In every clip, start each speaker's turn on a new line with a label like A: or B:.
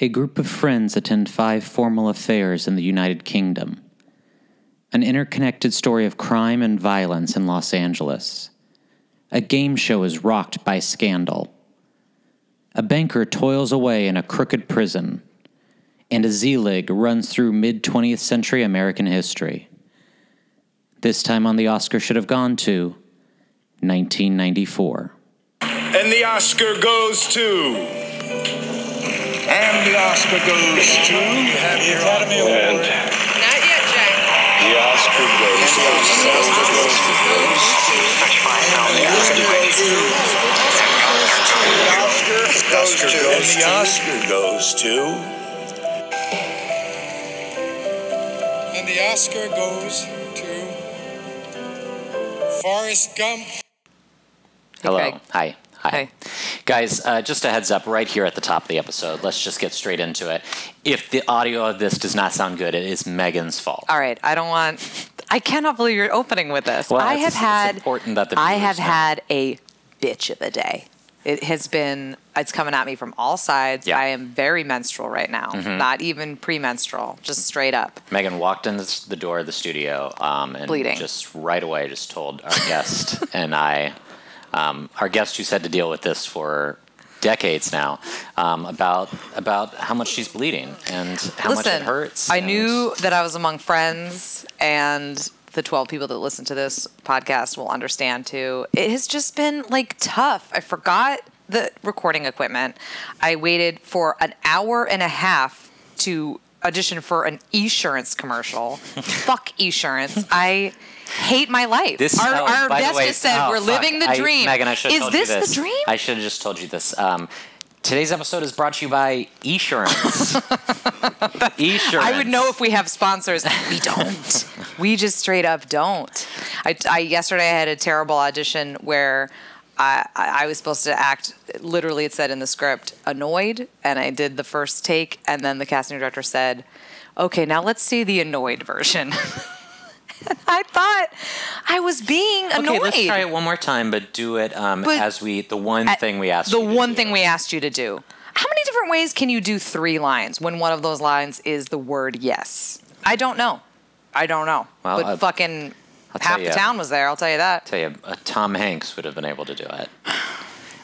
A: A group of friends attend five formal affairs in the United Kingdom. An interconnected story of crime and violence in Los Angeles. A game show is rocked by scandal. A banker toils away in a crooked prison. And a Z League runs through mid 20th century American history. This time on the Oscar should have gone to 1994.
B: And the Oscar goes to.
C: And the Oscar goes to. You have the Academy Award.
D: Not yet, Jack.
B: The Oscar goes
C: The Oscar goes to. And the Oscar goes to.
E: And the Oscar goes to Forrest Gump.
A: Hello.
F: Craig.
A: Hi. Hi.
F: Hi.
A: Guys, uh, just a heads up right here at the top of the episode. Let's just get straight into it. If the audio of this does not sound good, it is Megan's fault.
F: All right, I don't want. I cannot believe you're opening with this.
A: Well,
F: I
A: it's-
F: have
A: it's
F: had.
A: important that the
F: I
A: viewers
F: have
A: know.
F: had a bitch of a day. It has been. It's coming at me from all sides.
A: Yeah. Mm-hmm.
F: I am very menstrual right now. Not even premenstrual. Just straight up.
A: Megan walked in this- the door of the studio um, and
F: Bleeding.
A: just right away just told our guest and I, um, our guest who's had to deal with this for decades now, um, about about how much she's bleeding and how
F: Listen,
A: much it hurts.
F: I
A: and-
F: knew that I was among friends, and the 12 people that listen to this podcast will understand too. It has just been like tough. I forgot the recording equipment. I waited for an hour and a half to audition for an insurance commercial. Fuck insurance. I hate my life.
A: This,
F: our
A: oh,
F: our
A: by the
F: guest
A: way-
F: just said
A: oh,
F: we're
A: fuck.
F: living the
A: I-
F: dream.
A: Megan, I should have
F: Is
A: told
F: this
A: you this
F: the dream?
A: I should have just told you this. Um, today's episode is brought to you by Esurance. Esurance.
F: I would know if we have sponsors. We don't. we just straight up don't. I, I- yesterday I had a terrible audition where I, I I was supposed to act. Literally, it said in the script, annoyed, and I did the first take, and then the casting director said, "Okay, now let's see the annoyed version." And I thought I was being annoyed.
A: Okay, let's try it one more time, but do it um,
F: But-
A: as we the one
F: at
A: thing we asked.
F: the
A: you to
F: one
A: do.
F: thing we asked you to do how many different ways can you do three lines when one of those lines is the word yes i don't know i don't know
A: Well,
F: but
A: I-
F: fucking
A: I'll tell
F: half the
A: ya.
F: town was there i'll tell you that
A: tell you, uh, Tom Hanks would have been able to do it.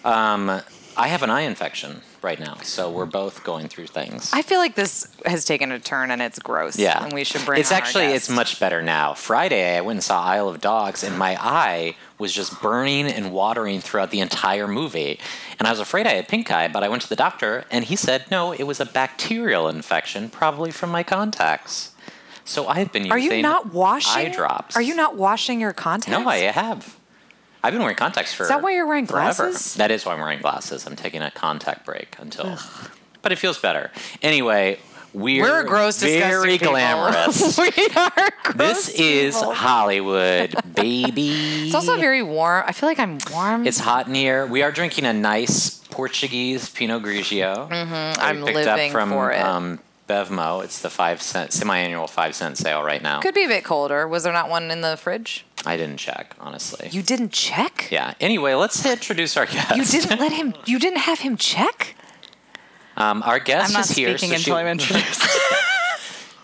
A: Um, I have an eye infection right now, so we're both going through things.
F: i feel like this has taken a turn and it's gross
A: yeah,
F: and we should bring
A: It's
F: on our
A: actually it's
F: guest.
A: much better now. Friday, I went and saw Isle of Dogs, and my eye was just burning and watering throughout the entire movie. And I was afraid I had pink eye, but I went to the doctor, and he said no, it was a bacterial infection, probably from my contacts. So I've been using
F: are you not washing
A: eye drops.
F: are you not washing your contacts
A: No, I have. I've been wearing contacts for.
F: Is that why you're wearing
A: forever.
F: glasses?
A: That is why I'm wearing glasses. I'm taking a contact break until, but it feels better. Anyway, we're
F: we're gross
A: very
F: disgusting people.
A: glamorous.
F: we are gross
A: this is
F: people.
A: Hollywood, baby.
F: it's also very warm i feel like i'm warm
A: It's hot in here. We are drinking a nice Portuguese Pinot Grigio. Mm-hmm.
F: I'm
A: picked
F: living
A: up from
F: for it.
A: Um, Bevmo. It's the five cent semi-annual five cent sale right now.
F: could be a bit colder was there not one in the fridge
A: I didn't check honestly.
F: You didn't check?
A: yeah. Anyway, let's introduce our guest.
F: You didn't let him you didn't have him check?
A: Um, our guest
G: I'm not
A: is here.
G: speaking
A: so
G: until
A: she-
G: I'm introduced.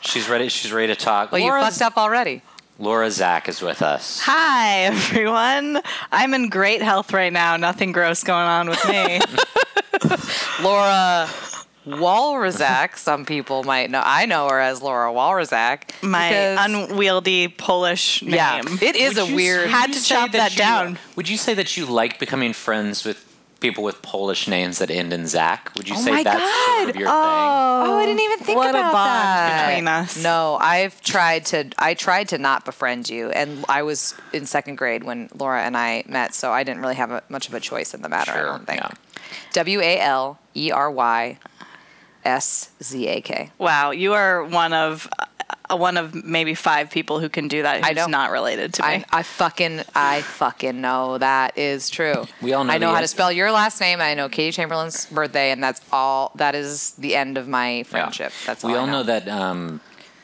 A: She's ready. She's ready to talk.
F: Well
A: Laura,
F: you fucked up already.
A: Laura Zach is with us.
G: Hi, everyone. I'm in great health right now. Nothing gross going on with me.
F: Laura Walrazak, some people might know I know her as Laura Walrazak.
G: My
F: because-
G: unwieldy Polish name.
F: Yeah. It is a
A: you-
F: weird
G: Had
A: Would
G: to
A: you say
G: chop that
A: you-
G: down.
A: Would you say that you like becoming friends with people with Polish names that end in Zach? Would you say
F: my
A: that's sort of
F: God.
A: your
F: Oh, I didn't even think
G: what a
F: about
G: bond
F: that.
G: between us.
F: No, I've tried to. I tried to not befriend you, and I was in second grade when Laura and I met, so I didn't really have a, much of a choice in the matter.
A: thing?
F: I
A: Sure,
F: don't think.
A: yeah.
F: W a l e r y s z a k.
G: Wow, you are one of uh, one of maybe five people who can do that who's
F: I know.
G: not related to me.
F: I, I fucking I fucking know that is true.
A: We all know
F: I know
A: the
F: how to
A: answer.
F: spell your last name. I know Katie Chamberlain's birthday, and that's all. That is the end of my friendship.
A: Yeah.
F: That's all.
A: we
F: I
A: all know, that. Um,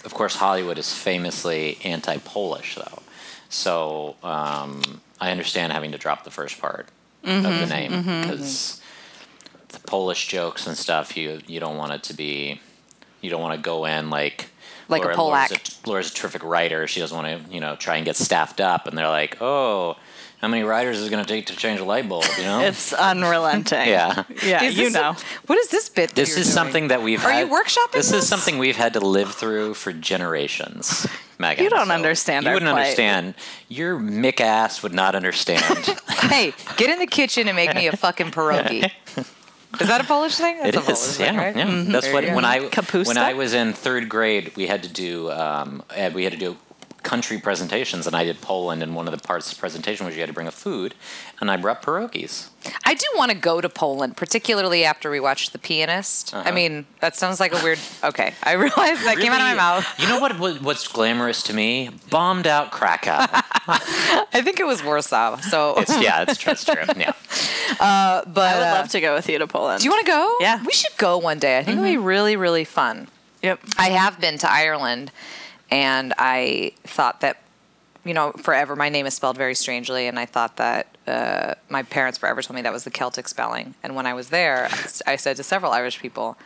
A: of course, Hollywood is famously anti-Polish, though. So
G: Mm-hmm.
A: um, I understand having to drop the first part of the name because
H: the Polish jokes and stuff, you you don't want it to be, you don't want to go in like.
F: Like a
H: Laura,
F: Polak.
H: Laura's a, Laura's a terrific writer. She doesn't want to, you know, try and get staffed up. And they're like, "Oh, how many writers is it going to take to change a light bulb?" You know,
G: It's unrelenting.
H: yeah.
G: Yeah,
F: Is
G: you
F: this a-
G: know.
F: what is this bit? that
H: This
F: you're
H: is
F: doing?
H: something that we've.
F: Are
H: had,
F: you workshopping
H: This is
F: this?
H: something we've had to live through for generations, Megan.
G: You don't
H: so
G: understand
H: You
G: our
H: wouldn't
G: plight.
H: understand. Your Mick ass would not understand.
F: Hey, get in the kitchen and make me a fucking pierogi. Is that a Polish thing? That's
H: It
F: a
H: is,
F: Polish thing,
H: yeah,
F: right?
H: yeah. That's
F: Mm-hmm. There
H: what
F: you go.
H: when I
G: Kapusta?
H: when I was in third grade, we had to do um, uh, we had to do country presentations, and I did Poland, and one of the parts of the presentation was you had to bring a food, and I brought pierogies.
F: I do want to go to Poland, particularly after we watched The Pianist.
H: Uh-huh.
F: I mean, that sounds like a weird. Okay, I realized that came out of my
H: Really-
F: mouth.
H: You know what? what- What's glamorous to me? Bombed out Krakow.
F: I think it was Warsaw. So,
H: it's, yeah, it's true. It's true. Yeah.
F: but
G: I would
F: uh,
G: love to go with you to Poland.
F: do you want to go?
G: Yeah.
F: we should go one day. I think it'd be really, really fun.
G: Yep.
F: I have been to Ireland, and I thought that, you know, forever my name is spelled very strangely, and I thought that uh, my parents forever told me that was the Celtic spelling. And when I was there, I s- I said to several Irish people,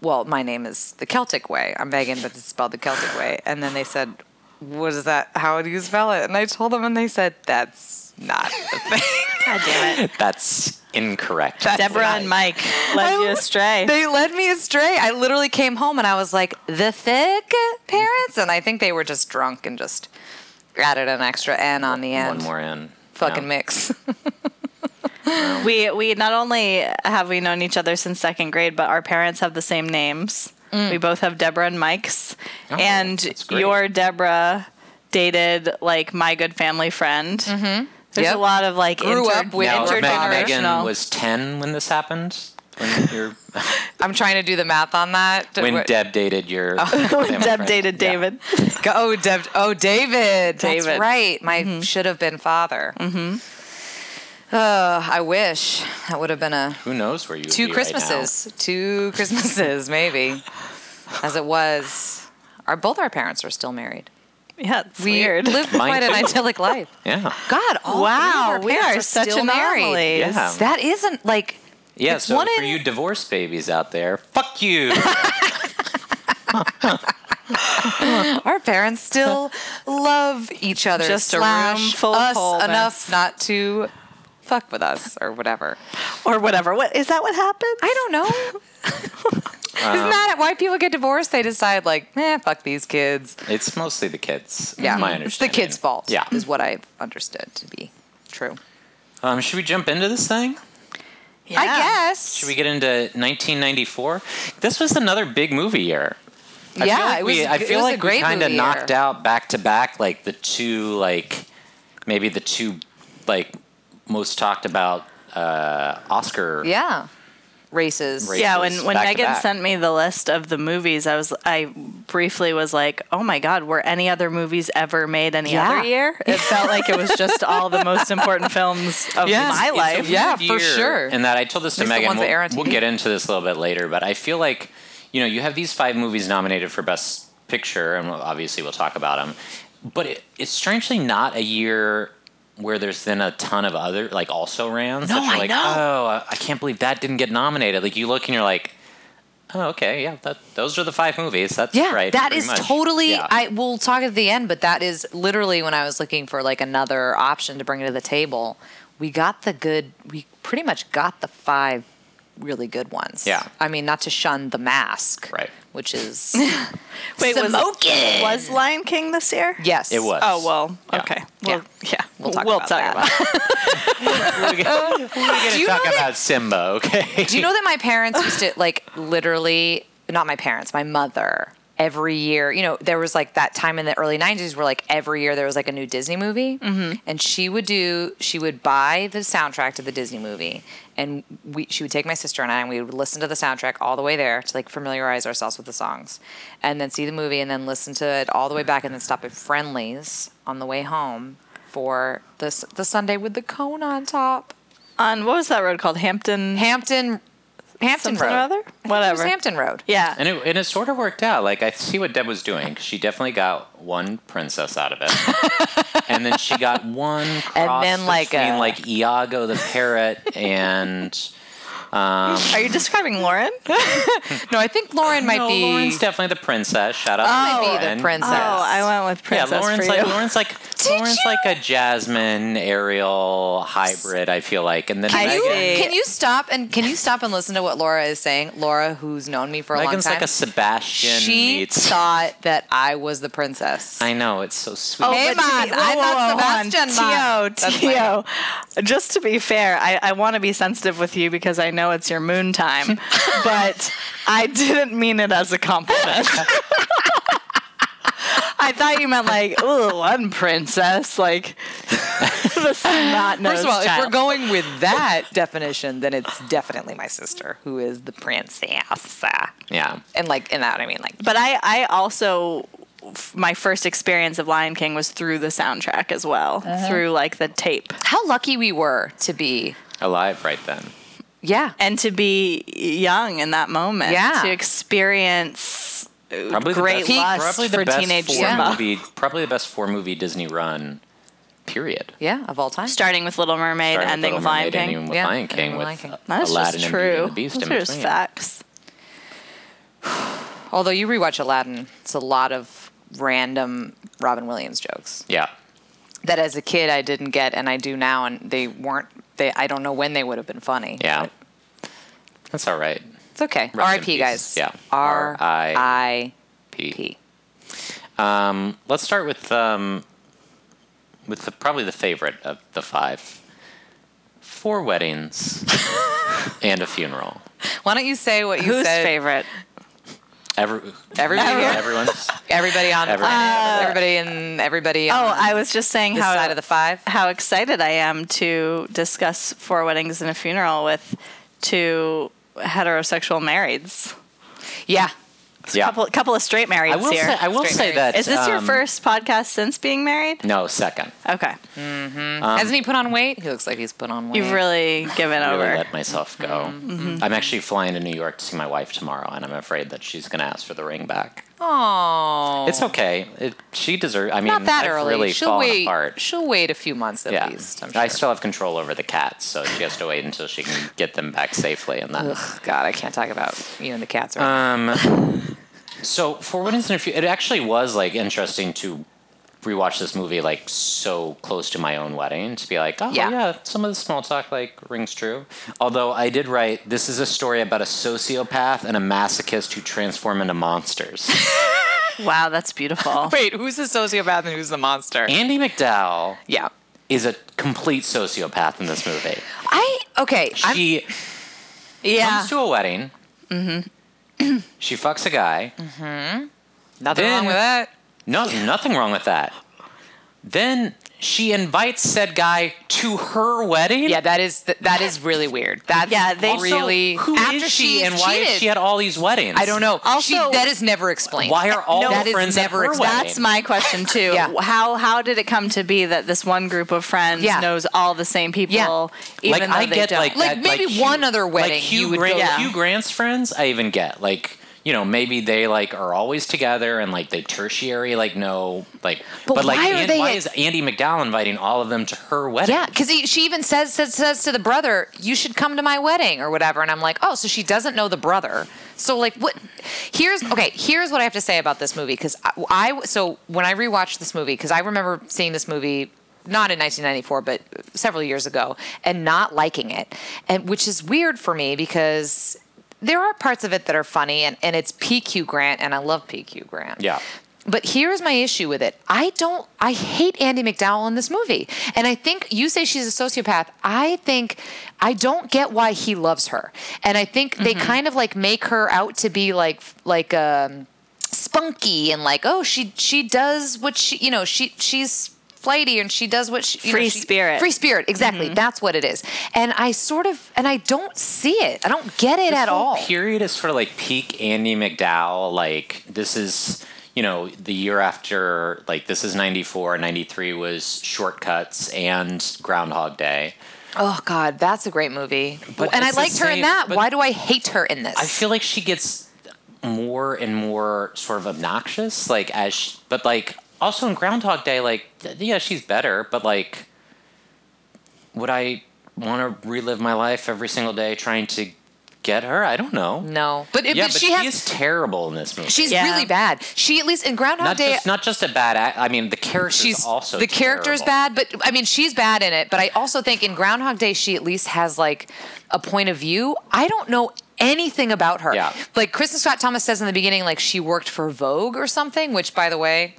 F: "Well, my name is the Celtic way. I'm Megan, but it's spelled the Celtic way." And then they said, "What is that? How do you spell it?" And I told them, and they said, "That's not the thing."
G: God damn it.
H: That's incorrect.
G: Deborah and Mike led you astray.
F: They led me astray. I literally came home and I was like, the thick parents? And I think they were just drunk and just added an extra N on the end.
H: One more in.
F: Fucking
H: Yeah.
F: mix.
G: We we not only have we known each other since second grade, but our parents have the same names. We both have Deborah and Mike's, and
H: that's great.
G: your Deborah dated like my good family friend. Mm-hmm. There's
F: Yep.
G: a lot of like
F: Grew
G: inter-
F: up with
H: Now,
F: Inter-
H: Meg-
G: intergenerational.
H: Megan was ten when this happened. When your
F: I'm trying to do the math on that.
H: when
F: What-
H: Deb dated your
G: Deb dated David.
F: Go- oh, Deb. Oh, David. That's
G: David.
F: right. My
H: Mm-hmm.
F: should have been father. Mm-hmm. Uh, I wish that would have been a
H: Who knows where you would
F: two
H: be right now.
F: Christmases, two Christmases maybe, as it was. Our both our parents are still married.
G: Yeah, it's
F: We
G: weird.
F: lived
H: Mine
F: quite an
H: too.
F: idyllic life.
H: Yeah.
F: God, all
G: wow,
F: three
G: we
F: of our parents
G: are, such
F: still married.
G: anomalies.
H: Yeah.
F: That isn't like
H: Yeah,
F: It's
H: so
F: one
H: for
F: in-
H: you divorce babies out there, fuck you.
F: our parents still love each other.
G: Just a
F: slash
G: room full of
F: us
G: wholeness.
F: enough not to fuck with us or whatever.
G: Or whatever. What is that? What happened?
F: I don't know. Isn't that why people get divorced? They decide like, eh, fuck these kids.
H: it's mostly the kids. is
F: Yeah,
H: my
F: it's the
H: understanding.
F: kids' fault.
H: Yeah.
F: is what I've understood to be true.
H: Um, should we jump into this thing?
F: I guess.
H: Should we get into 1994? This was another big movie year. I
F: Yeah,
H: feel like
F: it was
H: We, I
F: g- it
H: feel
F: was a
H: like
F: great
H: we kind of
F: movie
H: knocked
F: year.
H: out back to back, like the two, like maybe the two, like most talked about uh, Oscar.
F: Yeah, races.
H: Race-
G: Yeah, when
H: races
G: when
H: back to
G: Megan
H: back.
G: sent me the list of the movies, I was I briefly was like, "Oh my god, were any other movies ever made any
F: Yeah.
G: other year?" It felt like it was just all the most important films of my
H: It's- it's a
G: life.
H: weird
F: Yeah, for
H: year
F: sure.
H: And that I told this to
F: least the
H: Megan.
F: ones that air
H: We'll,
F: on TV.
H: we'll get into this a little bit later, but I feel like you know you have these five movies nominated for best picture, and we'll- obviously we'll talk about them. But it, it's strangely not a year where there's then a ton of other like also rans.
F: No,
H: that you're
F: I
H: like,
F: know.
H: Oh, I- I can't believe that didn't get nominated. Like you look and you're like. Oh, okay. Yeah, that, those are the five movies. That's
F: Yeah,
H: right.
F: that
H: pretty
F: is
H: much.
F: totally.
H: Yeah.
F: I we'll talk at the end, but that is literally when I was looking for like another option to bring to the table. We got the good. We pretty much got the five really good ones.
H: Yeah.
F: I mean, not to shun the mask,
H: Right.
F: Which is
G: Wait, was,
F: Smokin'.
G: was Lion King this year?
F: yes,
H: It was.
G: Oh well,
H: Yeah.
G: okay. Well, yeah.
F: We'll talk about that.
H: We're going to
F: you know
H: talk
F: that-
H: about Simba, okay?
F: Do you know that my parents used to like literally not my parents, my mother every year, you know, there was like that time in the early 90s where like every year there was like a new Disney movie and she would do she would buy the soundtrack to the Disney movie and we she would take my sister and I and we would listen to the soundtrack all the way there to like familiarize ourselves with the songs and then see the movie and then listen to it all the way back and then stop at Friendlies on the way home for this the Sunday with the cone on top.
G: On what was that road called? Hampton.
F: Hampton Hampton
G: Something or
F: Road.
G: other?
F: I think it was
G: Whatever.
F: Hampton Road.
G: yeah.
H: And it, and it sort of worked out. Like, I see what Deb was doing. She definitely got one princess out of it. and then she got one cross
F: then, like,
H: between,
F: a-
H: like, Iago the parrot and
G: Are you describing Lauren?
F: No, I think Lauren might
H: no,
F: be.
H: Lauren's definitely the princess. Shout out
F: might
H: to
F: be the
H: Lauren.
F: princess.
G: Oh, I went with princess
H: yeah, Lauren's
G: for
H: like
G: you.
H: Lauren's like Lauren's
F: you-
H: like a Jasmine Ariel hybrid. I feel like, and then
G: I
H: Megan,
F: You-
G: see.
F: can you stop and can you stop and listen to what Laura is saying? Laura, who's known me for a
H: Megan's
F: long
H: like
F: time,
H: a Sebastian
F: she
H: meets.
F: thought that I was the princess.
H: I know it's so sweet.
G: Oh,
F: Hey,
G: but to
F: man,
G: be-
F: I thought
G: hold on.
F: Sebastian, man.
G: Tio,
F: That's
G: Tio. Just to be fair, I, I want to be sensitive with you because I know it's your moon time, but I didn't mean it as a compliment. I thought you meant like, oh, I'm princess, like the snot
F: First of all, if we're going with that definition, then it's definitely my sister who is the princess.
H: yeah.
F: And like, and that I mean, like,
G: But I, I also, f- my first experience of Lion King was through the soundtrack as well,
F: Uh-huh.
G: through like the tape.
F: how lucky we were to be.
H: alive right then.
F: Yeah.
G: and to be young in that moment.
F: Yeah.
G: To experience uh,
H: Probably
G: great
H: the best,
G: lust
H: probably the
G: for
H: best
G: teenage
H: four
G: Simba.
H: movie, probably the best four movie Disney run, period.
F: Yeah, of all time.
G: Starting with Little Mermaid,
H: Starting with
G: ending
H: Little
G: with Lion
H: Mermaid,
G: King.
H: ending with
F: Yeah,
H: Lion King
F: ending with
H: with
F: Lion King.
G: That's
H: Aladdin
G: just
H: and Beauty
G: true.
H: and the Beast
G: Those
H: in
G: are just
H: between.
G: facts.
F: Although you rewatch Aladdin, it's a lot of random Robin Williams jokes
H: Yeah.
F: that as a kid I didn't get and I do now and they weren't they I don't know when they would have been funny.
H: Yeah. That's all right.
F: It's okay.
H: Rest in
F: RIP
H: peace.
F: guys.
H: Yeah.
F: R I
H: R.I.P..
F: P.
H: Um, let's start with um, with the, probably the favorite of the five. Four weddings and a funeral.
F: Why don't you say what you
G: Who's
F: said?
G: favorite?
H: Every,
F: Everybody here?
H: everyone's.
F: Everybody on the
G: Uh,
H: Everybody.
F: planet. everybody and everybody
G: Oh,
F: on
G: I was just saying
F: this
G: how
F: side of the five.
G: how excited I am to discuss four weddings and a funeral with two heterosexual marrieds.
F: Yeah.
H: Yeah.
G: Couple couple of straight marrieds
H: I will
G: here.
H: say, I will
F: Straight
H: say
F: marriage.
H: that.
G: Is this your Oh,
H: um,
G: first podcast since being married?
H: No, second.
G: Okay.
H: Um,
F: Hasn't he put on weight? He looks like he's put on weight.
G: You've really given
H: I
G: over.
H: Mm-hmm. really let myself go.
G: Mm-hmm.
H: I'm actually flying to New York to see my wife tomorrow, and I'm afraid that she's going to ask for the ring back.
F: Oh.
H: It's okay. It, she deserves. I mean,
F: not that
H: I've
F: early.
H: really
F: she'll
H: fallen
F: wait.
H: apart.
F: She'll wait a few months at
H: yeah,
F: least. I'm
H: I
F: sure.
H: still have control over the cats, so she has to wait until she can get them back safely, and then.
F: Ugh, God, I can't talk about you and the cats. Right
H: Um, so for what is it actually was like interesting to rewatch this movie like so close to my own wedding to be like, oh
F: Yeah.
H: yeah, some of the small talk like rings true. Although I did write, this is a story about a sociopath and a masochist who transform into monsters.
G: Wow, that's beautiful.
F: Wait, who's the sociopath and who's the monster?
H: Andy McDowell
F: yeah.
H: is a complete sociopath in this movie.
F: I okay. I'm,
H: She
G: yeah. uh.
H: comes to a wedding.
G: Mm-hmm.
H: she fucks a guy.
F: nothing
H: then-
F: wrong with that.
H: No, nothing wrong with that. Then she invites said guy to her wedding.
F: Yeah, that is th- that is really weird. That's
G: Yeah, they-
H: Also,
F: really
H: Who
F: after
H: is she
F: she's
H: and why
F: cheated.
H: is she at all these weddings?
F: I don't know. Also,
G: Also-
F: that is never explained.
H: Why are all
F: No,
H: her
F: that is
H: friends at
F: never
H: her
F: ex-
H: wedding?
G: That's my question too.
F: Yeah.
G: How how did it come to be that this one group of friends
F: Yeah.
G: knows all the same people?
F: Yeah.
G: Even
H: like
G: though
H: I
G: they
H: get
G: don't?
H: like
F: Like,
H: that,
F: maybe one other wedding
H: Like Hugh,
F: you would
H: Grant-
F: go
G: to.
H: Hugh Grant's friends, I even get like you know maybe they like are always together and like they tertiary like no like
F: But
H: like
F: why are
H: and,
F: they
H: why
F: at-
H: is Andy McDowell inviting all of them to her wedding?
F: Yeah, because she even says, says says to the brother, "You should come to my wedding" or whatever, and I'm like, "Oh, so she doesn't know the brother." So like, what? Here's okay. Here's what I have to say about this movie because I, I- so when I rewatched this movie because I remember seeing this movie not in 1994 but several years ago and not liking it, and which is weird for me because. There are parts of it that are funny, and, and it's PQ Grant, and I love PQ Grant.
H: Yeah.
F: But here's my issue with it. I don't, I hate Andy McDowell in this movie. And I think you say she's a sociopath. I think, I don't get why he loves her. And I think they
G: Mm-hmm.
F: kind of like make her out to be like, like, um, spunky and like, oh, she, she does what she, you know, she, she's, flighty and she does what she you know,
G: Free
F: she-
G: spirit. Mm-hmm.
F: free spirit exactly that's what it is and i sort of and i don't see it i don't get it
H: This
F: at
H: whole
F: all
H: Period is sort of like peak Andy McDowell. Like this is, you know, the year after. Like this is '94. '93 was Shortcuts and Groundhog Day.
F: Oh God, that's a great movie.
H: But
F: and I
H: it's the
F: liked her in
H: same-
F: that.
H: but-
F: Why do I hate her in this?
H: I feel like she gets more and more sort of obnoxious. Like as, she, but like also in Groundhog Day, like th- yeah, she's better, but like, would I want to relive my life every single day trying to get her? I don't know.
F: No, but it,
H: yeah,
F: but,
H: but
F: she,
H: she
F: has.
H: is terrible in this movie.
F: She's
G: Yeah.
F: really bad. She at least in Groundhog
H: not
F: Day.
H: just not just a bad act. I mean, the character's
F: she's
H: also
F: the character's
H: terrible.
F: bad, but I mean she's bad in it. But I also think in Groundhog Day she at least has like a point of view. I don't know anything about her.
H: Yeah.
F: Like Kristen Scott Thomas says in the beginning, like she worked for Vogue or something. Which by the way,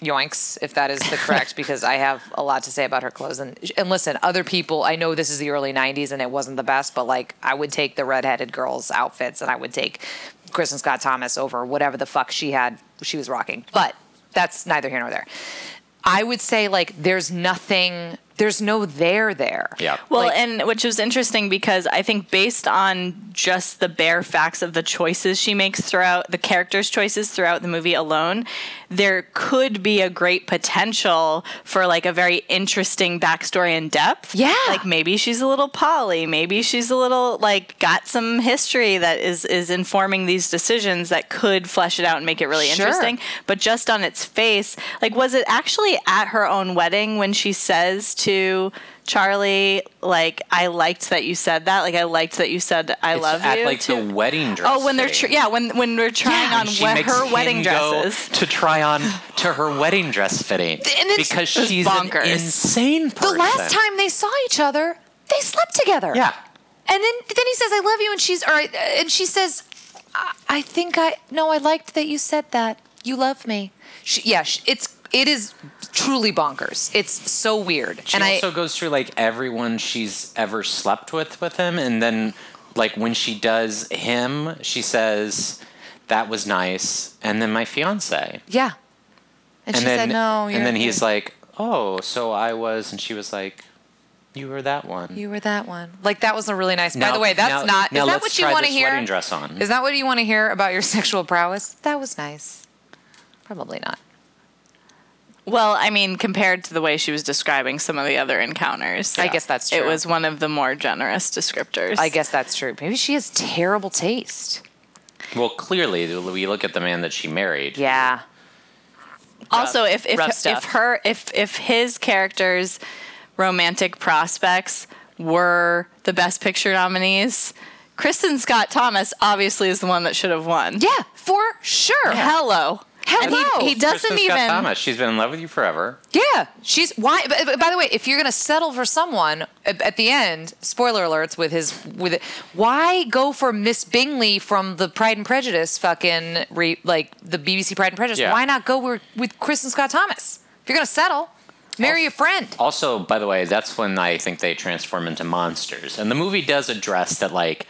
F: yoinks if that is the correct because I have a lot to say about her clothes. And and listen, other people. I know this is the early '90s and it wasn't the best, but like I would take the redheaded girls' outfits and I would take Kristen Scott Thomas over whatever the fuck she had she was rocking. But that's neither here nor there. I would say like there's nothing, there's no there there.
H: Yeah.
G: Well,
F: Like-
G: and which was interesting because I think based on just the bare facts of the choices she makes throughout the characters' choices throughout the movie alone, there could be a great potential for like a very interesting backstory in depth.
F: Yeah.
G: Like maybe she's a little poly, maybe she's a little like got some history that is is informing these decisions that could flesh it out and make it really
F: Sure.
G: interesting but just on its face, like was it actually at her own wedding when she says to Charlie, like I liked that you said that, like I liked that you said I
H: It's
G: love
H: at
G: you.
H: like
G: to-
H: the wedding dress.
G: oh, when they're
H: thing.
G: tr- yeah, when when we're trying on
H: And she
G: we-
H: makes
G: her
H: him
G: wedding
H: go
G: dresses.
H: to try on to her wedding dress fitting
F: And it's-
H: because
G: It's
H: she's
G: bonkers.
H: an insane
F: The
H: person.
F: last time they saw each other, they slept together.
H: yeah,
F: And then then he says, "I love you," and she's or uh, and she says, I, "I think I no, I liked that you said that. You love me." She, yeah, sh it's it is truly bonkers. It's so weird.
H: she
F: and I
H: also goes through like everyone she's ever slept with with him, and then like when she does him, she says that was nice, and then my fiance,
F: yeah. And, she
H: then
F: said, "No."
H: and
F: you're-
H: then he's like, oh, so I was, and she was like, you were that one.
F: You were that one. Like that was a really nice. by
H: Now-
F: the way, that's
H: now-
F: not.
H: now
F: is that
H: let's
F: what you
H: try
F: want to
H: this
F: hear?
H: wedding dress on.
F: Is that what you want to hear about your sexual prowess? That was nice. Probably not.
G: Well, I mean, compared to the way she was describing some of the other encounters,
F: I guess that's
G: It
F: true.
G: was one of the more generous descriptors.
F: I guess that's true. Maybe she has terrible taste.
H: Well, clearly we look at the man that she married.
F: Yeah.
G: also if if,
F: rough
G: if
F: stuff.
G: her if if his character's romantic prospects were the best picture nominees kristen scott thomas obviously is the one that should have won
F: Yeah, for sure.
G: hello and
F: Hello.
G: he, he doesn't
H: Kristen
G: even
H: Scott Thomas. She's been in love with you forever.
F: Yeah, she's why. b- b- By the way, if you're gonna settle for someone uh, at at the end, spoiler alerts with his with it, why go for Miss Bingley from the Pride and Prejudice fucking re, like the BBC Pride and Prejudice?
H: Yeah.
F: Why not go with, with Kristen Scott Thomas? If you're gonna settle, marry a friend.
H: Also, by the way, that's when I think they transform into monsters. And the movie does address that, like,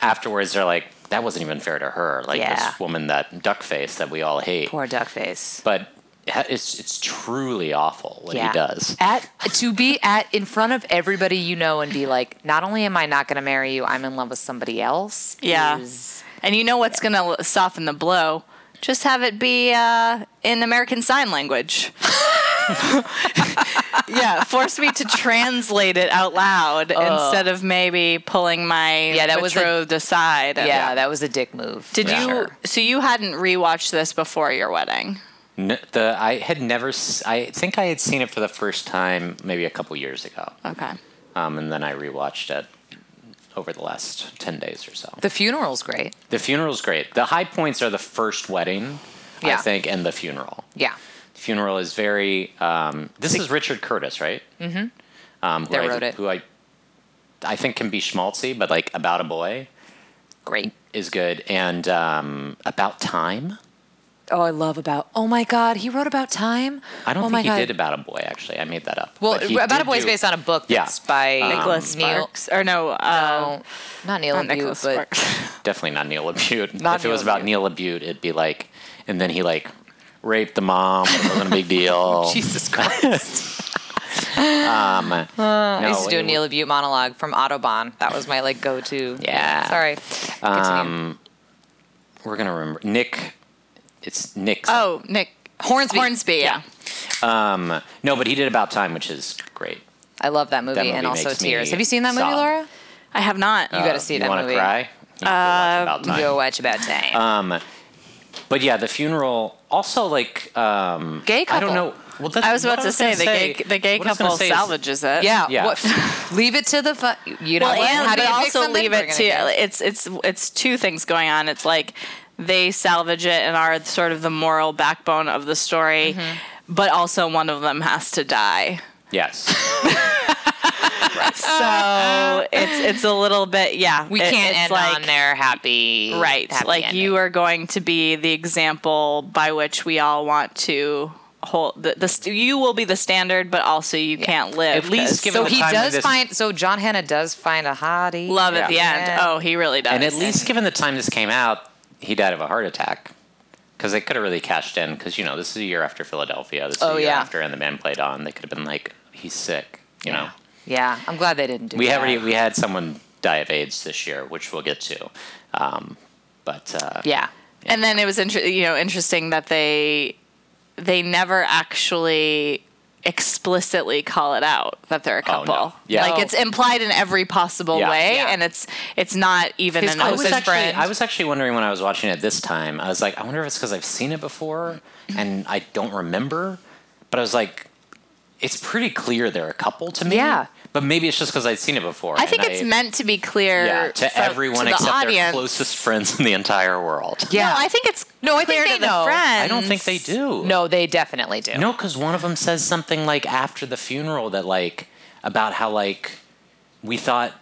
H: afterwards they're like, that wasn't even fair to her. Like,
F: Yeah.
H: this woman, that duck face that we all hate.
F: Poor Duckface.
H: But it's, it's truly awful what he does.
F: At to be at in front of everybody you know and be like, not only am I not gonna marry you, I'm in love with somebody else.
G: yeah
F: is-
G: and you know what's gonna l- soften the blow just have it be uh, in american sign language yeah force me to translate it out loud instead of maybe pulling my
F: Oh. Yeah, that was a-
G: betrothed aside and-
F: yeah, that was a dick move.
G: Did
H: Yeah.
G: you?
H: Sure.
G: So you hadn't rewatched this before your wedding?
H: N- the, I had never, s- I think I had seen it for the first time maybe a couple years ago.
G: Okay.
H: Um, and then I rewatched it over the last 10 days or so.
F: The funeral's great.
H: The funeral's great. The high points are the first wedding,
F: Yeah.
H: I think, and the funeral.
F: Yeah.
H: The funeral is very. Um, this is Richard Curtis, right? Mm-hmm. Um, who
F: That
H: I,
F: wrote it.
H: Who I, I think can be schmaltzy, but like about a boy
F: Great.
H: is good, and um, about time.
F: Oh, I love about. Oh my God, he wrote about time.
H: I don't
F: oh
H: think
F: my
H: he
F: God.
H: did about a boy. Actually, I made that up.
F: Well,
H: But he
F: about a
H: did
F: boy is
H: do-
F: based on a book
H: Yeah.
F: that's by
H: Um,
G: Nicholas
F: Neil.
G: Sparks, or no, uh,
F: Oh, not Neil
G: not
F: Abute,
G: Nicholas
F: but
G: Sparks.
H: Definitely not Neil Labute.
F: Not
H: if it was
F: Neil
H: about
F: Labute.
H: Neil Labute, it'd be like, and then he like raped the mom. It wasn't a big deal.
F: Jesus Christ.
H: Um,
F: I used to do
H: it
F: a Neil Abute monologue from Autobahn. That was my like go-to.
H: Yeah. Um,
F: Sorry. Continue.
H: we're gonna remember Nick. It's Nick.
G: oh, Nick
F: Hornsby.
G: Hornsby, yeah.
H: Um, no, but he did about time, which is great.
F: I love that movie,
H: That movie
F: and also
H: makes me
F: Tears. Have you seen that movie,
H: sob.
F: Laura?
G: I have not.
H: Uh,
F: You got to see
H: you
F: that
H: wanna um,
F: movie.
H: Cry? You need to watch about time.
F: Go watch about time.
H: Um, But yeah, the funeral also like um,
F: Gay
H: I
F: couple.
H: don't know. Well, that's
G: I was
H: what
G: about to say
H: gonna
G: the gay the gay
H: what I was gonna
G: couple
H: say is-
G: salvages it.
F: Yeah.
H: Yeah.
F: What, leave it to the fun. You know,
G: Well,
F: what?
G: and
F: how do you
G: but
F: pick
G: also
F: something
G: leave
F: we're
G: it
F: gonna
G: to
F: do?
G: it's it's it's two things going on. It's like they salvage it and are sort of the moral backbone of the story, but also one of them has to die.
H: Yes.
G: Uh, So it's it's a little bit yeah.
F: we
G: it-
F: can't
G: it's
F: end
G: like,
F: on their happy.
G: Right.
F: happy
G: like
F: ending.
G: you are going to be the example by which we all want to hold the, the st- you will be the standard but also you can't live
H: At least
G: 'cause-
H: give
F: So
H: the
F: he
H: time that
F: does
H: this-
F: find. So John Hannah does find a hottie.
G: love at the end.
F: Yeah.
G: Oh, he really does.
H: and at least given the time this came out, he died of a heart attack because they could have really cashed in because you know this is a year after Philadelphia. This is
F: Oh,
H: a year
F: yeah.
H: after, and the man played on. They could have been like, he's sick. You know,
F: Yeah, I'm glad they didn't do
H: we
F: that.
H: already we had someone die of AIDS this year, which we'll get to. Um, but uh,
F: Yeah.
G: And then it was inter- you know interesting that they they never actually explicitly call it out that they're a
H: Oh, no.
G: couple.
H: Yeah.
G: Like it's implied in every possible
H: Yeah.
G: way
H: Yeah.
G: and it's it's not even
F: His
G: an
H: I was,
G: open
H: actually,
G: friend.
H: I was actually wondering when I was watching it this time. I was like, I wonder if it's because I've seen it before and I don't remember. But I was like, it's pretty clear they're a couple to me.
F: Yeah.
H: But maybe it's just because I'd seen it before.
G: I think
H: and
G: it's meant to be clear
H: yeah, to
G: for-
H: everyone
G: to the
H: except their
G: audience.
H: closest friends in the entire world.
F: Yeah.
G: No, I think it's
F: No, I think
G: clear
F: they
G: to the
F: know.
G: friends.
H: I don't think they do.
F: No, they definitely do.
H: No, because one of them says something like after the funeral that like about how like we thought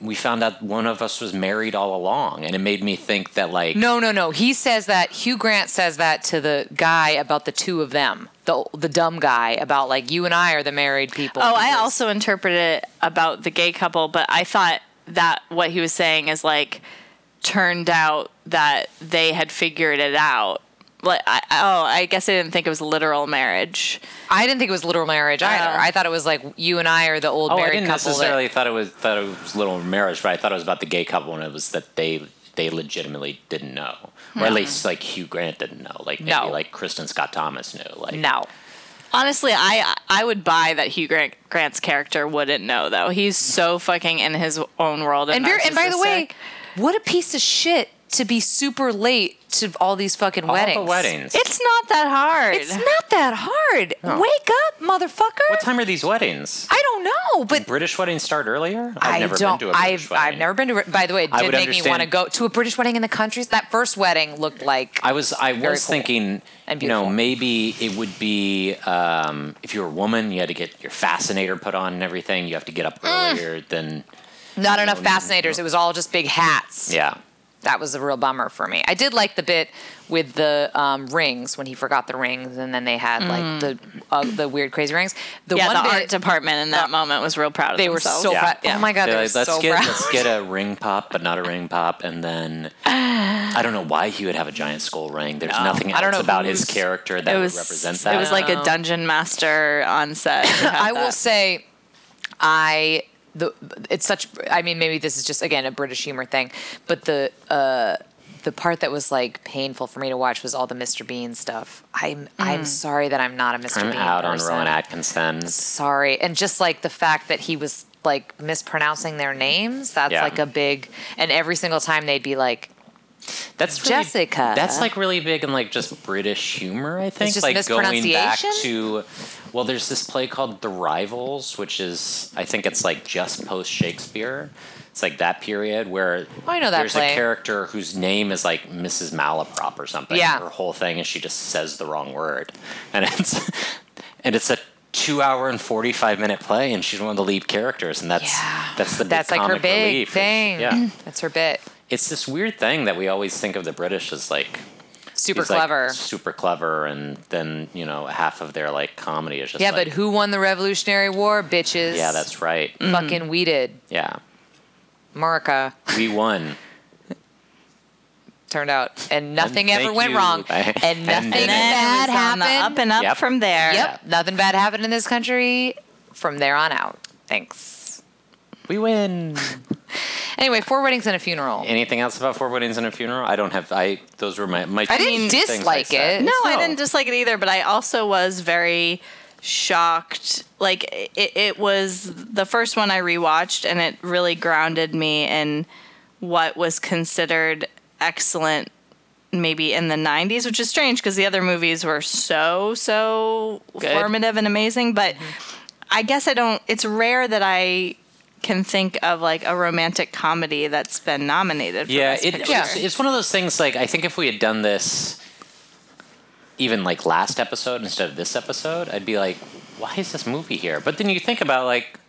H: we found out one of us was married all along, and it made me think that like
F: No, no, no. He says that Hugh Grant says that to the guy about the two of them, the the dumb guy about like you and I are the married people.
G: Oh, I
F: because-
G: also interpreted it about the gay couple, but I thought that what he was saying is like turned out that they had figured it out. Like, I, oh, I guess I didn't think it was literal marriage.
F: I didn't think it was literal marriage either.
G: Oh.
F: I thought it was like you and I are the old
H: Oh,
F: married
H: I didn't
F: couple.
H: necessarily thought it was thought it was little marriage, but I thought it was about the gay couple, and it was that they they legitimately didn't know, or at least like Hugh Grant didn't know, like maybe
F: Hmm. No.
H: like Kristen Scott Thomas knew, like
F: that, no.
G: Honestly, I I would buy that Hugh Grant, Grant's character wouldn't know though. He's so fucking in his own world. And,
F: And, very- and by the way,
G: narcissistic.
F: what a piece of shit to be super late to all these fucking
H: all
F: weddings.
H: the weddings.
G: it's not that hard.
F: It's not that hard. Wake up, motherfucker.
H: what time are these weddings?
F: I don't know, but
H: British weddings start earlier. I've
F: I
H: never
F: don't.
H: been to a British
F: I've
H: wedding.
F: I've never been to. By the way, it
H: I
F: did
H: would
F: make me want to
H: understand-
F: go to a British wedding in the country. That first wedding looked like
H: I was I
F: Very
H: was
F: cool.
H: thinking,
F: And
H: you know,
F: beautiful.
H: maybe it would be um, if you're a woman, you had to get your fascinator put on and everything. You have to get up
F: Mm.
H: earlier than
F: not enough fascinators. It was all just big hats.
H: yeah.
F: That was a real bummer for me. I did like the bit with the um, rings when he forgot the rings, and then they had
H: Mm.
F: like the uh, the weird crazy rings. The
G: yeah,
F: one
G: the
F: bit,
G: art department in that moment was real proud of
F: They were
G: themselves.
F: so
H: Yeah.
F: proud. Oh my god, they
H: They're
F: were
H: like, let's
F: so
H: get
F: proud.
H: let's get a ring pop, but not a ring pop, and then I don't know why he would have a giant skull ring. There's nothing
F: I
H: else
F: don't know
H: about
F: who's-
H: his character that
G: it
H: would
G: was
H: represent that.
G: It was like a dungeon master on set.
F: I will say, I the it's such. I mean, maybe this is just again a British humor thing, but the uh, the part that was like painful for me to watch was all the Mr. Bean stuff. I'm I'm sorry that I'm not a mister
H: Mm. I'm
F: Bean
H: out on
F: person.
H: Rowan Atkinson.
F: Sorry, and just like the fact that he was like mispronouncing their names. That's
H: Yeah.
F: like a big. And every single time they'd be like,
H: That's really-
F: Jessica.
H: That's like really big in like just British humor, I think.
F: just
H: like going back
F: mispronunciation?
H: to well, there's this play called The Rivals, which is I think it's like just post Shakespeare. It's like that period where
F: Oh, I know that
H: there's
F: play.
H: a character whose name is like Mrs. Malaprop or something.
F: Yeah.
H: Her whole thing is she just says the wrong word. And it's and it's a two hour and forty five minute play and she's one of the lead characters and that's
F: Yeah.
H: that's the big
F: that's like her
H: comic
F: big
H: relief is-
F: thing.
H: Yeah.
F: That's her bit.
H: It's this weird thing that we always think of the British as like
F: Super
H: he's, like,
F: clever.
H: super clever, and then you know half of their like comedy is just
F: yeah,
H: like,
F: but who won the Revolutionary War, bitches?
H: Yeah, that's Mm. right.
F: fucking weeded.
H: Yeah,
F: America
H: we won.
F: turned out, and nothing
H: And
F: ever
H: thank
F: went
H: you.
F: wrong,
H: I-
F: and
H: and
F: nothing
H: then it
F: bad
G: was on the
F: happened.
G: up and up
H: Yep.
G: from there.
F: Yep, nothing bad happened in this country from there on out. Thanks.
H: We win.
F: Anyway, four weddings and a funeral.
H: Anything else about four weddings and a funeral? I don't have. I those were my my.
F: I
H: two
F: didn't
H: things
F: dislike
H: said.
F: it.
G: No, I
H: No.
G: didn't dislike it either, but I also was very shocked. Like it, it was the first one I rewatched, and it really grounded me in what was considered excellent maybe in the 90s, which is strange because the other movies were so, so
F: Good.
G: formative and amazing. But
H: Mm-hmm.
G: I guess I don't, it's rare that I can think of like a romantic comedy that's been nominated for
H: Yeah,
G: Best
H: it,
G: Picture.
H: it's, it's one of those things. Like I think if we had done this, even like last episode instead of this episode, I'd be like, why is this movie here? But then you think about like,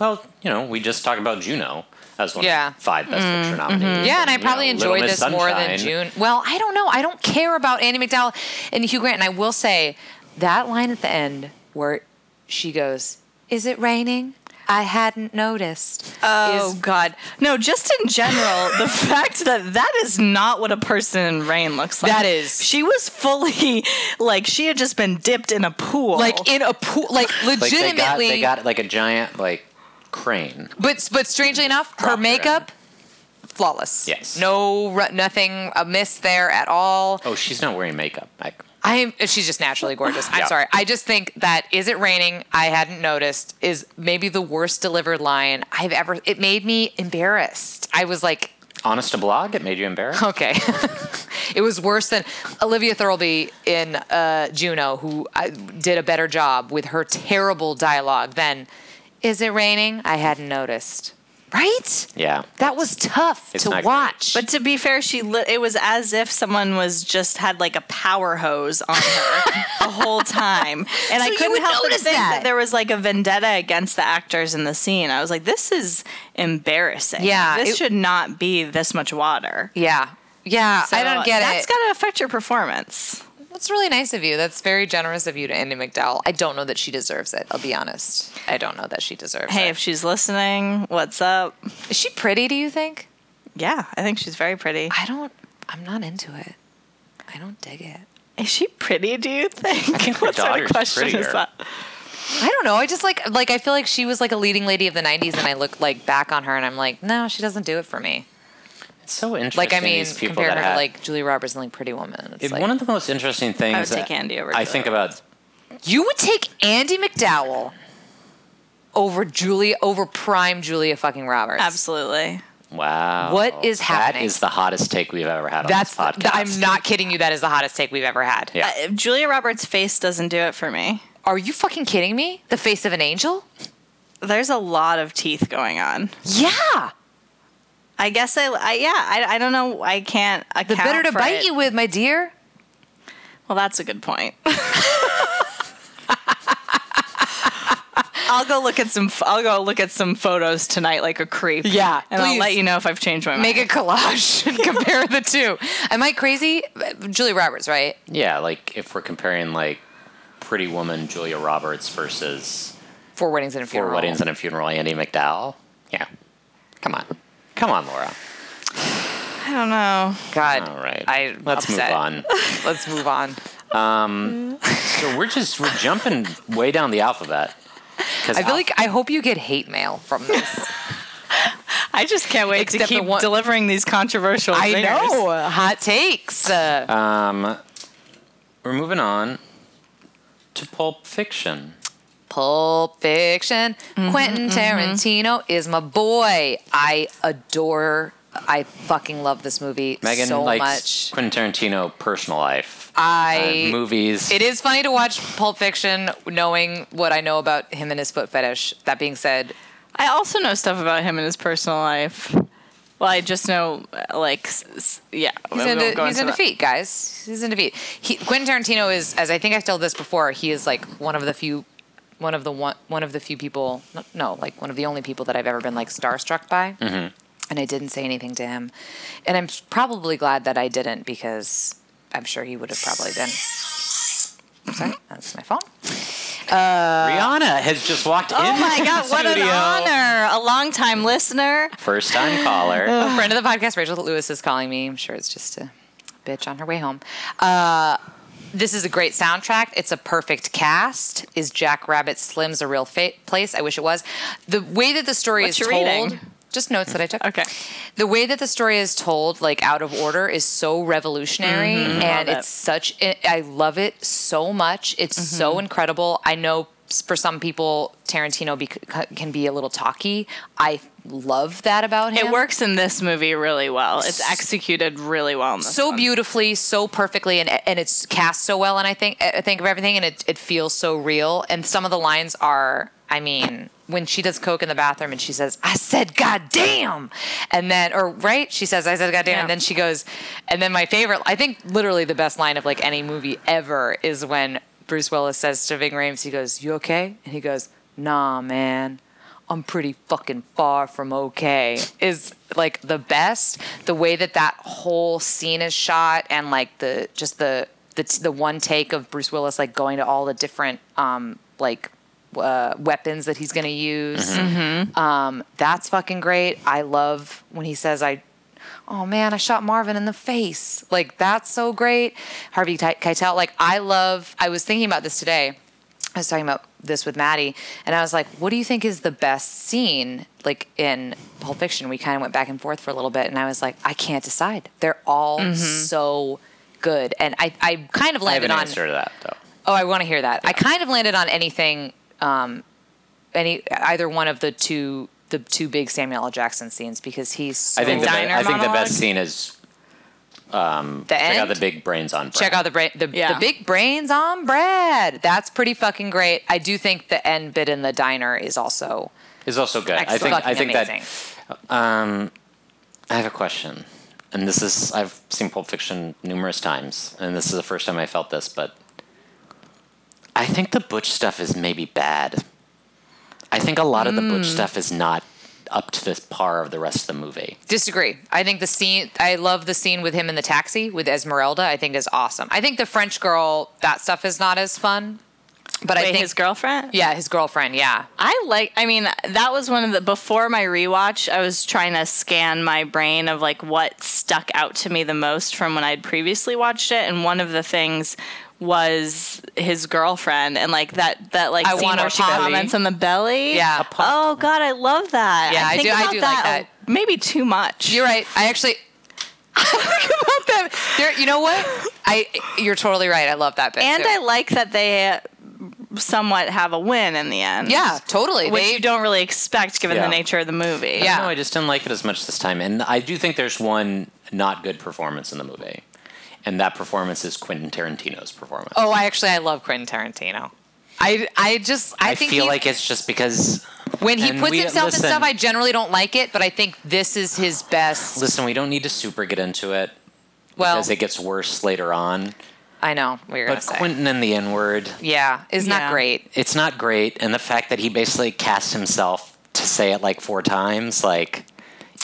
H: well, you know, we just talked about Juno as one
F: Yeah.
H: of the five best picture nominees.
F: Yeah, and I
H: you know,
F: probably
H: Little
F: enjoyed
H: Miss
F: this more than
H: Sunshine.
F: June. Well, I don't know. I don't care about Annie McDowell and Hugh Grant. And I will say that line at the end where she goes, Is it raining? I hadn't noticed.
G: Oh
F: is-
G: God! No, just in general, the fact that that is not what a person in rain looks like.
F: That is-
G: She was fully like she had just been dipped in a pool.
F: like in a pool, like
H: Like
F: legitimately.
H: they got, they got like a giant like crane.
F: but but strangely enough, her
H: Proper.
F: makeup flawless.
H: Yes.
F: No, ru- nothing amiss there at all.
H: Oh, she's not wearing makeup. Like,
F: I am. uh, She's just naturally gorgeous. I'm
H: Yeah.
F: sorry. I just think that is it raining. I hadn't noticed. Is maybe the worst delivered line I've ever. It made me embarrassed. I was like,
H: honest to blog, it made you embarrassed.
F: okay. it was worse than Olivia Thirlby in uh, Juno, who I, did a better job with her terrible dialogue than "Is it raining? I hadn't noticed." Right?
H: Yeah.
F: That was tough
H: It's
F: to
H: not great.
F: watch.
G: but to be fair, she li- it was as if someone was just had like a power hose on her the whole time, and I
F: you
G: couldn't
F: would
G: help but
F: notice
G: think that.
F: that.
G: there was like a vendetta against the actors in the scene. I was like, this is embarrassing.
F: Yeah,
G: this
F: it-
G: should not be this much water.
F: yeah, yeah, I don't get it.
G: That's got to affect your performance.
F: That's really nice of you. That's very generous of you to Andy McDowell. I don't know that she deserves it. I'll be honest. I don't know that she deserves
G: Hey,
F: it.
G: if she's listening, what's up?
F: Is she pretty, do you think?
G: Yeah, I think she's very pretty.
F: I don't, I'm not into it. I don't dig it.
G: Is she pretty, do you think?
H: think her
G: what sort of
H: daughter's
G: question
H: prettier.
G: is that?
F: I don't know. I just like, like, I feel like she was like a leading lady of the 90s and I look like back on her and I'm like, no, she doesn't do it for me.
H: It's so interesting.
F: Like, I mean,
H: these people
F: compared
H: that
F: her
H: have,
F: to like Julie Roberts and like Pretty Woman. It's
H: If
F: like,
H: one of the most interesting things
G: I would
H: that
G: take Andy over
H: I
G: Julia
H: think about
F: you would take Andy McDowell over Julia, over prime Julia fucking Roberts.
G: Absolutely.
H: wow.
F: What is happening?
H: That is the hottest take we've ever had on
F: That's,
H: this podcast.
F: the, I'm not kidding you. That is the hottest take we've ever had.
H: Yeah.
G: Uh, if Julia Roberts' face doesn't do it for me.
F: Are you fucking kidding me? The face of an angel?
G: There's a lot of teeth going on.
F: Yeah.
G: I guess I, I yeah, I, I don't know. I can't account
F: The better to
G: for
F: bite
G: it.
F: you with, my dear.
G: Well, that's a good point. I'll go look at some. I'll go look at some photos tonight, like a creep.
F: Yeah,
G: and I'll
F: please.
G: let you know if I've changed my mind.
F: Make a collage and compare the two. Am I crazy? Julie Roberts, right?
H: yeah, like if we're comparing like Pretty Woman Julia Roberts versus
F: Four weddings and a
H: Four
F: funeral.
H: Weddings and a Funeral Andy McDowell. Yeah. Come on. Come on, Laura.
G: I don't know.
F: God.
H: All right.
F: I
H: Let's
F: upset.
H: move on.
F: Let's move on.
H: So we're just we're jumping way down the alphabet. 'Cause
F: I feel
H: al-
F: like I hope you get hate mail from this.
G: I just can't wait
F: Except
G: to
F: the
G: keep
F: one-
G: delivering these controversial. zingers.
F: Hot takes. Uh,
H: um we're moving on to Pulp Fiction.
F: Pulp Fiction. Quentin Tarantino is my boy. I adore. I fucking love this movie
H: Megan
F: so
H: likes
F: much.
H: Quentin Tarantino personal life.
F: I
H: uh, movies.
F: It is funny to watch Pulp Fiction knowing what I know about him and his foot fetish. That being said,
G: I also know stuff about him and his personal life. Well, I just know, uh, like, s- s- yeah.
F: he's
G: we
F: into,
G: won't go
F: he's into
G: that.
F: feet, guys. He's into feet. He, Quentin Tarantino is, as I think I've told this before, he is like one of the few, one of the one, one of the few people, no, no, like one of the only people that I've ever been like starstruck by.
G: Mm-hmm.
F: And I didn't say anything to him, and I'm probably glad that I didn't because I'm sure he would have probably been. Sorry, that's my phone.
H: Rihanna has just walked in.
G: Oh my God! What an honor! A longtime listener.
H: First time caller.
F: A friend of the podcast, Rachel Lewis, is calling me. I'm sure it's just a bitch on her way home. Uh, this is a great soundtrack. It's a perfect cast. Is Jack Rabbit Slim's a real fa- place? I wish it was. The way that the story
G: What
F: is
G: you
F: told.
G: reading?
F: Just notes that I took.
G: Okay.
F: The way that the story is told, like out of order, is so revolutionary, and
G: Mm-hmm. Love it. Mm-hmm.
F: it's such. I I love it so much. It's so incredible. I know for some people, Tarantino bec- can be a little talky. I love that about him.
G: It works in this movie really well. It's executed really well. In this
F: so
G: one.
F: beautifully, so perfectly, and and it's cast so well. And I think I think of everything, and it it feels so real. And some of the lines are, I mean, when she does coke in the bathroom, and she says, "I said, God damn," and then or right, she says, "I said, God damn,"
G: Yeah.
F: and then she goes, and then my favorite, I think, literally the best line of like any movie ever is when Bruce Willis says to Ving Rhames, he goes, "You okay?" and he goes, "Nah, man." I'm pretty fucking far from okay is like the best. The way that that whole scene is shot and like the just the the, the one take of Bruce Willis like going to all the different um like uh, weapons that he's gonna use. Um, that's fucking great. I love when he says I. Oh man, I shot Marvin in the face. Like that's so great. Harvey Kei- Keitel. Like I love. I was thinking about this today. I was talking about this with Maddie, and I was like, "What do you think is the best scene?" Like in Pulp Fiction, we kind of went back and forth for a little bit, and I was like, "I can't decide. They're all so good." And I, I kind of
H: I have
F: landed
H: an
F: on.
H: answer to that though.
F: Oh, I want to hear that. I kind of landed on anything, um, any either one of the two the two big Samuel L. Jackson scenes because he's so
H: I think the, be-
G: diner
H: I think the
G: monologue?
H: best scene is
F: the
H: check
F: end.
H: out the big brains on.
F: Check out the brain, the,
G: Yeah.
F: the big brains on Brad. That's pretty fucking great. I do think the end bit in the diner is also
H: is also good. I
F: excellent.
H: think
F: fucking
H: I think
F: amazing.
H: that Um, I have a question, and this is I've seen Pulp Fiction numerous times, and this is the first time I felt this, but I think the Butch stuff is maybe bad. I think a lot of the Butch
F: Hmm.
H: stuff is not up to this par of the rest of the movie.
F: Disagree. I think the scene. I love the scene with him in the taxi with Esmeralda. I think is awesome. I think the French girl. That stuff is not as fun. But I
G: Wait,
F: think
G: his girlfriend.
F: yeah, his girlfriend. Yeah,
G: I like. I mean, that was one of the before my rewatch. I was trying to scan my brain of like what stuck out to me the most from when I'd previously watched it, and one of the things was his girlfriend and like that that like
F: I
G: scene
F: want
G: where
F: a
G: she
F: potty.
G: comments on the belly.
F: Yeah. A pot-
G: Oh God, I love that.
F: Yeah, I
G: think
F: do- I
G: about
F: do like that.
G: Maybe too much.
F: You're right. I actually I think about them. There, you know what? I you're totally right. I love that bit.
G: and
F: too.
G: I like that they somewhat have a win in the end.
F: yeah, totally.
G: Which
F: They-
G: you don't really expect given
H: Yeah.
G: the nature of the movie.
F: Yeah.
H: No, I just didn't like it as much this time, and I do think there's one not good performance in the movie, and that performance is Quentin Tarantino's performance.
F: oh, I actually I love Quentin Tarantino. I I just I,
H: I
F: think
H: feel
F: he's-
H: like it's just because
F: when he
H: and
F: puts
H: we-
F: himself in stuff,
H: listen.
F: I generally don't like it, but I think this is his best.
H: listen, we don't need to super get into it
F: Well,
H: because it gets worse later on.
F: I know what you're gonna
H: But
F: say.
H: Quentin and the N word,
F: yeah, is not
G: Yeah.
F: great.
H: it's not great. And the fact that he basically cast himself to say it like four times, like,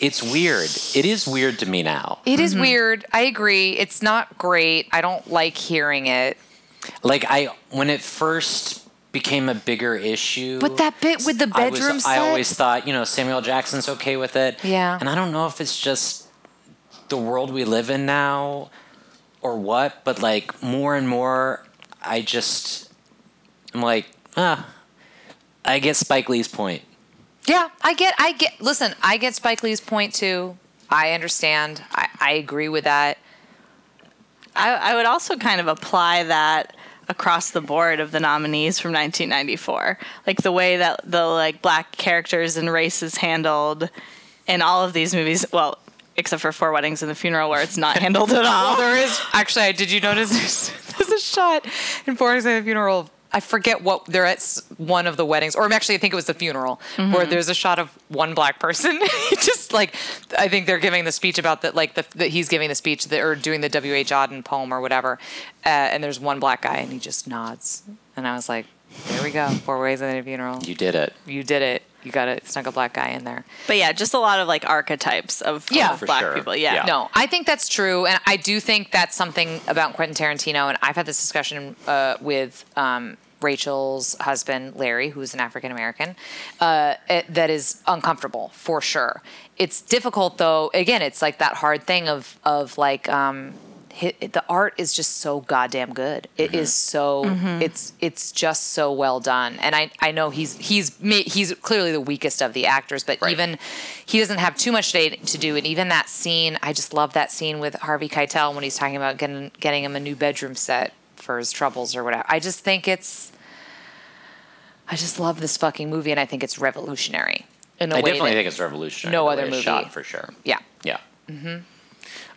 H: it's weird. It is weird to me now.
F: It is weird. I agree. It's not great. I don't like hearing it.
H: Like, I, when it first became a bigger issue.
F: But that bit with the
H: I was-
F: bedroom set.
H: I always thought, you know, Samuel Jackson's okay with it.
F: Yeah.
H: And I don't know if it's just the world we live in now or what, but like more and more, I just, I'm like, ah, I get Spike Lee's point.
F: Yeah, I get, I get. Listen, I get Spike Lee's point too. I understand. I, I agree with that.
G: I, I would also kind of apply that across the board of the nominees from 1994 like the way that the like black characters and race is handled in all of these movies well except for four weddings and the funeral where it's not handled at all
F: There is actually. I- Did you notice? There's, there's a shot in Forrest at the funeral. I forget what they're at s- one of the weddings, or actually, I think it was the funeral, where there's a shot of one black person. He just like, I think they're giving the speech about that, like the, that he's giving the speech that, or doing the W. H. Auden poem or whatever, uh, and there's one black guy, and he just nods, and I was like, there we go, four ways and a funeral.
H: You did it.
F: you did it. You got it. Snuck a black guy in there.
G: but yeah just a lot of like archetypes of
F: Yeah.
G: of
F: For
G: black
H: sure.
G: people yeah,
H: Yeah.
F: No, I think that's true, and I do think that's something about Quentin Tarantino. And I've had this discussion uh, with um, Rachel's husband, Larry, who's an African American, uh, it- that is uncomfortable for sure. It's difficult though. Again, it's like that hard thing of of like. Um, hi- the art is just so goddamn good. It is
H: Mm-hmm.
F: so it's it's just so well done. And I I know he's he's ma- he's clearly the weakest of the actors, but
H: Right.
F: even he doesn't have too much day to do. And even that scene, I just love that scene with Harvey Keitel when he's talking about getting getting him a new bedroom set for his troubles or whatever. I just think it's I just love this fucking movie, and I think it's revolutionary in a
H: I
F: way
H: definitely
F: that
H: think it's revolutionary.
F: no
H: the way
F: other
H: it's
F: movie-
H: shot for sure.
F: yeah.
H: Yeah. Mm-hmm.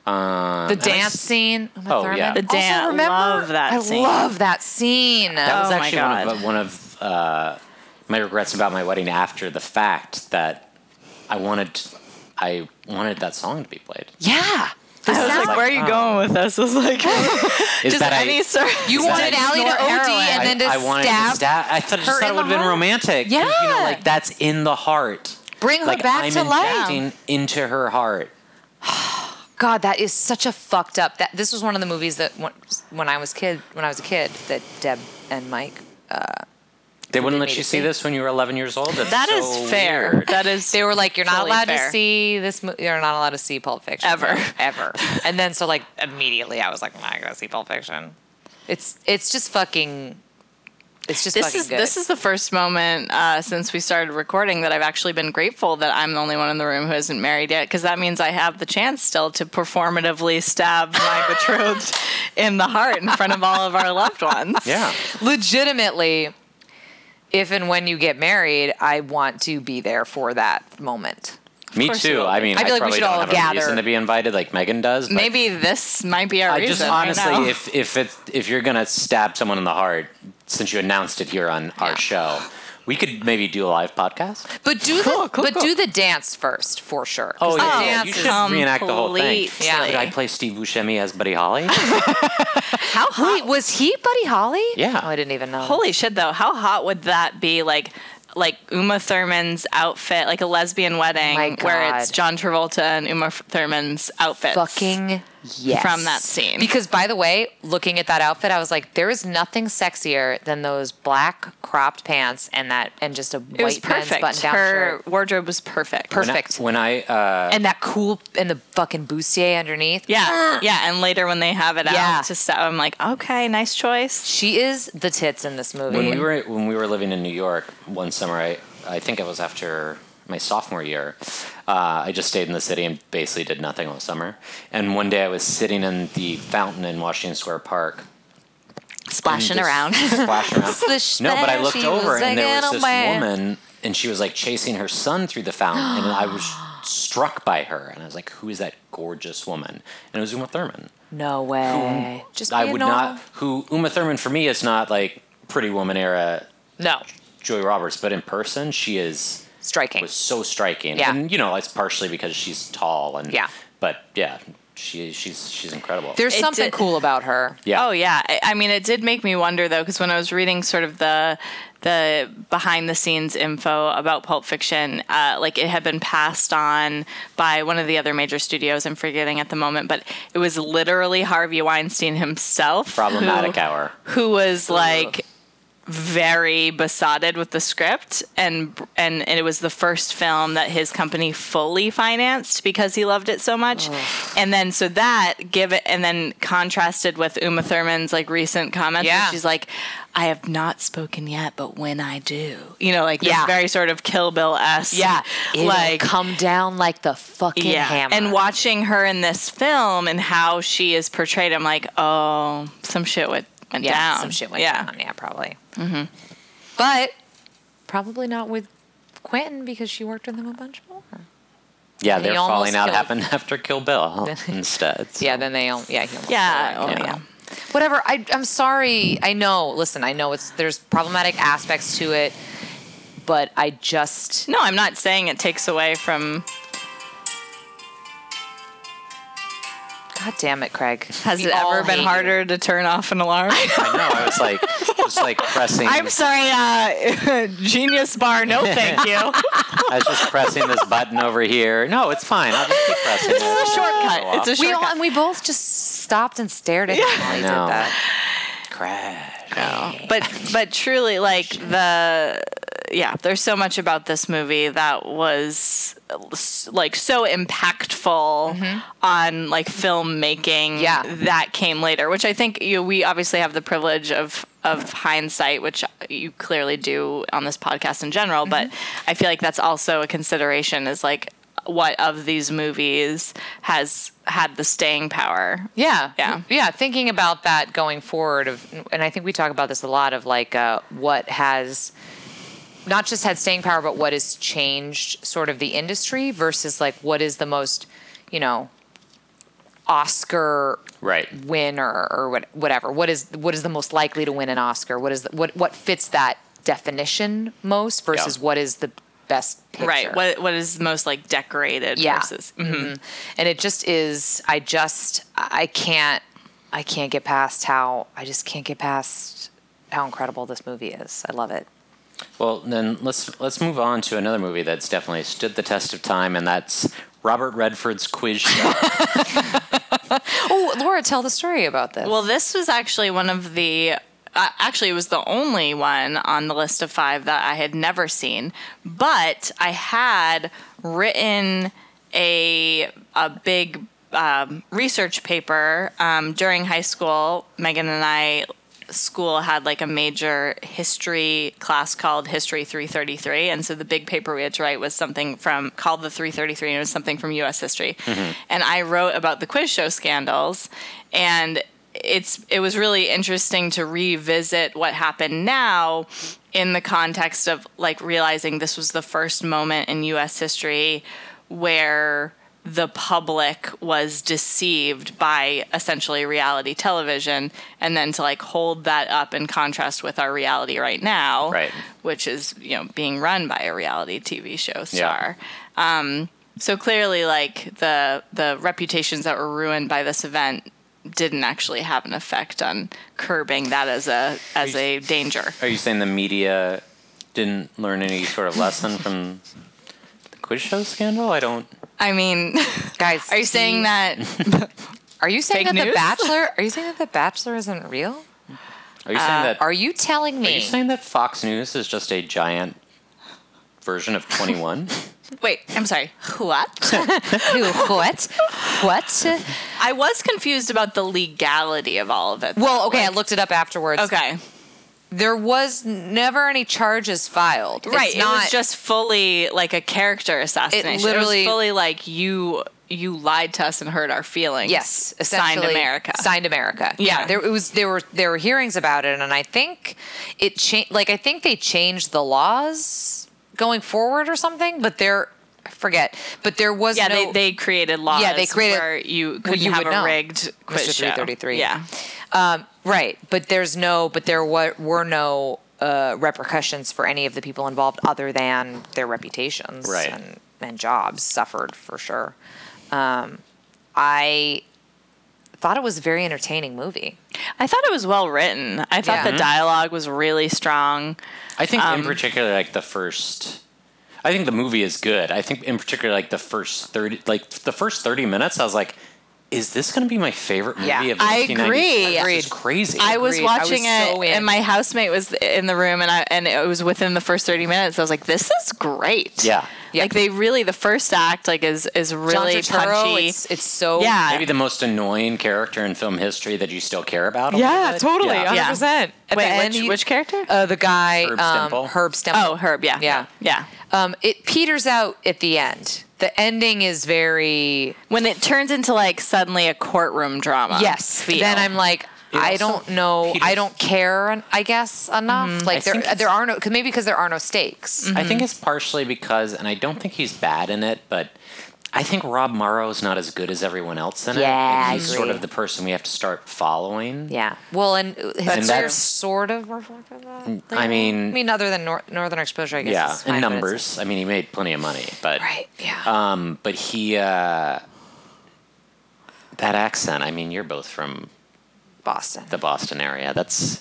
H: Um,
F: The
H: and I
F: dance
H: s-
F: scene. Uma
H: Oh,
F: Thurman.
H: yeah. The
F: Also,
G: dan-
F: remember-
G: love that
F: I
G: scene.
F: love that scene.
H: That was
G: Oh my
H: actually one
G: God.
H: of, one of uh, my regrets about my wedding after the fact that I wanted I wanted that song to be played.
F: yeah. The
G: I was
F: sound-
G: like, where are you going with this? I was like,
H: Is
G: just
H: that I-
G: any sort.
F: you
H: that
F: wanted
H: I
F: Allie to
G: snort
F: OD
G: heroin?
F: and then to
H: I, I wanted
F: stab.
H: to stab. I thought,
F: her
H: just thought
F: in
H: it would have
F: the
H: been
F: heart.
H: romantic. 'cause, you know,
F: Yeah.
H: like that's in the heart.
F: Bring her
H: like,
F: back
H: I'm
F: to life.
H: injecting into her heart.
F: God, that is such a fucked up. That this was one of the movies that when, when I was kid, when I was a kid, that Deb and Mike.
H: They wouldn't
F: made
H: let you
F: it
H: see
F: big.
H: this when you were 11 years old. That's
G: That is
H: so
G: fair.
H: weird.
G: That is.
F: They were like, "You're not
G: Totally
F: allowed
G: fair.
F: to see this. Mo- you're not allowed to see Pulp Fiction
G: Ever.
F: ever." and then so like immediately, I was like, "I'm not gonna see Pulp Fiction." It's it's just fucking. It's just
G: This
F: fucking
G: is
F: good.
G: this is the first moment uh, since we started recording that I've actually been grateful that I'm the only one in the room who isn't married yet, because that means I have the chance still to performatively stab my betrothed in the heart in front of all of our loved ones.
H: Yeah.
F: legitimately. If and when you get married, I want to be there for that moment.
H: Me
G: course you
H: too.
G: will.
H: I mean,
F: I
H: I,
F: feel like we
H: probably
F: should
H: don't
F: all
H: have
F: gather.
H: a reason to be invited like Megan does. But
G: Maybe this might be our
H: I
G: reason.
H: just
G: right
H: honestly,
G: now.
H: if if it, if you're gonna stab someone in the heart, since you announced it here on our show, we could maybe do a live podcast.
F: But do the
G: Cool, cool,
F: but
G: cool.
F: do the dance first for sure. 'Cause
H: Oh
F: the
H: yeah,
F: dance
H: you
F: is-
H: should reenact the whole thing.
G: Completely.
F: Yeah.
H: Could I play Steve Buscemi as Buddy Holly?
F: How Wait, was he Buddy Holly?
H: Yeah.
F: Oh, I didn't even know.
G: Holy shit, though! How hot would that be? Like, like Uma Thurman's outfit, like a lesbian
F: My
G: wedding where it's
F: God.
G: John Travolta and Uma Thurman's outfits.
F: fucking yes.
G: From that scene.
F: Because by the way, looking at that outfit, I was like, there is nothing sexier than those black cropped pants and that and just a
G: It was
F: white man's
G: perfect.
F: button down
G: Her
F: shirt.
G: wardrobe was perfect.
F: Perfect.
H: When I uh,
F: And that cool and the fucking bustier underneath.
H: Ah.
G: Yeah, yeah. And later when they have it
F: Yeah.
G: out to set, I'm like, okay, nice choice.
F: She is the tits in this movie.
H: when we were when we were living in New York one summer, I I think it was after my sophomore year. Uh, I just stayed in the city and basically did nothing all summer. And one day I was sitting in the fountain in Washington Square Park,
G: Splashing
H: just
G: around.
H: splashing around.
F: Splish,
H: no, but I looked
F: splash, she
H: over
F: was
H: and there was
F: taken
H: this
F: away.
H: woman, and she was like chasing her son through the fountain, and I was struck by her, and I was like, "Who is that gorgeous woman?" And it was Uma Thurman.
F: no way. Just
H: I
F: be a
H: would
F: normal-
H: not. Who Uma Thurman for me is not like Pretty Woman era
F: No.
H: Julia Roberts, but in person she is
F: Striking.
H: was so striking.
F: Yeah.
H: and you know it's partially because she's tall and
F: Yeah.
H: but yeah, she she's she's incredible.
F: There's
G: It
F: something
G: did-
F: cool about her.
H: yeah.
G: Oh yeah. I, I mean, it did make me wonder though, because when I was reading sort of the the behind the scenes info about Pulp Fiction, uh, like it had been passed on by one of the other major studios. I'm forgetting at the moment, but it was literally Harvey Weinstein himself, who-
H: Problematic hour.
G: who was like very besotted with the script and, and and it was the first film that his company fully financed because he loved it so much and then so that give it and then contrasted with Uma Thurman's like recent comments where
F: Yeah.
G: she's like I have not spoken yet but when I do you know like
F: Yeah.
G: this very sort of Kill Bill esque
F: It'll
G: like
F: come down like the fucking hammer.
G: and watching her in this film and how she is portrayed, I'm like, oh, some shit went, went
F: yeah,
G: down.
F: some shit went
G: yeah.
F: down. Yeah, probably. Mm-hmm. But probably not with Quentin because she worked with him a bunch more.
H: Yeah,
F: And he
H: their
F: almost
H: falling out
F: killed-
H: happened after Kill Bill instead. so.
F: Yeah, then they all. Yeah, he almost
G: Yeah.
F: died.
G: Oh,
H: Yeah.
G: yeah.
F: Whatever. I, I'm sorry. I know. Listen, I know it's there's problematic aspects to it, but I just
G: No, I'm not saying it takes away from.
F: God damn it, Craig.
G: Has
F: We
G: it
F: all
G: ever
F: hate
G: been
F: you.
G: harder to turn off an alarm?
H: I know. I was like, just like pressing.
G: I'm sorry, uh, Genius Bar. No, thank you.
H: I was just pressing this button over here. No, it's fine. I'll just keep pressing. This
G: it's a shortcut. It's a
F: We
G: shortcut.
F: all and we both just stopped and stared at him while he did
H: know.
F: that.
H: crash.
G: but but truly like the yeah there's so much about this movie that was like so impactful on like filmmaking
F: Mm-hmm. Yeah.
G: that came later which i think you know, we obviously have the privilege of of hindsight which you clearly do on this podcast in general but
F: Mm-hmm.
G: i feel like that's also a consideration is like what of these movies has had the staying power
F: Yeah.
G: Yeah.
F: Yeah. Thinking about that going forward of, and I think we talk about this a lot of like, uh, what has not just had staying power, but what has changed sort of the industry versus like what is the most, you know, Oscar
H: Right.
F: win or, or what, whatever. What is what is the most likely to win an Oscar? What is the, what what fits that definition most versus
H: Yeah.
F: what is the best picture?
G: Right. What what is most like decorated
F: Yeah. Mm-hmm.
G: versus Mhm.
F: and it just is i just i can't i can't get past how i just can't get past how incredible this movie is i love it
H: Well, then let's let's move on to another movie that's definitely stood the test of time, and that's Robert Redford's Quiz Show.
F: oh laura tell the story about this
G: Well, this was actually one of the. Uh, actually, it was the only one on the list of five that I had never seen. But I had written a a big um, research paper um, during high school. Megan and I school had like a major history class called History 333 and so the big paper we had to write was something from called the 333 and it was something from US history and I wrote about the quiz show scandals and it's it was really interesting to revisit what happened now in the context of like realizing this was the first moment in US history where the public was deceived by essentially reality television and then to like hold that up in contrast with our reality right now
H: Right.
G: which is you know being run by a reality tv show star um, so clearly like the the reputations that were ruined by this event didn't actually have an effect on curbing that as a as a danger
H: Are you saying the media didn't learn any sort of lesson from the quiz show scandal? I don't.
G: i mean
F: guys
G: are you saying that
F: are you saying that
G: fake
F: the
G: news?
F: bachelor are you saying that the bachelor isn't real
H: Are you saying that?
F: are you telling
H: Are you
F: me
H: saying that Fox News is just a giant version of Twenty One?
G: wait i'm sorry what
F: who, what what
G: I was confused about the legality of all of it.
F: well okay i looked it up afterwards
G: okay,
F: there was never any charges filed It's
G: right. it
F: not-
G: was just fully like a character assassination. It
F: literally-
G: was fully like you you lied to us and hurt our feelings.
F: Yes,
G: signed
F: essentially
G: America.
F: Signed America.
G: Yeah.
F: there it was. There were there were hearings about it, and I think it changed. Like I think they changed the laws going forward or something. But there, I forget. But there was
G: yeah,
F: no.
G: they, they created laws.
F: Yeah, they created-
G: where you could
F: you
G: have
F: would
G: a
F: know,
G: rigged quiz
F: Mr.
G: show.
F: 333.
G: Yeah,
F: um, right, but there's no. But there were, were no uh, repercussions for any of the people involved, other than their reputations
H: Right.
F: and, and jobs suffered for sure. Um, I thought it was a very entertaining movie.
G: I thought it was well written. I thought
F: Yeah.
G: the dialogue was really strong.
H: I think in particular, like the first. I think the movie is good. I think in particular, like the first thirty, like the first thirty minutes, I was like, "Is this going to be my favorite movie
F: Yeah.
H: of
G: I
H: 1993?
G: agree.
H: This is crazy."
G: I was
F: Agreed. I was
G: watching it,
F: so in.
G: and my housemate was in the room, and I and it was within the first thirty minutes. I was like, "This is great."
H: Yeah.
F: Yeah.
G: Like they really, the first act like is is really
F: John Turturro,
G: punchy.
F: It's, it's so
G: yeah.
H: maybe the most annoying character in film history that you still care about. a little
F: Yeah,
H: bit.
F: totally,
H: Yeah.
G: Yeah.
F: hundred percent.
G: Wait, which, which character?
F: Uh, the guy,
H: Herb
F: um,
H: Stemple? Oh.
F: Herb Stemple.
G: oh, Herb. Yeah.
F: yeah.
G: Yeah.
F: Um, it peters out at the end. The ending is very um,
G: When it turns into like suddenly a courtroom drama.
F: yes.
G: feel.
F: Then I'm like,
H: It
F: I
H: also
F: don't know. I
H: peters-
F: don't care. en- I guess enough. Like
H: think
F: there,
H: it's-
F: there are no cause maybe because there are no stakes.
H: I think it's partially because, and I don't think he's bad in it, but I think Rob Morrow's not as good as everyone else in it.
F: Yeah,
H: and
F: I
H: he's sort
F: agree.
H: of the person we have to start following.
F: Yeah. Well, and his
H: And
F: career
H: that's- Mm,
F: sort of reflected that.
H: I mean-
F: I mean, other than nor- Northern Exposure, I guess.
H: Yeah,
F: is
H: in
F: fine, but it's-
H: numbers. I mean, he made plenty of money, but
F: Right. Yeah.
H: Um, but he uh, that accent. I mean, you're both from
F: Boston.
H: the Boston area. That's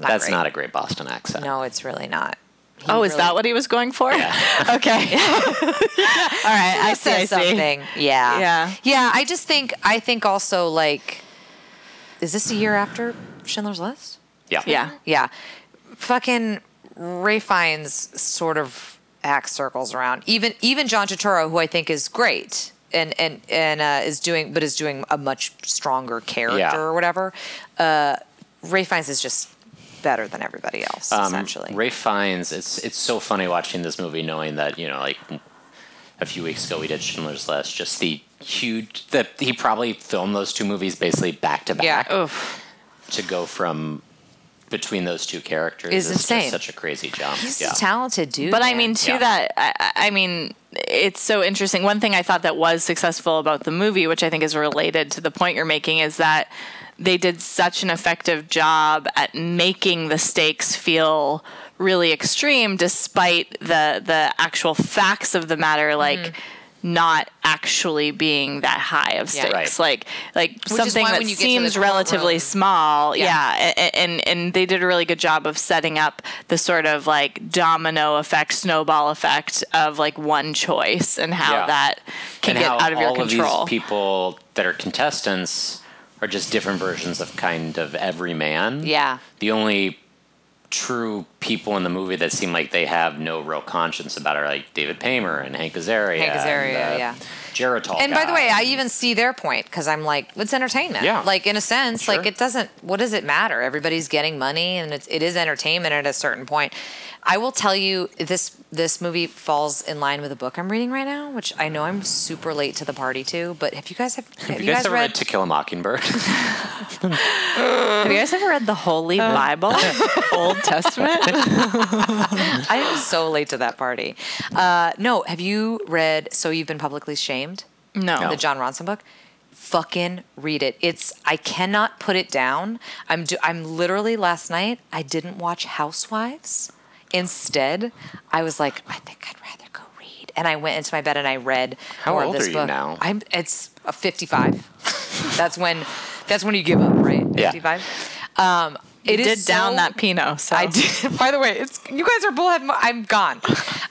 F: Not
H: that's
F: great.
H: not a great Boston accent.
F: no, it's really not. He
G: Oh, is
F: really-
G: that what he was going for? okay. All right. I see. I
F: says
G: see.
F: something. Yeah.
G: Yeah.
F: Yeah. I just think I think also like, is this a year after Schindler's List?
H: Yeah.
G: Yeah.
F: Yeah. Fucking Ray Fiennes sort of acts circles around. Even even John Turturro, who I think is great and and and uh, is doing but is doing a much stronger character
H: Yeah.
F: or whatever. Uh, Ray Fiennes is just better than everybody else essentially.
H: Um, Ray Fiennes. It's it's so funny watching this movie, knowing that you know, like a few weeks ago we did Schindler's List. Just the huge that he probably filmed those two movies basically back to
F: Yeah.
H: back to go from between those two characters
F: Is
H: just
F: insane.
H: such a crazy jump.
F: He's
H: yeah.
F: a talented dude.
G: But I
F: man.
G: mean, to
H: Yeah.
G: that, I, I mean, it's so interesting. One thing I thought that was successful about the movie, which I think is related to the point you're making, is that they did such an effective job at making the stakes feel really extreme, despite the the actual facts of the
F: Mm-hmm.
G: matter, like. Not actually being that high of stakes,
H: Right.
G: like like
F: is
G: something
F: why
G: that
F: when you get to the
G: seems
F: courtroom-
G: relatively small.
F: Yeah.
G: Yeah. a- a- And, and they did a really good job of setting up the sort of like domino effect, snowball effect of like one choice and how
H: Yeah.
G: that can
H: and
G: get
H: how
G: out of your
H: all
G: control.
H: of these people that are contestants are just different versions of kind of every man.
F: Yeah.
H: The only true people in the movie that seem like they have no real conscience about it are like David Paymer and Hank Azaria.
F: Hank Azaria,
H: and,
F: yeah.
H: Geritol
F: And by the
H: guy.
F: way, I even see their point because I'm like, it's entertainment.
H: Yeah.
F: Like in a sense,
H: Sure.
F: like it doesn't. What does it matter? Everybody's getting money, and it's it is entertainment at a certain point. I will tell you this this movie falls in line with a book I'm reading right now, which I know I'm super late to the party to. But have you guys have, have
H: Have you guys, ever read,
F: read
H: To Kill a Mockingbird?
G: Have you guys ever read the Holy Bible, Old Testament?
F: I am so late to that party. Uh, no, have you read So You've Been Publicly Shamed?
G: No.
F: The John Ronson book? Fucking read it. It's I cannot put it down. I'm do, I'm literally last night I didn't watch Housewives. Instead, I was like, I think I'd rather go read. And I went into my bed and I read
H: How
F: more
H: old
F: of this
H: are you
F: book.
H: now?
F: I'm it's a 55. that's when that's when you give up, right?
H: Yeah.
F: 55. Um it
G: You
F: is
G: did down
F: so-
G: that Pinot. So
F: I did. By the way, it's you guys are bullhead. Mo- I'm gone.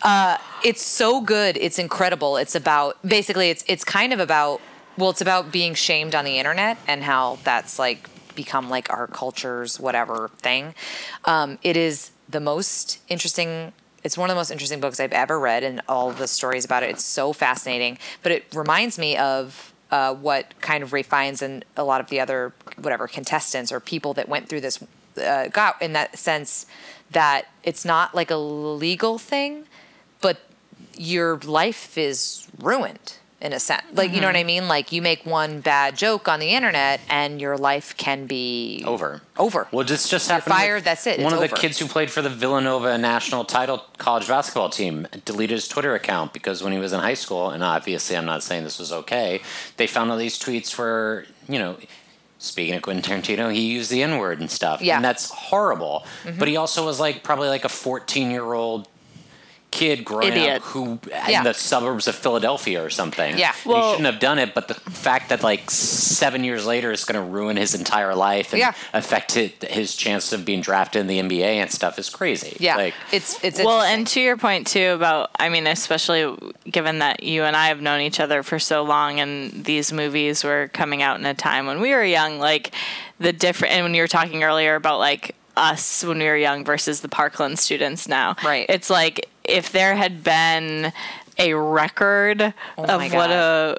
F: Uh, it's so good. It's incredible. It's about basically. It's it's kind of about well, it's about being shamed on the internet and how that's like become like our culture's whatever thing. Um, it is the most interesting. It's one of the most interesting books I've ever read, and all the stories about it. It's so fascinating. But it reminds me of uh, what kind of Ray finds and a lot of the other whatever contestants or people that went through this uh, got in that sense that it's not like a legal thing, but your life is ruined in a sense. Like you know
H: Mm-hmm.
F: what I mean? Like you make one bad joke on the internet and your life can be
H: over.
F: Over.
H: Well, this just
F: You're
H: happened. with
F: fired, that's it,
H: One
F: it's
H: of
F: over.
H: the kids who played for the Villanova national title college basketball team deleted his Twitter account because when he was in high school, and obviously I'm not saying this was okay, they found all these tweets where, you know, speaking of Quentin Tarantino, he used the N word and stuff.
F: Yeah. Mm-hmm.
H: And that's horrible. But he also was like probably like a 14 year old kid growing
G: Idiot.
H: up who
F: Yeah.
H: in the suburbs of Philadelphia or something.
F: Yeah.
H: And he
G: Well-
H: shouldn't have done it, but the fact that like seven years later it's going to ruin his entire life and
F: Yeah.
H: affect his, his chance of being drafted in the NBA and stuff is crazy.
F: yeah.
H: Like,
F: it's it's
G: well,
F: interesting.
G: and to your point too about, I mean, especially given that you and I have known each other for so long, and these movies were coming out in a time when we were young, like the different. And when you were talking earlier about like us when we were young versus the Parkland students now,
F: Right.
G: It's like if there had been a record of
F: Oh my
G: what
F: God.
G: a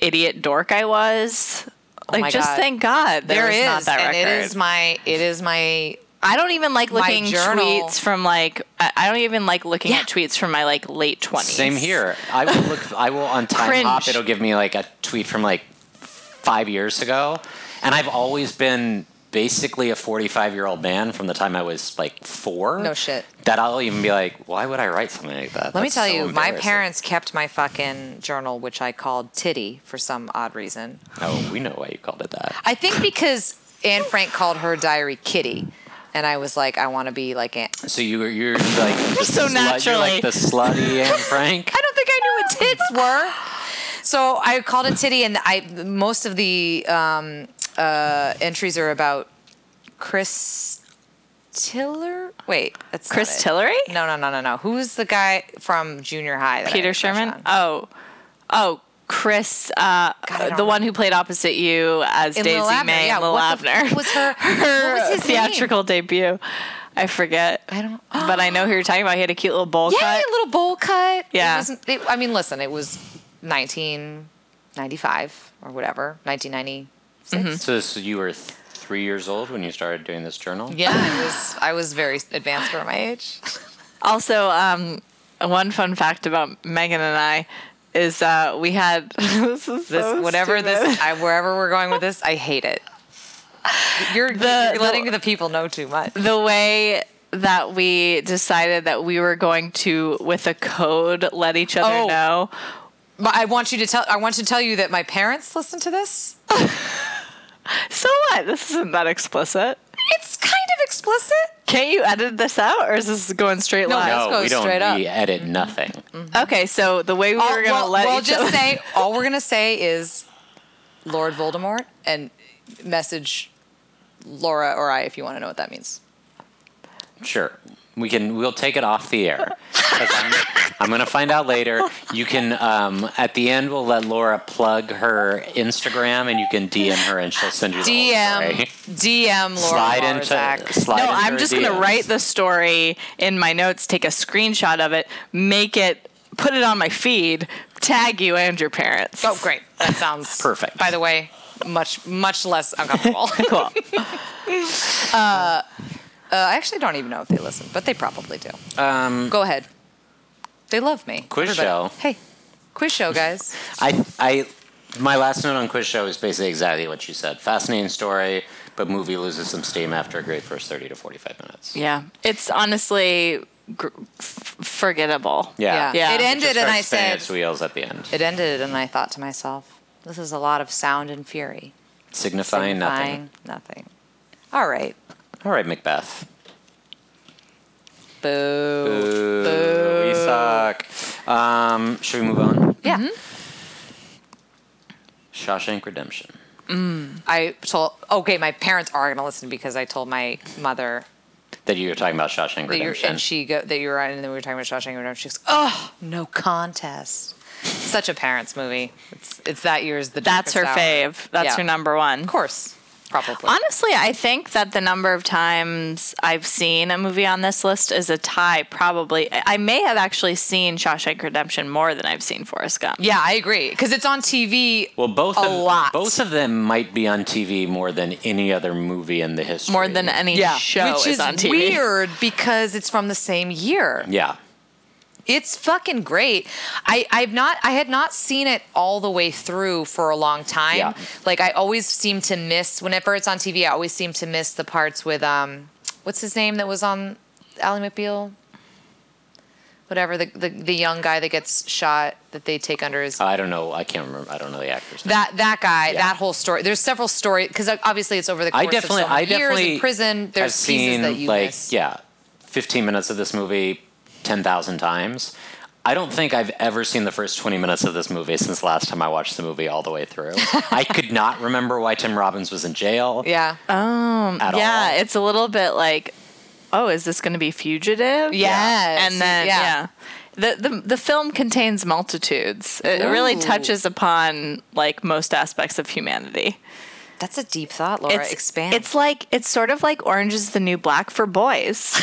G: idiot dork I was. Like
F: Oh my
G: just
F: God.
G: thank God there,
F: there
G: was
F: is
G: not that
F: and
G: record.
F: it is my it is my
G: I don't even like
F: My
G: looking
F: journal-
G: tweets from like I I don't even like looking
F: Yeah.
G: at tweets from my like late twenties.
H: same here. I will look, I will on Time
G: Cringe.
H: Hop, it'll give me like a tweet from like five years ago. And I've always been basically a 45 year old man from the time I was like four.
F: No shit.
H: That I'll even be like, why would I write something like
F: Let
H: that?
F: me
H: That's
F: tell
H: so
F: you, my
H: embarrassing."
F: parents kept my fucking journal, which I called Titty for some odd reason.
H: Oh, we know why you called it that.
F: I think because Anne Frank called her diary Kitty, and I was like, I want to be like Anne.
H: So you were you're like the
G: So
H: slut- you're
G: naturally.
H: like the slutty Anne Frank.
F: I don't think I knew what tits were. So I called it Titty, and I most of the um, uh, entries are about Chris Tiller. Wait, that's not
G: Chris
F: it.
G: Tillery?
F: No, no, no, no, no. Who's the guy from junior high? That I had
G: Peter
F: a crush
G: Sherman.
F: on?
G: Oh, oh, Chris, uh,
F: God, I don't
G: the one who played opposite you as
F: In
G: Daisy
F: Lil Abner,
G: May,
F: yeah,
G: Lil
F: what the f-
G: Abner.
F: was her- what was his
G: theatrical debut? I forget.
F: I don't.
G: but I know who you're talking about. He had a cute little bowl
F: Yeah,
G: cut.
F: a little bowl cut.
G: Yeah.
F: It was, it, I mean, listen, it was 1995 or whatever, 1996.
H: So this, you were th- three years old when you started doing this journal.
F: Yeah, I was I was very advanced for my age.
G: Also, um, one fun fact about Megan and I is uh, we had this is
F: This
G: so
F: whatever
G: stupid.
F: this I, wherever we're going with this, I hate it. You're,
G: The-
F: you're letting the people know too much.
G: the way that we decided that we were going to with a code let each other
F: Oh.
G: know
F: But I want you to tell. I want to tell you that my parents listen to this.
G: so what this isn't that explicit
F: It's kind of explicit.
G: can't you edit this out or is this going straight
F: No,
G: live
F: Let's
H: no,
F: go
H: Oh, we don't.
F: straight up.
H: We edit nothing.
G: okay so the way we were
F: All-
G: going to
F: well,
G: let
F: we'll
G: each
F: just
G: other
F: say all we're gonna say is Lord Voldemort and message Laura or I if you want to know what that means.
H: Sure. We can. We'll take it off the air. 'Cause I'm, I'm gonna find out later. You can. Um, at the end, we'll let Laura plug her Instagram, and you can DM her, and she'll send you the whole
F: DM
H: story.
F: DM Laura
H: Slide
F: Marzak.
H: into. Slide
G: no
H: into
G: i'm
H: her
G: just going to
H: DMs.
G: write the story in my notes take a screenshot of it make it put it on my feed tag you and your parents
F: Oh, great. That sounds
H: Perfect.
F: By the way, much much less uncomfortable.
G: cool
F: Uh, I actually don't even know if they listen, but they probably do. Um, Go ahead. They love me.
H: Quiz
F: Everybody.
H: show.
F: Hey, quiz show, guys.
H: I, I, my last note on quiz show is basically exactly what you said. Fascinating story, but movie loses some steam after a great first thirty to forty-five minutes.
G: yeah it's honestly gr- f- forgettable
H: Yeah.
G: Yeah.
F: It
G: It
H: It just
F: ended, and
H: starts
F: I
H: spinning
F: said,
H: its wheels at the end,
F: it ended, and I thought to myself, this is a lot of sound and fury.
H: signifying, nothing.
F: signifying nothing. All right.
H: All right, Macbeth.
F: Boo.
H: Ooh, we suck. Um, should we move on?
F: Yeah.
H: Shawshank Redemption.
F: I told, okay, my parents are going to listen because I told my mother
H: That you were talking about Shawshank
F: that you're,
H: Redemption.
F: and she go, that you were on, and then we were talking about Shawshank Redemption. She goes, "Oh, no contest." Such a parents' movie. It's it's that year's the.
G: That's her
F: Darkest Hour.
G: fave. That's
F: Yeah.
G: her number one.
F: Of course, probably.
G: Honestly, I think that the number of times I've seen a movie on this list is a tie. Probably, I I may have actually seen Shawshank Redemption more than I've seen Forrest Gump.
F: yeah, I agree because it's on TV.
H: well, both
F: a
H: of
F: lot.
H: both of them might be on TV more than any other movie in the history.
G: more than any show
F: which is,
G: on TV.
F: weird because it's from the same year.
H: Yeah.
F: It's fucking great. I I've not I had not seen it all the way through for a long time.
H: Yeah.
F: Like I always seem to miss whenever it's on TV. I always seem to miss the parts with um, what's his name that was on Ally McBeal. Whatever the, the the young guy that gets shot that they take under his
H: I don't know. I can't remember. I don't know the actor's name.
F: that that guy
H: Yeah.
F: that whole story. There's several stories because obviously it's over the course
H: I definitely,
F: of so many
H: I
F: years
H: definitely
F: in prison. There's
H: have seen
F: pieces that you
H: like
F: miss.
H: yeah, fifteen minutes of this movie, ten thousand times. I don't think I've ever seen the first twenty minutes of this movie since last time I watched the movie all the way through. I could not remember why Tim Robbins was in jail
F: yeah.
H: at
G: yeah,
H: all.
G: it's a little bit like, oh, is this going to be fugitive?
F: Yes,
G: and then
F: yeah.
G: yeah. The, the, the film contains multitudes. It really
F: Ooh.
G: touches upon like most aspects of humanity.
F: That's a deep thought, Laura.
G: it's,
F: Expand.
G: It's like it's sort of like Orange is the New Black for boys.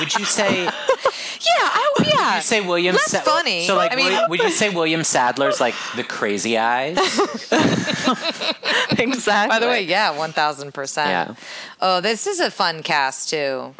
H: Would you say?
F: yeah. I, yeah.
H: Would you say William?
F: Less funny.
H: So like,
F: I mean-
H: would, would you say William Sadler's like the crazy eyes?
G: exactly.
F: By the way, yeah, one thousand percent. Oh, this is a fun cast too.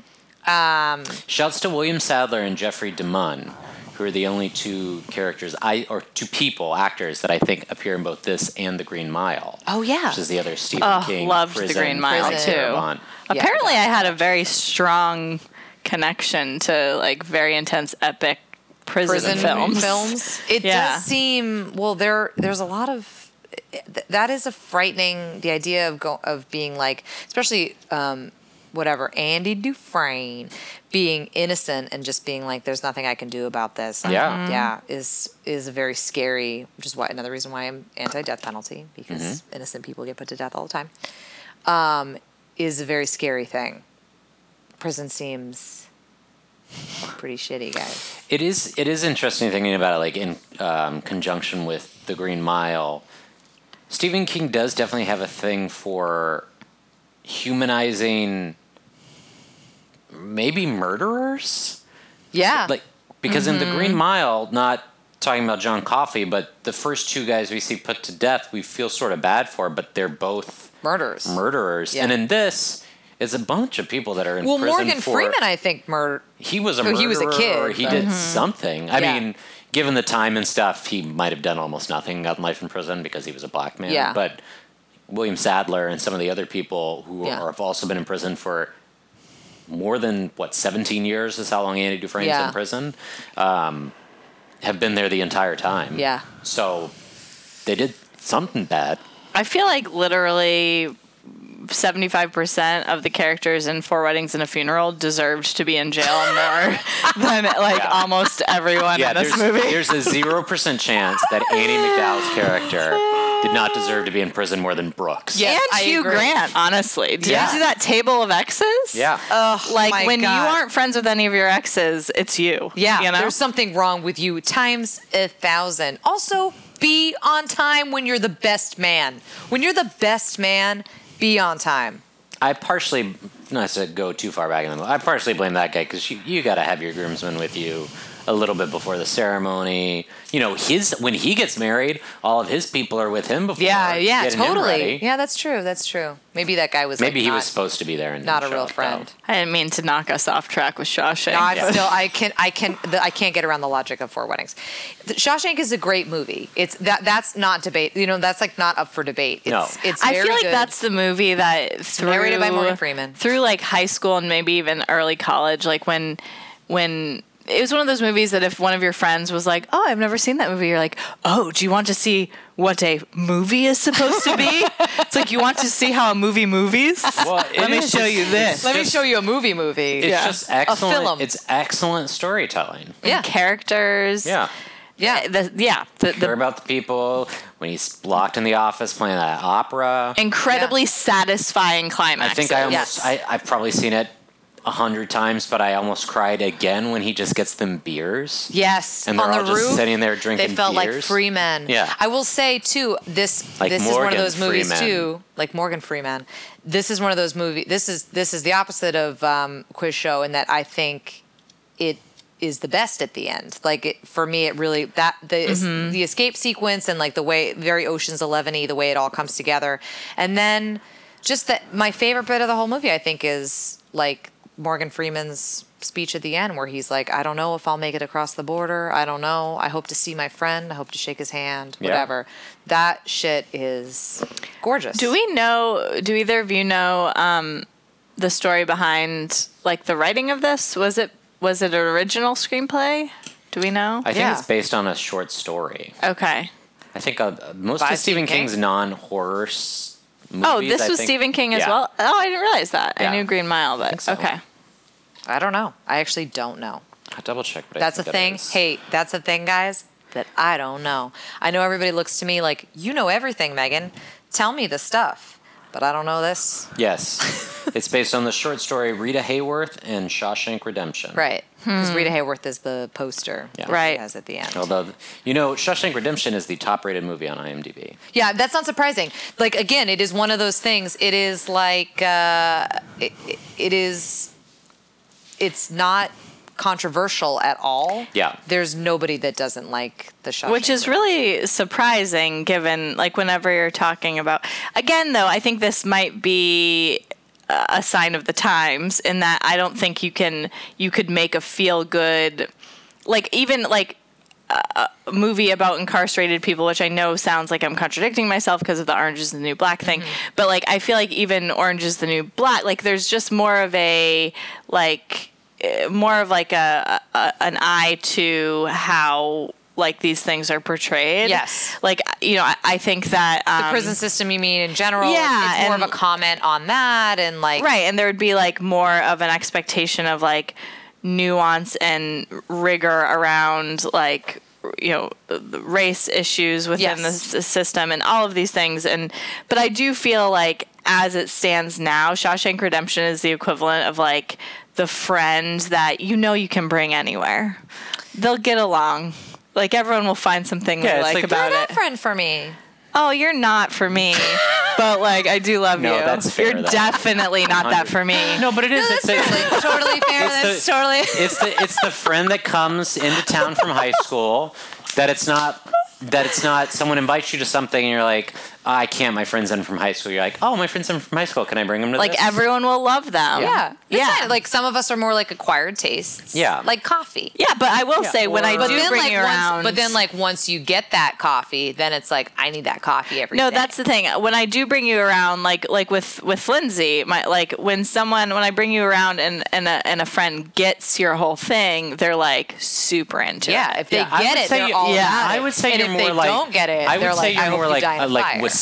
F: Um,
H: Shouts to William Sadler and Jeffrey DeMunn, who are the only two characters I or two people actors that I think appear in both this and The Green Mile.
F: oh yeah,
H: Which is the other Stephen
G: Oh,
H: King.
G: loved The
H: prison,
G: Green Mile,
H: prison
G: too.
H: Bond.
G: apparently I had a very strong connection to like very intense epic prison,
F: prison
G: films.
F: films. It
G: Yeah.
F: does seem well. There, there's a lot of th- that is a frightening. The idea of go, of being like, especially um, whatever Andy Dufresne being innocent and just being like, there's nothing I can do about this. Like,
H: Yeah. Mhm.
F: yeah, is is very scary. Which is why another reason why I'm anti death penalty because innocent people get put to death all the time. Um, is a very scary thing. Prison seems pretty shitty, guys.
H: It is it is interesting thinking about it like in um, conjunction with The Green Mile. Stephen King does definitely have a thing for humanizing maybe murderers.
F: Yeah. Mm-hmm.
H: like because in the Green Mile, not talking about John Coffey, but the first two guys we see put to death, we feel sort of bad for, but they're both
F: murders.
H: murderers. And
F: Yeah.
H: in this, it's a bunch of people that are in
F: well,
H: prison
F: Morgan
H: for
F: Freeman, I think, murder.
H: he was a
F: Oh,
H: murderer.
F: he was a
H: Or
F: kid,
H: he
F: but- Mm-hmm.
H: did something. I
F: Yeah.
H: mean, given the time and stuff, he might have done almost nothing. Got life in prison because he was a black man.
F: Yeah.
H: But William Sadler and some of the other people who
F: Yeah.
H: are, have also been in prison for more than what 17 years is how long Andy Dufresne's
F: Yeah.
H: in prison, um, have been there the entire time.
F: Yeah.
H: So they did something bad.
G: I feel like literally 75% of the characters in Four Weddings and a Funeral deserved to be in jail more than like
H: Yeah.
G: almost everyone
H: Yeah,
G: in this
H: there's,
G: movie.
H: there's a zero percent chance that Annie McDowell's character did not deserve to be in prison more than Brooks.
G: and
F: Yes, I
G: Hugh
F: agree.
G: Grant, honestly. Did
H: Yeah.
G: you see that table of exes?
H: Yeah.
F: Oh,
G: Like
F: my
G: when
F: God.
G: you aren't friends with any of your exes, it's you.
F: Yeah,
G: You know?
F: there's something wrong with you times a thousand. Also, be on time when you're the best man. When you're the best man, be on time.
H: I partially not to go too far back in the movie. I partially blame that guy because you, you got to have your groomsmen with you a little bit before the ceremony. You know, his when he gets married, all of his people are with him before.
F: Yeah, yeah,
H: getting him
F: totally.
H: ready.
F: Yeah, that's true. That's true. Maybe that guy was
H: Maybe
F: like,
H: he
F: not,
H: was supposed to be there and
F: not a
H: didn't show
F: real
H: up, though.
F: friend.
G: I didn't mean to knock us off track with Shawshank.
F: No, I'm
H: Yeah.
F: still. I can. I can. The, I can't get around the logic of Four Weddings. The Shawshank is a great movie. It's that. That's not debate. You know, that's like not up for debate. It's,
H: No.
F: it's.
G: I
F: very
G: feel like
F: good.
G: that's the movie that through,
F: narrated by Morgan Freeman.
G: through like high school and maybe even early college, like when when it was one of those movies that if one of your friends was like, "Oh, I've never seen that movie," you're like, "Oh, do you want to see what a movie is supposed to be?" it's like you want to see how a movie movies.
H: Well,
G: Let
H: it
G: me
H: is
G: show
H: just-
G: you this.
H: it's
F: Let me
H: just-
F: show you a movie. Movie.
H: It's
G: Yeah.
H: just
F: A
H: excellent.
F: film.
H: It's excellent storytelling.
F: yeah.
G: Characters.
H: Yeah.
F: Yeah.
G: The, yeah. The,
H: Care
G: the
H: about the people when he's locked in the office playing that opera.
G: incredibly satisfying climax.
H: I think I almost
F: Yes.
H: I, I've probably seen it a hundred times, but I almost cried again when he just gets them beers.
F: Yes,
H: And they're
F: on the
H: all just
F: roof,
H: sitting there drinking
F: They felt like
H: beers.
F: free men.
H: Yeah.
F: I will say too, this
H: Like
F: this is one of
H: Morgan
F: those movies
H: Freeman.
F: too, like Morgan Freeman. This is one of those movies. This is this is the opposite of um, Quiz Show in that I think it is the best at the end. Like it, for me, it really that the
G: Mm-hmm.
F: the escape sequence and like the way very Ocean's Eleven y the way it all comes together, and then just that my favorite bit of the whole movie I think is like Morgan Freeman's speech at the end where he's like, I don't know if I'll make it across the border. I don't know. I hope to see my friend. I hope to shake his hand.
H: Yeah.
F: Whatever. That shit is gorgeous.
G: Do we know? Do either of you know um, the story behind like the writing of this? Was it was it an original screenplay? Do we know?
H: I think
F: Yeah.
H: it's based on a short story.
G: okay.
H: I think uh, uh, most
F: By
H: of Stephen
F: Stephen King?
H: King's non-horror s- movies.
G: Oh, this
H: I
G: was
H: think-
G: Stephen King as
H: yeah.
G: well. Oh, I didn't realize that.
H: Yeah.
G: I knew Green Mile, but
H: so.
G: okay.
F: I don't know. I actually don't know.
H: I'll double check. But I
F: That's a
H: think that
F: thing.
H: is.
F: Hey, that's a thing, guys, that I don't know. I know everybody looks to me like, you know everything, Megan. Tell me the stuff. But I don't know this.
H: Yes, it's based on the short story Rita Hayworth and Shawshank Redemption.
F: Right. Because Rita Hayworth is the poster.
H: Yeah.
F: that she
G: Hmm. Right.
F: Has at the end.
H: Although, you know, Shawshank Redemption is the top-rated movie on IMDb.
F: Yeah, that's not surprising. Like again, it is one of those things. It is like uh, it, it- it is. It's not controversial at all.
H: Yeah.
F: there's nobody that doesn't like the shot.
G: Which is really surprising given, like, whenever you're talking about. Again, though, I think this might be uh, a sign of the times in that I don't think you can, you could make a feel good, like, even like a a movie about incarcerated people, which I know sounds like I'm contradicting myself because of the Orange is the New Black thing, but like, I feel like even Orange is the New Black, like, there's just more of a, like, eh, more of like a, an eye to how like these things are portrayed.
F: Yes.
G: Like you know, I, I think that um,
F: the prison system. You mean in general?
G: Yeah,
F: it's, it's more of
G: and-
F: a comment on that and like
G: right, and there would be like more of an expectation of like nuance and rigor around like you know the- the race issues within
F: Yes.
G: the s- system and all of these things and but i do feel like as it stands now shawshank redemption is the equivalent of like the friend that you know you can bring anywhere they'll get along like everyone will find something
H: Yeah,
G: they
H: it's
G: like,
H: like-
G: about
F: You're
G: it
F: not friend for me.
G: Oh, you're not for me. but like I do love
H: No,
G: you.
H: that's fair,
G: you're
H: though.
G: definitely not that for me.
H: No, but it is.
F: That's totally, totally fair.
H: It's
F: That's
H: the-
F: totally.
H: it's the it's the friend that comes into town from high school that it's not that it's not someone invites you to something and you're like I can't. My friend's in from high school. You're like, oh, my friend's in from high school. Can I bring him to
G: Like
H: this?
G: everyone will love them.
F: Yeah. That's
G: Yeah.
F: it. Like some of us are more like acquired tastes.
H: Yeah.
F: Like coffee.
G: Yeah, but I will say when I
H: But
G: do bring
F: like
G: you around.
F: once, but then like once you get that coffee, then it's like I need that coffee every
G: no,
F: day.
G: that's the thing. When I do bring you around, like like with with Lindsay, my like when someone when I bring you around and and a, and a friend gets your whole thing, they're like super into
F: yeah.
G: it.
F: If they
H: Yeah, I
F: get
H: would
F: it,
H: say
F: they're
H: you-
F: all
G: yeah,
F: about
H: I
F: it.
H: would say
F: And
H: you're
F: if
H: more
F: they
H: like.
F: don't get it,
H: I would
F: they're
H: say
F: like,
H: you're
F: I hope
H: more
F: you
H: like
F: die in a
H: uh, like
F: fire.
H: wasabi.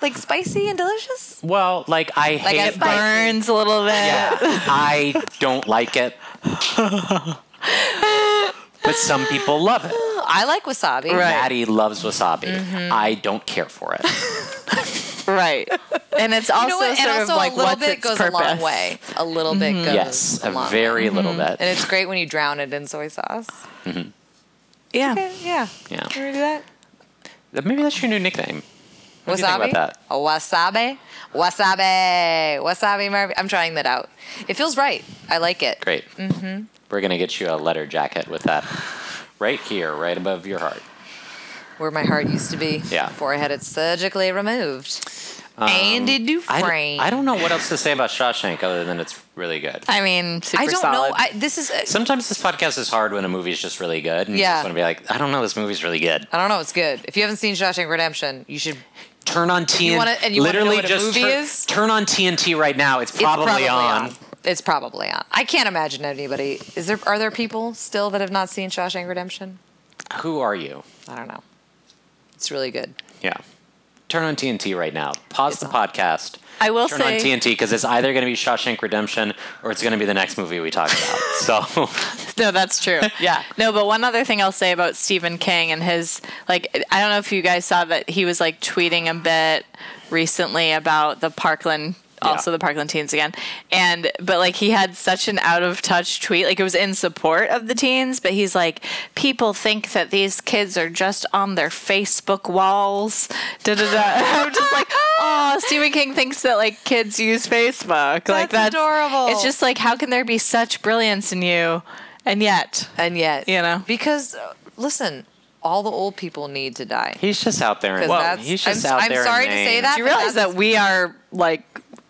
F: like spicy and delicious.
H: Well, like I
F: Like a
H: hate.
G: It
F: spicy.
G: burns a little bit.
H: Yeah, I don't like it. but some people love it.
F: I like wasabi.
H: Maddie loves wasabi.
F: Mm-hmm.
H: I don't care for it.
G: Right. And it's also
F: You know what?
G: sort
F: And
G: of
F: also
G: like
F: a little
G: what's
F: bit
G: its
F: goes
G: purpose.
F: a long way. A little bit goes
H: Mm-hmm. yes,
F: a
H: a
F: long
H: very
F: way.
H: little bit.
F: Mm-hmm. And it's great when you drown it in soy sauce.
G: Yeah.
F: Okay, yeah.
H: Yeah.
F: You wanna do that?
H: Th- Maybe that's your new nickname. What do you think
F: Wasabi?
H: about
F: A wasabi? Wasabi. Wasabi Murphy. I'm trying that out. It feels right. I like it.
H: that? Great. Mm-hmm. We're gonna get you a letter jacket with that right here, right above your heart.
F: Where my heart used to be
H: Yeah. Um,
F: before I had it surgically removed. Andy
H: I d-
F: Dufresne.
H: I don't know what else to say about Shawshank other than it's really good.
G: I mean, super
F: I don't
G: solid.
F: know. I, this is.
H: Sometimes this podcast is hard when a movie's just really good, and
F: Yeah.
H: you just want to be like, I don't know, this movie's really good.
F: I don't know. It's good. If you haven't seen Shawshank Redemption, you should.
H: Turn on TNT.
F: wanna- and you wanna know
H: literally
F: what a
H: just
F: movie
H: tur-
F: is?
H: turn on TNT right now. It's probably,
F: it's probably on. It's probably on. I can't imagine anybody. Is there? Are there people still that have not seen Shawshank Redemption?
H: Who are you?
F: I don't know. It's really good.
H: Yeah. Turn on TNT right now. Pause the podcast.
G: I will
H: Turn
G: say
H: on TNT because it's either going to be Shawshank Redemption or it's going to be the next movie we talk about. so
G: No, that's true.
H: Yeah.
G: No, but one other thing I'll say about Stephen King and his like I don't know if you guys saw that he was like tweeting a bit recently about the Parkland
H: Yeah.
G: also the Parkland teens again. And but like he had such an out of touch tweet. Like it was in support of the teens, but he's like people think that these kids are just on their Facebook walls. Da da da. I'm just like, "Oh, Stephen King thinks that like kids use Facebook." like
F: That's adorable.
G: It's just like how can there be such brilliance in you? And yet,
F: And yet,
G: You know.
F: because uh, listen, all the old people need to die.
H: he's just out there. And,
F: Because
H: well,
F: that's-
H: he's just
F: I'm-
H: out
F: I'm
H: there. in
F: sorry to
H: Maine.
F: say that.
G: do you realize
F: That's-
G: that we are like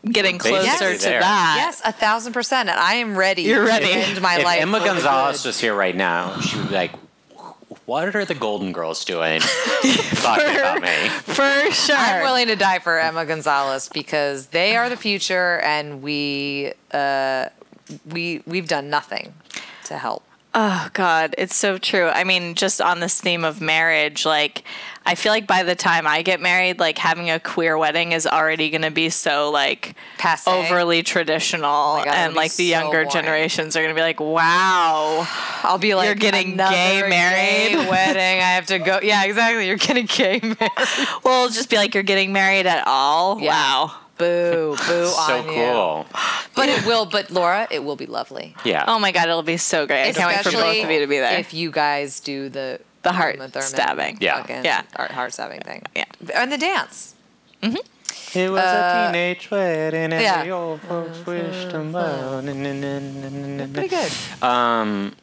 G: getting
H: Basically
G: closer to
H: there.
G: that?
F: Yes, a thousand percent. And I am ready.
G: You're ready.
F: To end my
H: if
F: life.
H: Emma
F: for the
H: Gonzalez
F: good.
H: was here right now, she would be like, "What are the Golden Girls doing talking about me?"
G: for sure.
F: I'm willing to die for Emma Gonzalez because they are the future, and we uh, we we've done nothing to help.
G: Oh God, it's so true. I mean, just on this theme of marriage, like I feel like by the time I get married, like having a queer wedding is already going to be so like
F: Passe.
G: overly traditional,
F: Oh God, it'll
G: and
F: be
G: like the
F: so
G: younger
F: boring.
G: generations are going to be like, "Wow,
F: I'll be like,
G: You're getting
F: "Another
G: gay married?"
F: gay wedding. I have to go. Yeah, exactly. You're getting gay married.
G: well, just be like you're getting married at all."
F: Yeah.
G: Wow.
F: Boo, boo
H: so
F: on you.
H: cool.
F: But it will. But Laura, it will be lovely.
H: Yeah.
G: Oh my God, it'll be so great. I can't wait for both of you to be there.
F: If you guys do the
G: The heart
F: Uma Thurman
G: stabbing.
H: Yeah.
F: fucking
G: Yeah.
F: heart, heart stabbing thing.
G: Yeah.
F: and the dance.
H: It was a teenage wedding and
F: uh, yeah. Uh,
H: the old folks wished them well. Na- na- na- na- na- na-
F: Pretty good.
H: Um,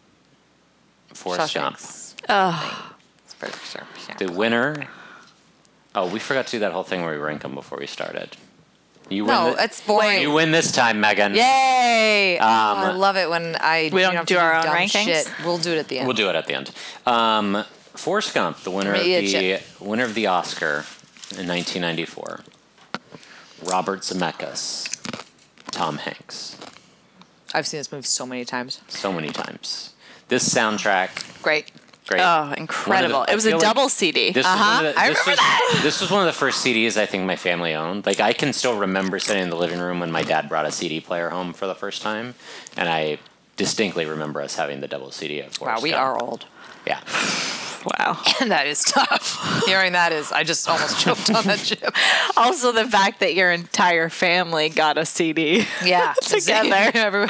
H: Forrest Jump.
F: Shawshanks.
G: oh.
F: It's pretty sure.
H: The winner. Oh, we forgot to do that whole thing where we rank them before we started. You win.
F: No,
H: thi-
F: it's boring.
H: you win this time, Megan.
F: Yay! Oh, I
H: Um,
F: love it when I you
G: don't
F: have
G: do
F: to
G: our own
F: dumb
G: rankings?
F: Shit. We'll do it at the end.
H: We'll do it at the end. Um, Forrest Gump, the winner of
F: Yeah,
H: the
F: chip.
H: winner of the Oscar in 1994. Robert Zemeckis, Tom Hanks,
F: I've seen this movie so many times.
H: so many times. This soundtrack,
F: Great.
H: great.
G: Oh, incredible!
H: I
G: it was a
H: feel like
G: double Uh, CD.
H: This was one of the,
F: Uh-huh. I
H: this
F: remember
H: was, This was one of the first CDs I think my family owned. Like I can still remember sitting in the living room when my dad brought a CD player home for the first time, and I distinctly remember us having the double CD of.
F: Wow,
H: Forrest
F: we
H: Gump.
F: are old.
H: Yeah.
G: wow.
F: that is tough. Hearing that is, I just almost choked on that chip.
G: Also, the fact that your entire family got a CD.
F: Yeah,
G: Together.
F: Everyone-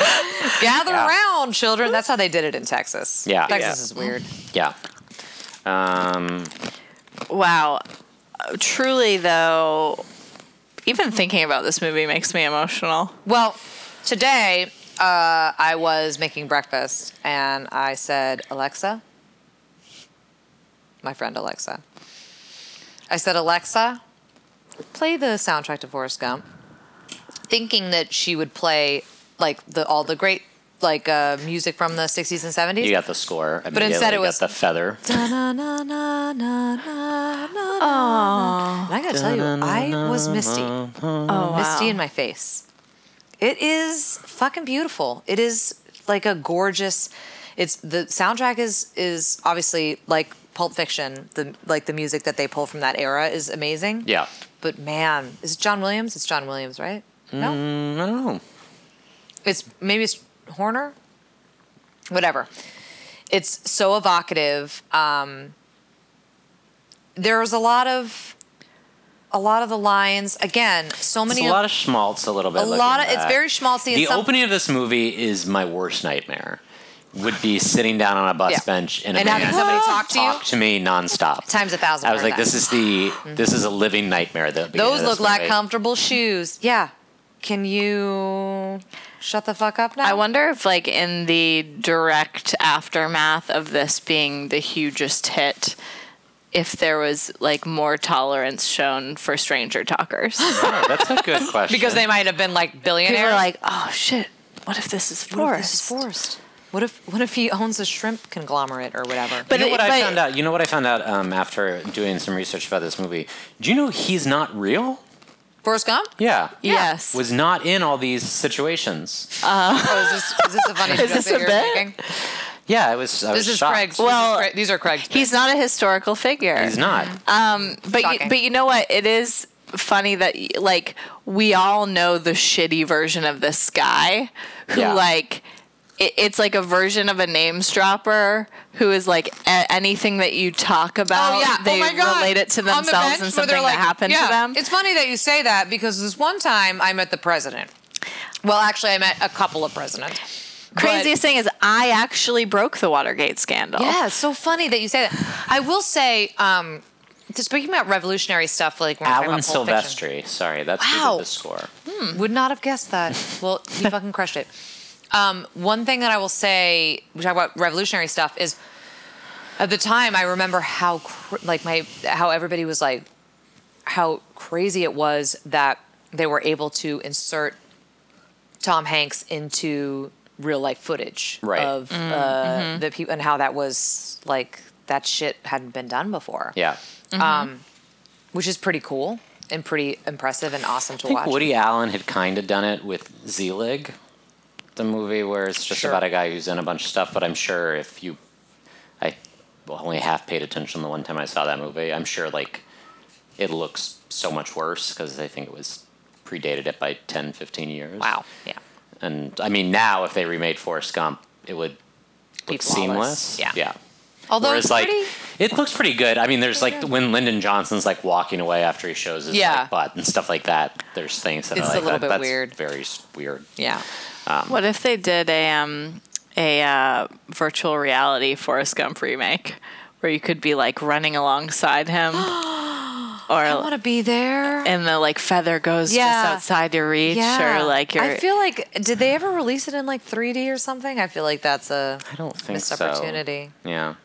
F: Gather around, children. That's how they did it in Texas.
H: Yeah.
F: Texas
H: Yeah.
F: is weird.
H: Yeah. Um,
G: Wow. Uh, Truly, though, even thinking about this movie makes me emotional.
F: Well, today uh, I was making breakfast and I said, Alexa, my friend Alexa, I said, Alexa, play the soundtrack to Forrest Gump, thinking that she would play like the all the great like uh, music from the 60s and 70s.
H: You got the score.
F: But instead it
H: You
F: was-
H: got the feather.
F: And I gotta tell you, I was misty. Oh, Misty in my face. It is fucking beautiful. It is like a gorgeous. It's the soundtrack is is obviously like Pulp Fiction. The like the music that they pull from that era is amazing.
H: Yeah.
F: But man, is it John Williams? It's John Williams, right? No,
H: Mm, I don't know.
F: it's maybe it's Horner. Whatever. It's so evocative. Um, there's a lot of a lot of the lines again. So
H: It's
F: many.
H: a lot of schmaltz, a little bit.
F: a lot of
H: looking
F: it's
H: back.
F: very schmaltzy. and
H: The
F: some-
H: opening of this movie is my worst nightmare. Would be sitting down on a bus
F: Yeah.
H: bench and, a
F: And having
H: man
F: somebody talk to you?
H: talk to me nonstop.
F: Times a thousand
H: I was
F: part
H: like,
F: of
H: this is the this is a living nightmare. That
F: Those look like
H: movie.
F: comfortable shoes. Yeah. Can you shut the fuck up now?
G: I wonder if, like, in the direct aftermath of this being the hugest hit, if there was like more tolerance shown for stranger talkers.
H: Oh, that's a good question.
F: because they might have been like
G: People
F: billionaires.
G: are like, oh shit, what if this is
F: what if
G: Forrest?
F: this is Forrest? What if what if he owns a shrimp conglomerate or whatever?
G: But
H: you know
G: it-
H: what I
G: but-
H: found out? You know what I found out um, after doing some research about this movie? Do you know he's not real?
F: Forrest Gump?
H: Yeah.
G: Yes.
H: Was not in all these situations.
F: Oh, is this is this a funny joke
G: this
F: that
G: a
F: you're
G: bit?
F: making?
H: Yeah, I was. I
F: This
H: was
F: is
H: shocked.
F: Craig's. this
G: Well-
F: is Craig, these are Craig's.
G: He's not a historical figure.
H: He's not.
F: Uh,
G: But you,
F: Shocking.
G: but you know what? It is funny that like we all know the shitty version of this guy who
H: Yeah.
G: like it, it's like a version of a names dropper who is like a- anything that you talk about
F: Oh yeah!
G: they
F: oh my God.
G: relate it to
F: On the
G: themselves
F: bench
G: and
F: where they're
G: something
F: like,
G: that happened
F: yeah,
G: to them.
F: It's funny that you say that because this one time I met the president. Well, actually, I met a couple of presidents.
G: Craziest thing is I actually broke the Watergate scandal.
F: Yeah, it's so funny that you say that. I will say, um, just speaking about revolutionary stuff, like when we're
H: Alan
F: talking about Pulp Fiction,
H: Silvestri. Sorry, that's who
F: Wow.
H: did the score.
F: would not have guessed that. Well, he fucking crushed it. Um, one thing that I will say, we talk about revolutionary stuff, is at the time I remember how cr- like my how everybody was like how crazy it was that they were able to insert Tom Hanks into real life footage
H: Right. Mm-hmm.
F: of uh, the people and how that was like that shit hadn't been done before.
H: Yeah.
F: which is pretty cool and pretty impressive and awesome to
H: I think
F: watch.
H: Woody Allen had kind of done it with Zelig, the movie where it's just
F: Sure.
H: about a guy who's in a bunch of stuff. But I'm sure if you, I only half paid attention the one time I saw that movie. I'm sure like it looks so much worse because I think it was predated it by 10, 15 years.
F: wow, yeah,
H: And I mean now if they remade Forrest Gump, it would
F: Be
H: look
F: flawless.
H: seamless.
F: Yeah.
H: Yeah.
F: although
H: Whereas
F: it's
H: like
F: pretty.
H: it looks pretty good. I mean, there's like when Lyndon Johnson's like walking away after he shows his
F: Yeah.
H: like, butt and stuff like that. There's things that are
F: It's a
H: like,
F: little
H: that-
F: bit
H: that's
F: weird.
H: Very s- weird.
F: Yeah.
G: What if they did a um a uh, virtual reality Forrest Gump remake where you could be like running alongside him
F: I
G: or
F: want to be there.
G: and the like feather goes
F: Yeah.
G: just outside your reach or like your
F: I feel like did they ever release it in like 3D or something? I feel like that's a
H: I don't think
F: missed
H: so.
F: opportunity.
H: Yeah.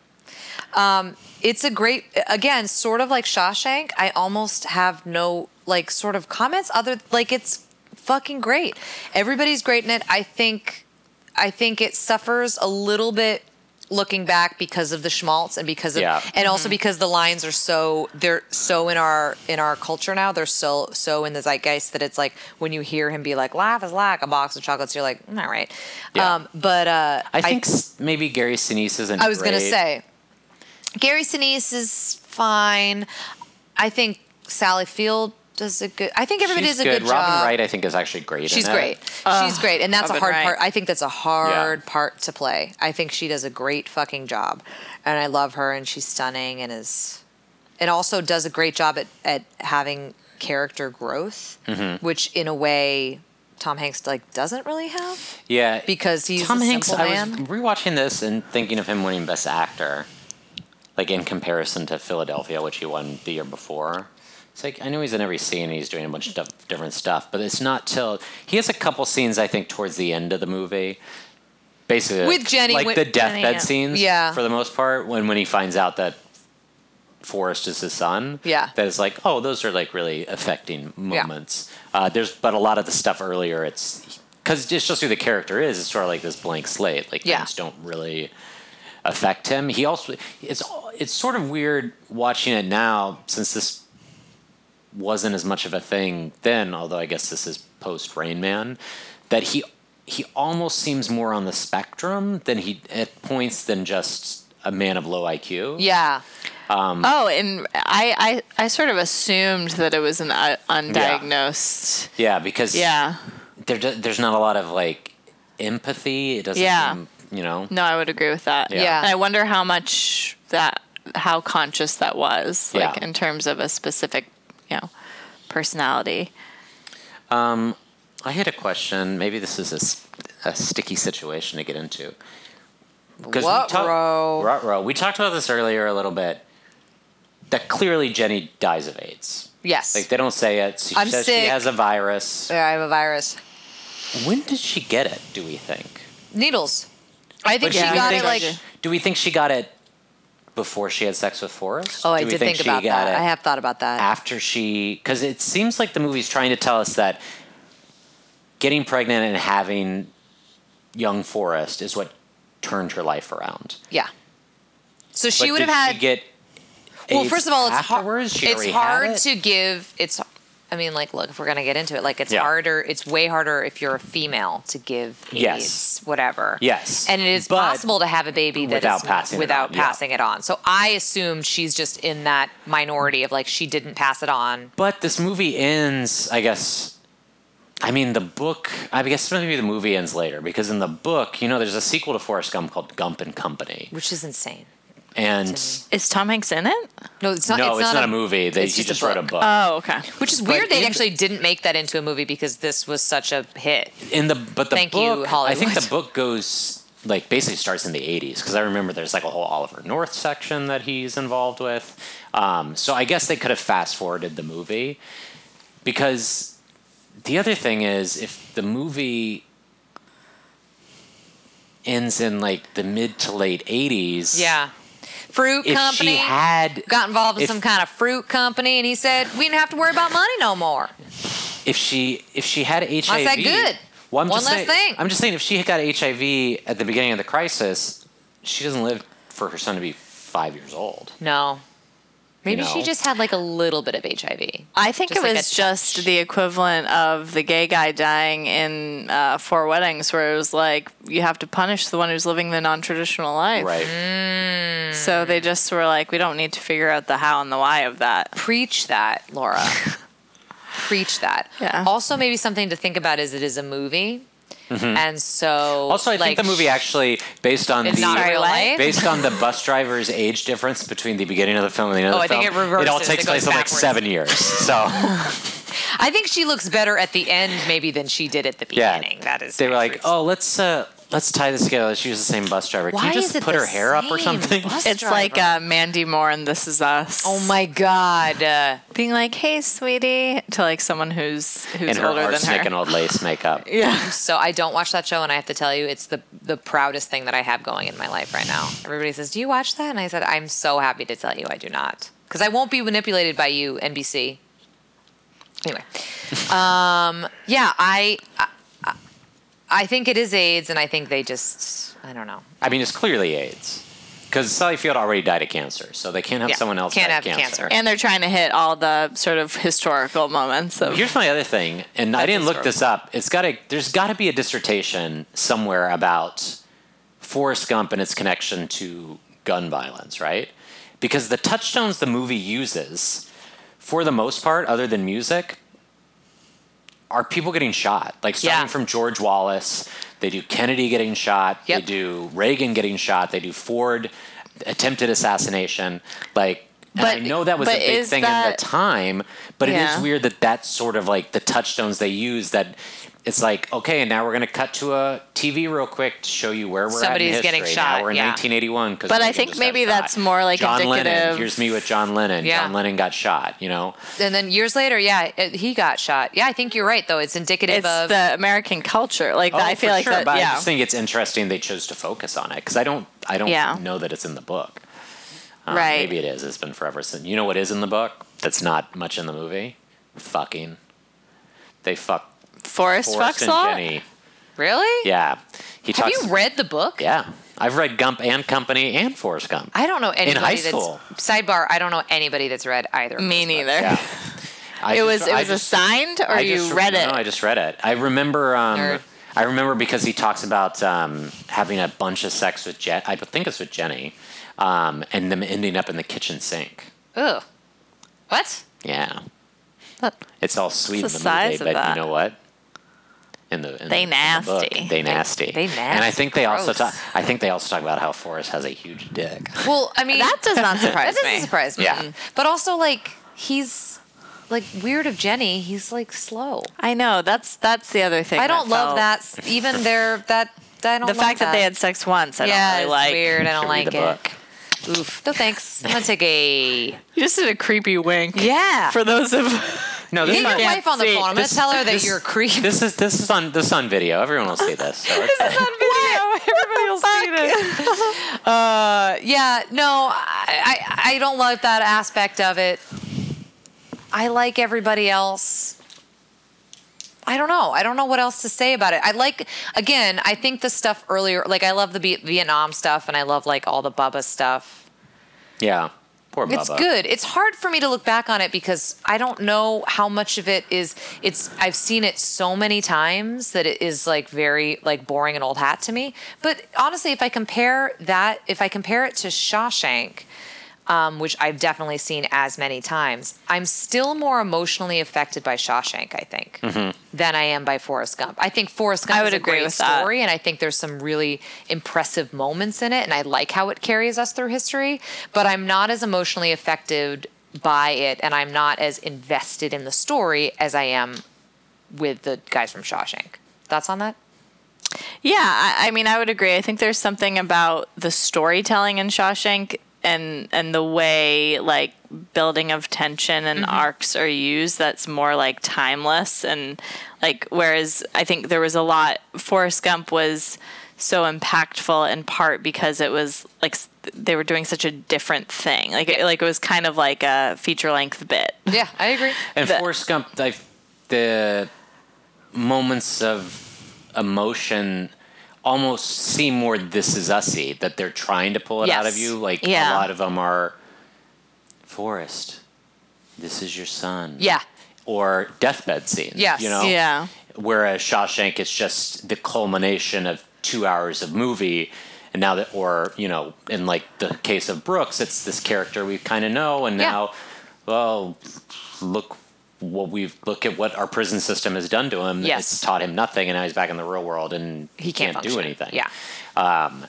F: It's a great again, sort of like Shawshank. I almost have no like sort of comments other like it's fucking great. Everybody's great in it. I think I think it suffers a little bit looking back because of the schmaltz and because of
H: Yeah.
F: and also because the lines are so they're so in our in our culture now they're so so in the zeitgeist that it's like when you hear him be like laugh is like a box of chocolates you're like "Mm, all right
H: Yeah.
F: um but uh
H: I think s maybe Gary Sinise isn't.
F: I was gonna
H: great.
F: say, Gary Sinise is fine. I think Sally Field does a good. I think everybody
H: She's
F: does a
H: good.
F: good,
H: Robin Ah,
F: job.
H: Wright, I think, is actually great.
F: She's
H: in it.
F: great. She's great, and that's
G: Robin
F: a hard
G: Wright.
F: part. I think that's a hard part to play. I think she does a great fucking job, and I love her, and she's stunning, and is, and also does a great job at at having character growth,
H: Mm-hmm.
F: which in a way. Tom Hanks like doesn't really have.
H: Yeah.
F: Because he's
H: Tom
F: a
H: Hanks.
F: simple
H: I was
F: man.
H: rewatching this and thinking of him winning Best Actor, like in comparison to Philadelphia, which he won the year before. It's like I know he's in every scene and he's doing a bunch of stuff- different stuff, but it's not till he has a couple scenes I think towards the end of the movie. Basically,
F: With
H: like-
F: Jenny
H: like
F: Wi-
H: the deathbed
G: yeah.
H: scenes,
F: Yeah.
H: for the most part, when when he finds out that Forrest is his son.
F: Yeah.
H: That is like, oh, those are like really affecting moments. Uh, there's, but a lot of the stuff earlier, it's because it's just who the character is. It's sort of like this blank slate. Like
F: Yeah.
H: things don't really affect him. He also, it's it's sort of weird watching it now since this wasn't as much of a thing then, although I guess this is post Rain Man, that he he almost seems more on the spectrum than he at points than just a man of low IQ.
F: Yeah.
H: Um,
I: Oh, and I, I, I sort of assumed that it was an uh, undiagnosed.
H: Yeah, because
I: Yeah.
H: there do- there's not a lot of like empathy. It doesn't
I: Yeah.
H: seem, you know.
I: No, I would agree with that.
H: Yeah.
F: Yeah.
I: And I wonder how much that, how conscious that was, like
H: Yeah.
I: in terms of a specific, you know, personality.
H: I had a question. Maybe this is a, s- a sticky situation to get into. 'Cause
F: What row?
H: Ruh-roh. We talked about this earlier a little bit. That clearly Jenny dies of AIDS.
F: Yes.
H: Like they don't say it. She
F: I'm
H: says she
F: sick.
H: has a virus.
F: Yeah, I have a virus.
H: When did she get it? Do we think?
F: Needles. I think
H: But
F: she
H: do we
F: got
H: think-
F: it like.
H: Do we think she got it before she had sex with Forrest?
F: Oh, I
H: Do we
F: did think,
H: she
F: about
H: got
F: that.
H: it
F: I have thought about that.
H: after she because it seems like the movie's trying to tell us that getting pregnant and having young Forrest is what turned her life around.
F: Yeah. So
H: But
F: she would have
H: did
F: had.
H: she get.
F: well,
H: AIDS
F: first of all, it's hard.
H: afterwards? She
F: It's
H: already had
F: hard
H: it?
F: to give. It's. I mean, like, look, if we're gonna get into it, like, it's
H: Yeah.
F: harder. It's way harder if you're a female to give AIDS,
H: Yes.
F: whatever.
H: Yes.
F: And it is
H: But
F: possible to have a baby that
H: without
F: is-
H: passing it
F: without
H: on, yeah.
F: passing it on. So I assume she's just in that minority of like she didn't pass it on.
H: But this movie ends, I guess. I mean, the book. I guess maybe the movie ends later because in the book, you know, there's a sequel to Forrest Gump called Gump and Company,
F: Which is insane.
H: and
I: Is Tom Hanks in it?
F: No, it's not.
H: no,
F: it's, not,
H: a, movie. They,
F: it's
H: he just wrote a book.
I: Oh, okay.
F: Which is weird. They
H: in-
F: actually didn't make that into a movie because this was such a hit.
H: in the but the
F: Thank you,
H: book, I think the
F: Hollywood.
H: book goes like basically starts in the 80s because I remember there's like a whole Oliver North section that he's involved with. Um, so I guess they could have fast forwarded the movie because the other thing is if the movie ends in like the mid to late 80s,
F: Yeah. Fruit
H: If
F: company
H: she had
F: got involved in
H: if-
F: some kind of fruit company, and he said we didn't have to worry about money no more.
H: if she if she had HIV,
F: that good?
H: Well, I'm
F: One
H: just
F: less
H: saying,
F: thing.
H: I'm just saying if she had got HIV at the beginning of the crisis, she doesn't live for her son to be five years old.
F: No. Maybe she
H: know.
F: just had like a little bit of HIV.
I: I think
F: Just
I: it
F: like
I: was
F: a
I: just the equivalent of the gay guy dying in uh, Four Weddings, where it was like you have to punish the one who's living the non-traditional life.
H: Right.
I: So
F: Mm-hmm.
I: they just were like, we don't need to figure out the how and the why of that.
F: Preach that, Laura. Preach that.
I: Yeah.
F: Also, maybe something to think about is it is a movie, and so
H: Mm-hmm. Also, I
F: like,
H: think the movie actually based on
F: It's
H: the
F: not real life?
H: based on the bus driver's age difference between the beginning of the film and the end of
F: Oh,
H: the
F: I think
H: film,
F: it reverses.
H: all
F: It
H: takes
F: goes
H: place in like
F: backwards.
H: seven years. So
F: I think she looks better at the end maybe than she did at the
H: yeah,
F: beginning. That is.
H: They were like,
F: accurate.
H: oh, let's uh, let's tie this together. Let's use the same bus driver. Can
F: Why
H: you just
F: is it
H: put
F: the
H: her hair up or
F: same
H: something?
F: bus
I: It's like
F: driver?
I: uh, Mandy Moore and This Is Us.
F: oh my god. Uh,
I: Being like, hey, sweetie, to like someone who's who's
H: And her
I: older than
H: arsenic
I: her.
H: and old lace makeup.
F: So I don't watch that show, and I have to tell you, it's the the proudest thing that I have going in my life right now. Everybody says, "Do you watch that?" And I said, "I'm so happy to tell you, I do not, because I won't be manipulated by you, NBC." Anyway, um, yeah, I, I I think it is AIDS, and I think they just I don't know.
H: I mean, it's clearly AIDS. Because Sally Field already died of cancer, so they can't have
F: Yeah,
H: someone else
F: can't
H: die
F: have
H: of cancer.
F: cancer.
I: And they're trying to hit all the sort of historical moments of
H: Here's my other thing, and I didn't look this up. It's got to there's got to be a dissertation somewhere about Forrest Gump and its connection to gun violence, right? Because the touchstones the movie uses, for the most part, other than music, are people getting shot. Like starting
F: Yeah.
H: from George Wallace, they do Kennedy getting shot,
F: Yep.
H: they do Reagan getting shot, they do Ford attempted assassination, like. And I
I: But-
H: know that was a
I: but
H: big
I: is
H: thing in the
I: that-
H: time, but it
I: Yeah.
H: is weird that that's sort of like the touchstones they use. That it's like okay, and now we're gonna cut to a TV real quick to show you where we're
F: Somebody's
H: at in history.
F: getting
H: Now
F: shot,
H: we're in
F: yeah.
H: 1981. 'cause
I: But I
H: Reagan
I: think
H: just got
I: maybe
H: shot.
I: that's more, like,
H: John Lennon.
I: indicative-
H: Here's me with John Lennon.
F: Yeah.
H: John Lennon got shot. You know,
F: And then years later, yeah, it, he got shot. Yeah, I think you're right, though. It's indicative
I: it's
F: of
I: the American culture. Like I feel
H: Oh, for
I: like
H: sure,
I: that.
H: But
I: yeah.
H: I just think it's interesting they chose to focus on it because I don't, I don't
I: Yeah.
H: know that it's in the book. Um,
G: Right.
H: Maybe it is. It's been forever since. You know what is in the book? That's not much in the movie. Fucking. They fuck
G: Forrest,
H: Forrest
G: fucks
H: and
G: a lot.
H: Jenny.
F: Really?
H: Yeah. He
F: Have
H: talks.
F: you read the book?
H: Yeah, I've read Gump and Company and Forrest Gump.
F: I don't know anybody
H: high
F: that's
H: school.
F: sidebar. I don't know anybody that's read either. of
G: Me
F: those books.
G: neither.
H: Yeah. I
G: It
H: just-
G: was it
H: I
G: was
H: just-
G: assigned, or
H: I
G: you
H: just-
G: read it?
H: No, I just read it. I remember. Um,
F: Nerd.
H: I remember because he talks about um, having a bunch of sex with Jen. I think it's with Jenny, um, and them ending up in the kitchen sink.
F: Ugh. What?
H: Yeah. It's all sweet
G: What's
H: in
G: the
H: the movie,
G: size of
H: but
G: that?
H: you know what? In the in
G: They
H: the- in the book,
G: nasty.
H: they nasty.
F: they
H: And I think they also
F: nasty.
H: talk. I think they also talk about how Forrest has a huge dick.
F: Well, I mean,
G: that does not surprise
F: that doesn't
G: me.
F: surprise me.
H: Yeah.
F: But also, like, he's like weird of Jenny. He's like slow.
G: I know that's that's the other thing.
F: I don't love
G: felt-
F: that. s- Even their that I don't.
G: The
F: love
G: fact that.
F: that
G: they had sex once, I
F: yeah,
G: don't really
F: it's
G: like.
F: weird. I don't
H: Should
F: like
H: read the
F: it. Oof. No thanks. I'm gonna take a
G: You just did a creepy wink.
F: yeah.
G: For those of
H: No,
F: Get
H: this
F: your
H: is
F: wife on the
G: see,
F: phone. I'm gonna
H: this-
F: tell her that
H: this-
F: you're a creep.
H: this is this is on this is on video. Everyone will see this. So it's-
F: on video. Everybody will see this. Uh, yeah, no, I, I, I don't like that aspect of it. I like everybody else. I don't know. I don't know what else to say about it. I like, again, I think the stuff earlier, like I love the Be- Vietnam stuff and I love like all the Bubba stuff.
H: yeah, poor Bubba.
F: It's good. It's hard for me to look back on it because I don't know how much of it is it's I've seen it so many times that it is like very like boring and old hat to me. But honestly, if I compare that if I compare it to Shawshank, um, which I've definitely seen as many times, I'm still more emotionally affected by Shawshank, I think, than I am by Forrest Gump. I think Forrest Gump
G: I
F: is
G: would
F: a
G: agree
F: great
G: with that.
F: story, and I think there's some really impressive moments in it, and I like how it carries us through history, but I'm not as emotionally affected by it, and I'm not as invested in the story as I am with the guys from Shawshank. Thoughts on that?
G: Yeah, I, I mean, I would agree. I think there's something about the storytelling in Shawshank and and the way like building of tension and
H: Mm-hmm.
G: arcs are used that's more like timeless and like whereas I think there was a lot Forrest Gump was so impactful in part because it was like s- they were doing such a different thing. Like it, like it was kind of like a feature length bit.
F: Yeah, I agree.
H: And
G: The-
H: Forrest Gump, I, the moments of emotion almost seem more "This Is Us"y that they're trying to pull it out of
G: Yes.
H: you. Like a
G: Yeah.
H: lot of them are, Forrest, this is your son.
F: Yeah.
H: Or deathbed scenes.
F: Yes.
H: You know.
G: Yeah.
H: Whereas Shawshank is just the culmination of two hours of movie. And now that, or, you know, in like the case of Brooks, it's this character we kind of know. And
F: Yeah.
H: now, well, look what we've, look at what our prison system has done to him.
F: Yes.
H: It's taught him nothing. And now he's back in the real world and
F: He can't
H: do
F: function.
H: anything.
F: Yeah.
H: Um,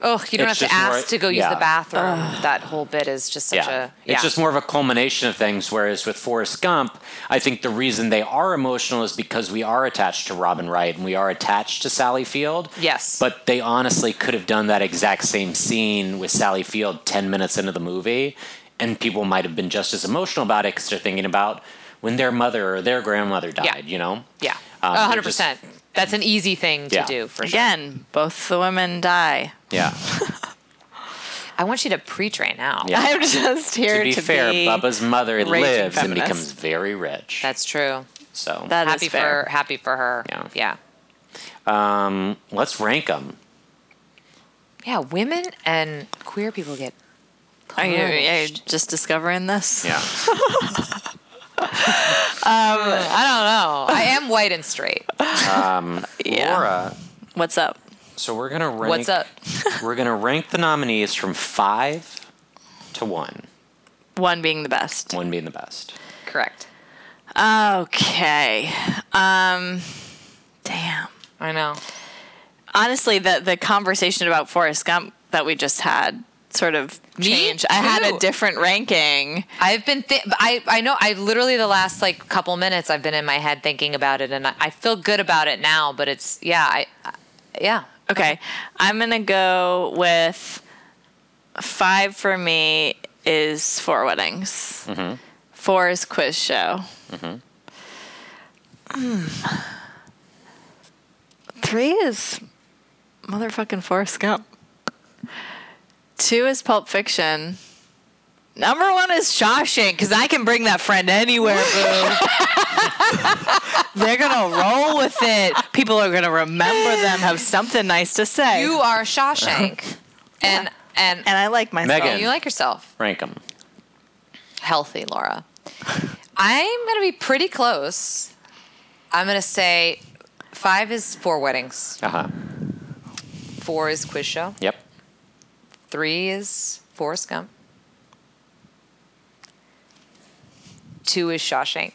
F: Oh, you don't
H: It's
F: have to
H: just
F: ask
H: more-
F: to go use
H: yeah.
F: the bathroom. that whole bit is just such a yeah.
H: It's just more of a culmination of things. Whereas with Forrest Gump, I think the reason they are emotional is because we are attached to Robin Wright and we are attached to Sally Field.
F: Yes.
H: But they honestly could have done that exact same scene with Sally Field 10 minutes into the movie, and people might have been just as emotional about it because they're thinking about when their mother or their grandmother died,
F: Yeah.
H: you know?
F: yeah,
H: Um,
F: a hundred
H: they're just-
F: percent. That's an easy thing to
H: Yeah.
F: do for sure.
G: Again, both the women die.
H: Yeah.
F: I want you to preach right now.
H: Yeah.
G: I'm just here
H: to
G: to
H: be fair,
G: be-
H: Bubba's mother
G: raging
H: lives and
G: feminist.
H: becomes very rich.
F: That's true.
H: so
G: That is
F: happy
G: fair.
F: for happy for her.
H: Yeah.
F: yeah,
H: um, let's rank them.
F: Yeah, Women and queer people get.
G: Are you, are you
F: punished.
G: just discovering this?
H: Yeah.
F: I don't know. I am white and straight.
G: Yeah.
H: Laura,
G: What's up?
H: so we're gonna rank.
F: What's up?
H: we're gonna rank the nominees from five to one.
G: One being the best.
H: One being the best.
F: Correct.
G: Okay. Um, damn.
F: I know.
G: Honestly, the the conversation about Forrest Gump that we just had sort of changed. I had
F: too.
G: a different ranking.
F: I've been. Th- I I know. I literally the last like couple minutes I've been in my head thinking about it, and I, I feel good about it now. But it's yeah. I, I yeah.
G: Okay. I'm gonna go with five for me is four weddings. Four is quiz show. Mm. Three is motherfucking Forrest Gump. two is Pulp Fiction. Number one is Shawshank because I can bring that friend anywhere. Boo. They're gonna roll with it. People are gonna remember them. Have something nice to say.
F: You are Shawshank, and and oh,
G: and I like myself.
H: Megan.
F: you like yourself.
H: Rank them.
F: Healthy, Laura. I'm gonna be pretty close. I'm gonna say five is four weddings.
H: Uh huh.
F: Four is quiz show.
H: Yep.
F: Three is Forrest Gump. Two is Shawshank.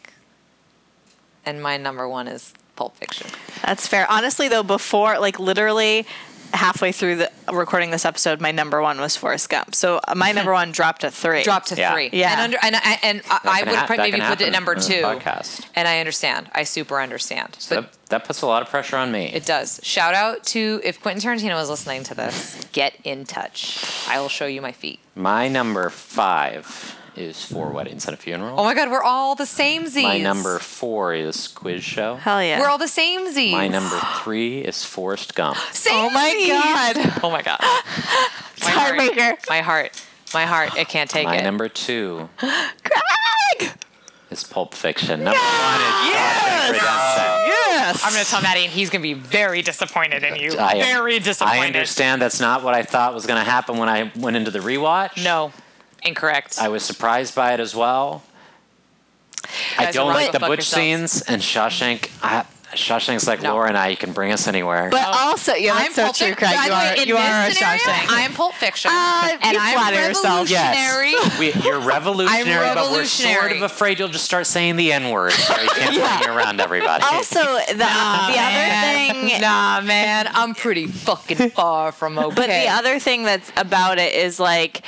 F: And my number one is Pulp Fiction.
G: That's fair. Honestly, though, before like literally halfway through the recording this episode, my number one was Forrest Gump. So uh, my number one dropped to three.
F: Dropped to
H: Yeah.
F: three.
G: Yeah.
F: And, under, and, I- and I, I
H: can
F: would
H: hap- that
F: probably
H: can
F: maybe put it
H: happen
F: at number
H: in a
F: two.
H: podcast.
F: And I understand. I super understand.
H: So
F: But
H: that, that puts a lot of pressure on me.
F: it does. Shout out to if Quentin Tarantino is listening to this, get in touch. I will show you my feet.
H: My number five is Four Weddings and a Funeral.
F: Oh my God, we're all the same Z's.
H: my number four is Quiz Show.
G: Hell yeah.
F: We're all the same Z's.
H: My number three is Forrest Gump.
F: Same
G: oh my
F: Zs.
G: god.
F: Oh my God. My heart.
G: Heartbreaker.
F: My heart. My heart. It can't take
H: My
F: it.
H: number two
G: Craig.
H: is Pulp Fiction. Number one is Redemption.
G: Yes.
J: I'm going to tell Maddie, and he's going to be very disappointed in you.
H: I am-
J: very disappointed.
H: I understand that's not what I thought was going to happen when I went into the rewatch.
J: No, incorrect.
H: I was surprised by it as well. I
F: Guys,
H: don't
F: wrong,
H: like the
F: go fuck
H: butch
F: yourselves.
H: scenes and Shawshank. I, Shawshank's like Laura and I. You can bring us anywhere.
G: but also, yeah, that's so
F: Pulp
G: true,
F: Fic-
G: Craig.
F: by
G: You
F: the way,
G: are,
F: in
G: you
F: this
G: are a
F: scenario,
G: Shawshank.
F: I'm Pulp Fiction,
G: Uh,
F: and
G: you flatter
F: I'm
G: yourself. Yes.
F: revolutionary.
H: we, you're revolutionary, but we're sort
F: revolutionary.
H: of afraid you'll just start saying the N word, so you can't bring me around everybody.
G: Also, the, the other thing
F: Nah, man, I'm pretty fucking far from okay.
G: But the other thing that's about it is like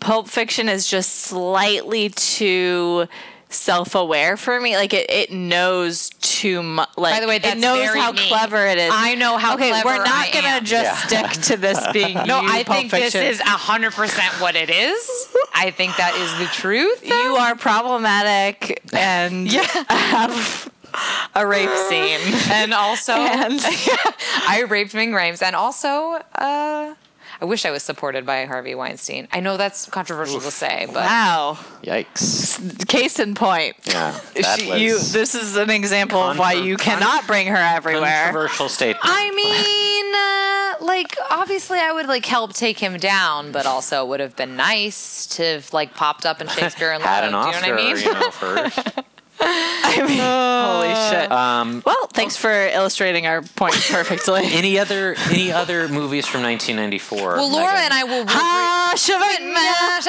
G: Pulp Fiction is just slightly too self-aware for me. Like it, it knows too much. Like
F: By the way, that's
G: it knows
F: very
G: how
F: me.
G: clever it is.
F: I know how
G: okay,
F: clever
G: we're not
F: I
G: gonna
F: am.
G: just stick to this being
J: no,
G: you,
J: I
G: Pulp
J: think
G: Fiction.
J: this is 100% what it is.
F: I think that is the truth.
G: you are problematic and have a rape scene.
F: and also,
G: And
F: I raped Ming Rhymes, and also, uh, I wish I was supported by Harvey Weinstein. I know that's controversial to say, but
G: wow,
H: Yikes!
G: case in point.
H: Yeah, that
G: She-
H: was
G: you, this is an example of why
H: Contro-
G: you cannot bring her everywhere.
H: controversial statement.
F: I mean, uh, like obviously, I would like help take him down, but also it would have been nice to have like popped up in Shakespeare and
H: had an
F: Lotto,
H: Oscar,
F: Do you know what I mean?
H: you know, first.
G: I mean, holy shit.
H: Um,
G: well, thanks for illustrating our point perfectly.
H: any other any other movies from 1994?
F: Well, Laura
H: Megan?
F: and I will.
G: Ah,
F: Shavana,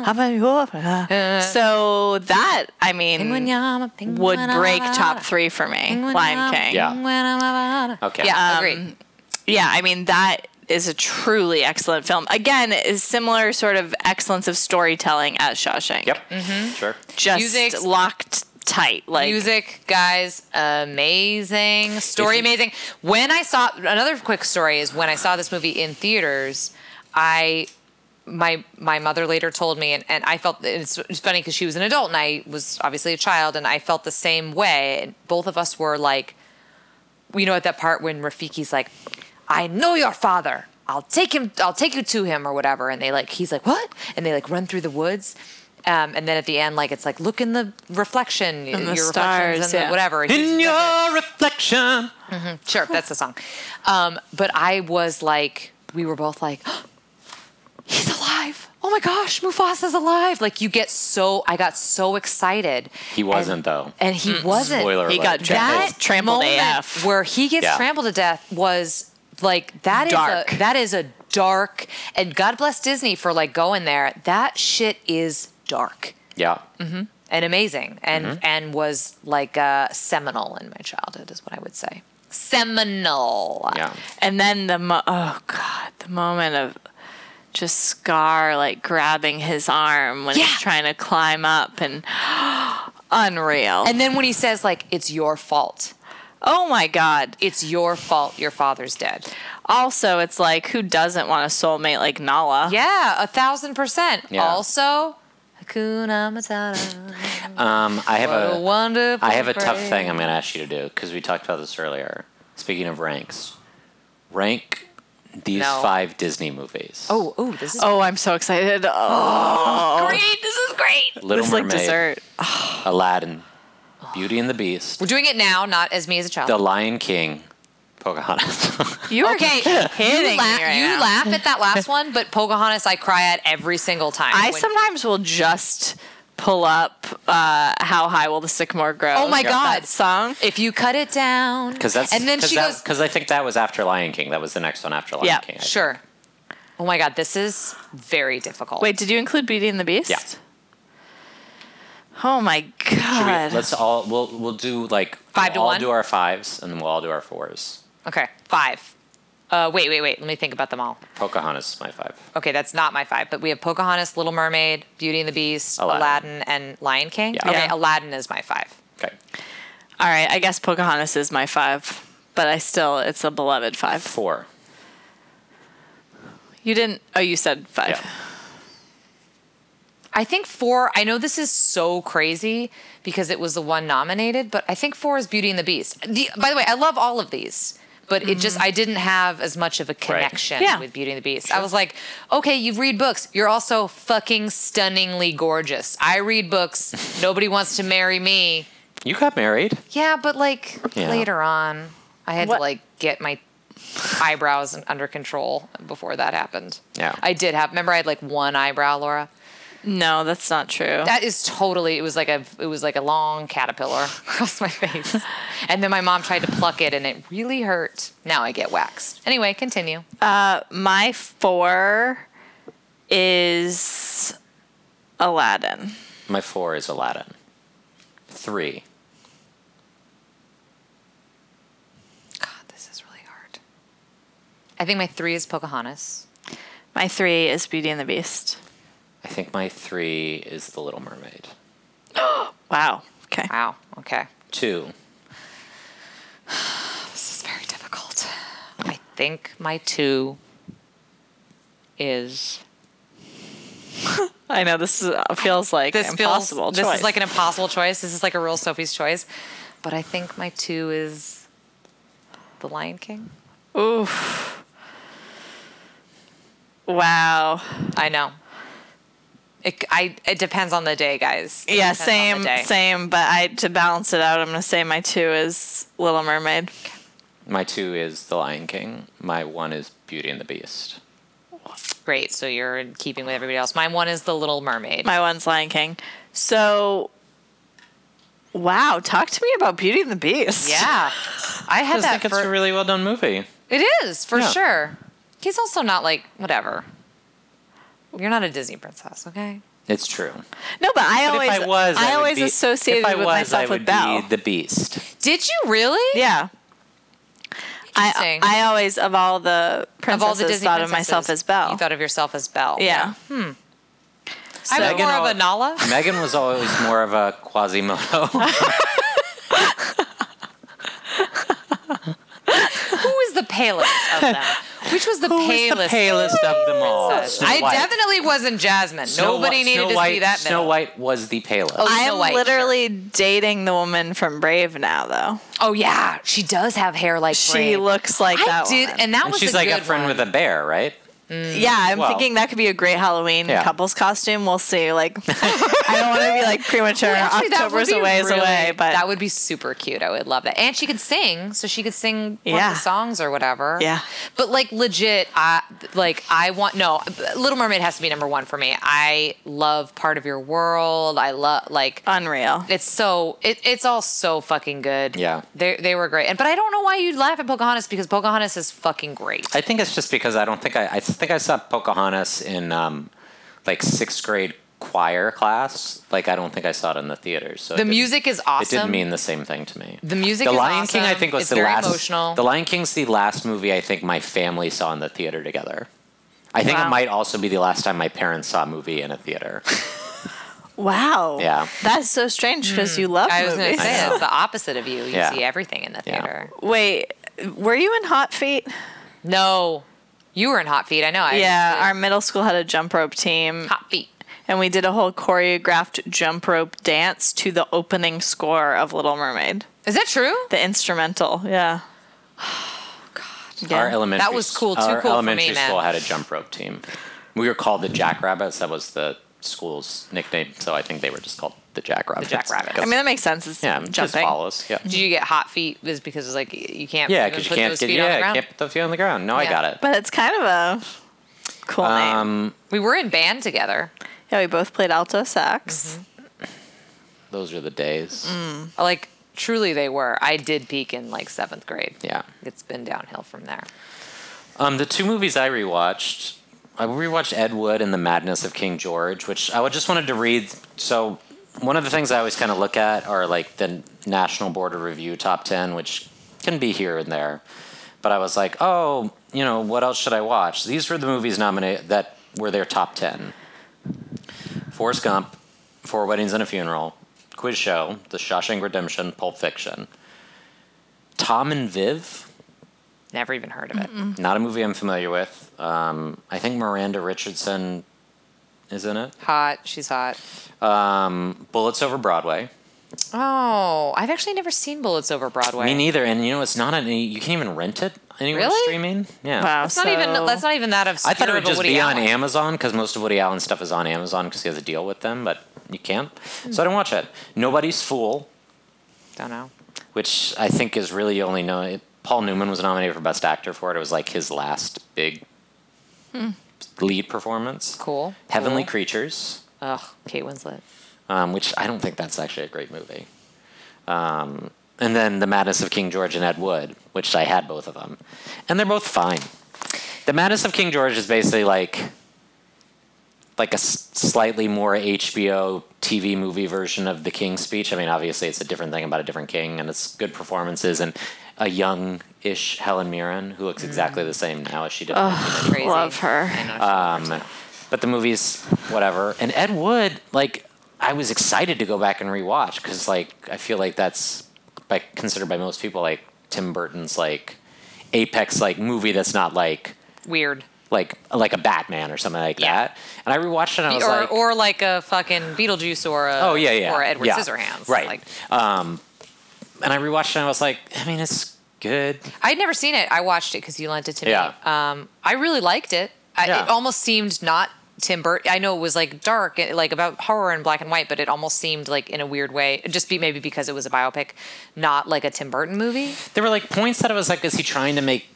F: Shavana, Shavana, oh,
G: So that, I mean, would break top three for me. Lion King.
H: Yeah.
F: Yeah.
H: Okay.
F: Yeah,
G: Um,
F: agree.
G: Yeah, I mean, that is a truly excellent film. Again, is similar sort of excellence of storytelling as Shawshank.
H: Yep.
F: Mm-hmm.
H: Sure.
G: Just
F: Music-
G: locked tight. Like,
F: Music, guys, amazing. Story,
H: you-
F: amazing. When I saw another quick story is when I saw this movie in theaters, I my my mother later told me, and, and I felt it's, it's funny because she was an adult and I was obviously a child, and I felt the same way. And both of us were like, you know, at that part when Rafiki's like, "I know your father. I'll take him. I'll take you to him, or whatever." And they like, he's like, "What?" And they like run through the woods. Um, and then at the end, like it's like look in the reflection,
G: the
F: your
G: stars,
F: reflections, and
G: yeah.
F: the whatever. And he's-
H: In your reflection.
F: Sure, that's the song. Um, but I was like, we were both like, he's alive. Oh my gosh, Mufasa's alive. Like you get so, I got so excited.
H: He wasn't though.
F: And he wasn't.
H: Spoiler
G: He
H: alert.
G: got
F: That
G: trampled, trampled
F: moment
G: AF.
F: where he gets
H: Yeah.
F: trampled to death was like that is
G: Dark.
F: a that is a dark and God bless Disney for like going there. That shit is dark
H: Yeah.
F: and amazing and
H: Mm-hmm.
F: and was like uh, seminal in my childhood is what I would say. Seminal.
H: Yeah.
G: And then the mo- oh god, the moment of just Scar like grabbing his arm when
F: Yeah.
G: he's trying to climb up and unreal.
F: And then when he says like it's your fault.
G: oh my god.
F: It's your fault your father's dead.
G: Also, it's like who doesn't want a soulmate like Nala?
F: Yeah, a thousand percent.
H: Yeah.
F: Also, Hakuna Matata.
H: Um, I have
F: What a
H: a
F: wonderful
H: I have a tough
F: phrase.
H: thing I'm going to ask you to do because we talked about this earlier. Speaking of ranks, rank these
F: No.
H: five Disney movies.
F: Oh, oh, this is.
G: Oh, I'm so excited. Oh,
K: Great. This is great.
H: Little
G: it's like
H: Mermaid,
G: dessert.
H: Aladdin,
F: Oh.
H: Beauty and the Beast,
F: We're doing it now, not as me as a child.
H: The Lion King, Pocahontas.
G: You are
F: okay,
G: kidding
F: you,
G: me
F: la-
G: right
F: you
G: now.
F: laugh at that last one, but Pocahontas I cry at every single time.
G: I
F: When-
G: sometimes will just pull up uh, "How High Will the Sycamore Grow."
F: Oh my
G: that
F: God.
G: song!
F: if you cut it down,
H: Because that's
F: and then she goes,
H: because I think that was after Lion King. That was the next one after Lion
G: Yeah,
H: King. I think.
F: sure. Oh my God, this is very difficult.
G: Wait, did you include Beauty and the Beast?
H: Yeah.
G: Oh my
H: Should we-
G: god!
H: let's all we'll we'll do like
F: Five to
H: we'll all
F: one?
H: do our fives and then we'll all do our fours.
F: okay, five. Uh, wait, wait, wait. Let me think about them all.
H: Pocahontas is my five.
F: Okay, that's not my five, but we have Pocahontas, Little Mermaid, Beauty and the Beast,
H: Aladdin.
F: Aladdin, and Lion King.
H: Yeah.
F: Okay,
G: Yeah.
F: Aladdin is my five.
H: Okay,
G: all right, I guess Pocahontas is my five, but I still it's a beloved five.
H: four.
G: You didn't? Oh, you said five.
H: Yeah.
F: I think four, I know this is so crazy because it was the one nominated, but I think four is Beauty and the Beast. The, by the way, I love all of these, but it just, I didn't have as much of a connection
G: Yeah.
F: with Beauty and the Beast. I was like, okay, you read books. You're also fucking stunningly gorgeous. I read books. Nobody wants to marry me.
H: You got married.
F: Yeah, but like
H: Yeah.
F: later on, I had
G: What-
F: to like get my eyebrows under control before that happened.
H: Yeah.
F: I did have, remember I had like one eyebrow, Laura?
G: No, that's not true.
F: That is totally. It was like a. It was like a long caterpillar across my face, and then my mom tried to pluck it, and it really hurt. Now I get waxed. Anyway, continue.
G: my four is Aladdin.
H: My four is Aladdin. Three.
F: God, this is really hard. I think my three is Pocahontas.
G: My three is Beauty and the Beast.
H: I think my three is The Little Mermaid.
G: Wow. Okay.
F: Wow. Okay.
H: Two.
F: This is very difficult. I think my two is.
G: I know this is, feels like
F: This
G: impossible
F: feels. This
G: choice.
F: is like an impossible choice. This is like a real Sophie's choice, but I think my two is. The Lion King.
G: Oof. Wow.
F: I know. It, I, it depends on the day, guys. It
G: Yeah,
F: depends on the
G: same,
F: day.
G: same. But I to balance it out, I'm gonna say my two is Little Mermaid.
H: My two is The Lion King. My one is Beauty and the Beast.
F: Great. So you're in keeping with everybody else. Mine one is The Little Mermaid.
G: My one's Lion King. So, wow. Talk to me about Beauty and the Beast.
F: yeah. I
H: I
F: had
H: just
F: that
H: think it's
F: for.
H: a really well done movie.
F: it is, for
H: Yeah.
F: sure. He's also not like, whatever. You're not a Disney princess, okay?
H: It's true.
G: No, but I
H: But
G: always,
H: if I was, I, would
G: always
H: be-
G: associated
H: if I
G: with
H: was,
G: myself
H: I would
G: with Belle.
H: Be the Beast.
F: Did you really?
G: yeah. I,
F: Interesting.
G: I always of all the princesses
F: Of all the Disney
G: thought
F: princesses,
G: of myself as Belle.
F: You thought of yourself as Belle.
G: yeah.
F: I was
H: Megan
F: more of
H: al-
F: a Nala.
H: Megan was always more of a Quasimodo.
F: Who was the palest of them? Which was the palest?
H: the palest of them all. Snow
F: I
H: White.
F: definitely wasn't Jasmine.
H: Snow Whi-
F: Nobody needed
H: Snow
F: to
H: White,
F: see that.
H: Snow
F: middle.
H: White was the palest.
F: Oh,
G: I
F: Snow
G: am
F: White,
G: literally dating the woman from Brave now, though.
F: Oh yeah, she does have hair like
G: She
F: Brave.
G: looks like
F: I
G: that
F: did,
G: woman.
F: and that
H: and
F: was
H: she's
F: a
H: like
F: good
H: a friend
F: one.
H: with a bear, right?
G: yeah, I'm
H: Wow.
G: thinking that could be a great Halloween
H: Yeah.
G: couples costume. We'll see. Like, I don't want to be like premature.
F: Actually, that would
G: October's
F: be
G: a ways
F: really-
G: away, but
F: that would be super cute. I would love that. And she could sing, so she could sing one
G: Yeah.
F: of the songs or whatever.
G: Yeah.
F: But like legit, I like I want no. Little Mermaid has to be number one for me. I love part of your world. I love like
G: unreal.
F: It's so it, it's all so fucking good.
H: Yeah.
F: they they were great. And but I don't know why you'd laugh at Pocahontas because Pocahontas is fucking great.
H: I think it's just because I don't think I, I think I saw Pocahontas in um, like sixth grade choir class. Like I don't think I saw it in the theaters. So it
F: the
H: didn't-
F: music is
H: It
F: awesome.
H: didn't mean the same thing to me.
F: The music
H: The
F: is
H: Lion King, I
F: awesome.
H: think, was
F: It's
H: the
F: very
H: last.
F: emotional.
H: The Lion King's the last movie I think my family saw in the theater together. I think it
G: Wow.
H: might also be the last time my parents saw a movie in a theater.
G: Wow.
H: Yeah.
G: That's so strange because you love
F: Mm. I was going
G: movies.
F: to say
H: know.
F: it's the opposite of you. You
H: Yeah.
F: see everything in the
H: Yeah.
F: theater.
G: Wait, were you in Hot Feet?
F: No, you were in Hot Feet. I know. I
G: yeah, our middle school had a jump rope team,
F: Hot Feet.
G: and we did a whole choreographed jump rope dance to the opening score of Little Mermaid.
F: Is that true?
G: The instrumental, yeah.
F: Yeah.
H: Our elementary
F: That was cool, too
H: Our
F: cool for me,
H: elementary
F: man.
H: school had a jump rope team. We were called the Jackrabbits. That was the school's nickname. So I think they were just called the Jackrabbits.
L: Jackrabbits.
H: because-
G: I mean, that makes sense. It's
H: yeah,
G: jumping.
H: just follows. Yeah.
F: Did you get hot feet? Was because it's like you can't.
H: Yeah,
F: even
H: because you
F: put
H: can't
F: those
H: get
F: feet on the
H: yeah,
F: ground.
H: can't put the feet on the ground. No, I
F: Yeah.
H: got it.
G: But it's kind of a cool name.
H: Um,
F: We were in band together.
G: Yeah, we both played alto
F: Mm-hmm.
G: sax.
H: those are the days.
F: Mm. Like truly, they were. I did peak in like seventh grade.
H: Yeah.
F: It's been downhill from there.
H: Um, the two movies I rewatched, I rewatched Ed Wood and The Madness of King George, which I would- just wanted to read. So, one of the things I always kind of look at are like the National Board of Review top 10, which can be here and there. But I was like, oh, you know, what else should I watch? These were the movies nominated that were their top 10 Forrest Gump, Four Weddings and a Funeral, Quiz Show, The Shawshank Redemption, Pulp Fiction, Tom and Viv.
F: Never even heard of it.
H: Not a movie I'm familiar with. Um, I think Miranda Richardson is in it.
F: Hot. She's hot.
H: Um, Bullets Over Broadway.
F: Oh, I've actually never seen Bullets Over Broadway.
H: Me neither. And you know, it's not any. You can't even rent it anywhere
F: Really?
H: streaming. Yeah.
G: Wow.
F: That's not even.
G: so-
F: That's not even that obscure.
H: I thought it would
F: of a
H: just
F: Woody
H: be
F: Allen.
H: on Amazon because most of Woody Allen stuff is on Amazon because he has a deal with them, but you can't. So I don't watch it. Nobody's Fool,
F: Don't know.
H: which I think is really only known. Paul Newman was nominated for Best Actor for it. It was like his last big lead performance.
F: Hmm. Cool.
H: Heavenly
F: Cool.
H: Creatures.
F: Ugh. Kate Winslet.
H: um, which I don't think that's actually a great movie. Um, and then The Madness of King George and Ed Wood, which I had both of them, and they're both fine. The Madness of King George is basically like like a s- slightly more HBO TV movie version of The King's Speech. I mean, obviously it's a different thing about a different king, and it's good performances and a young-ish Helen Mirren who looks exactly the same now as she did. in
F: Crazy.
G: Love her.
H: um, but the movies, whatever. And Ed Wood, like, I was excited to go back and rewatch because, like, I feel like that's by, considered by most people like Tim Burton's like apex like movie that's not like
F: Weird.
H: like like a Batman or something like that. And I rewatched it and I was
F: or,
H: like,
F: or like a fucking Beetlejuice or a
H: oh yeah, yeah,
F: or Edward
H: yeah.
F: Scissorhands.
H: right?
F: Like
H: um, and I rewatched it and I was like, I mean, it's good.
F: I'd never seen it. I watched it because you lent it to
H: Yeah.
F: me. Um, I really liked it. I,
H: Yeah.
F: It almost seemed not Tim Burton. I know it was like dark, and, like about horror and black and white, but it almost seemed like in a weird way, just be maybe because it was a biopic, not like a Tim Burton movie.
H: there were like points that I was like, is he trying to make?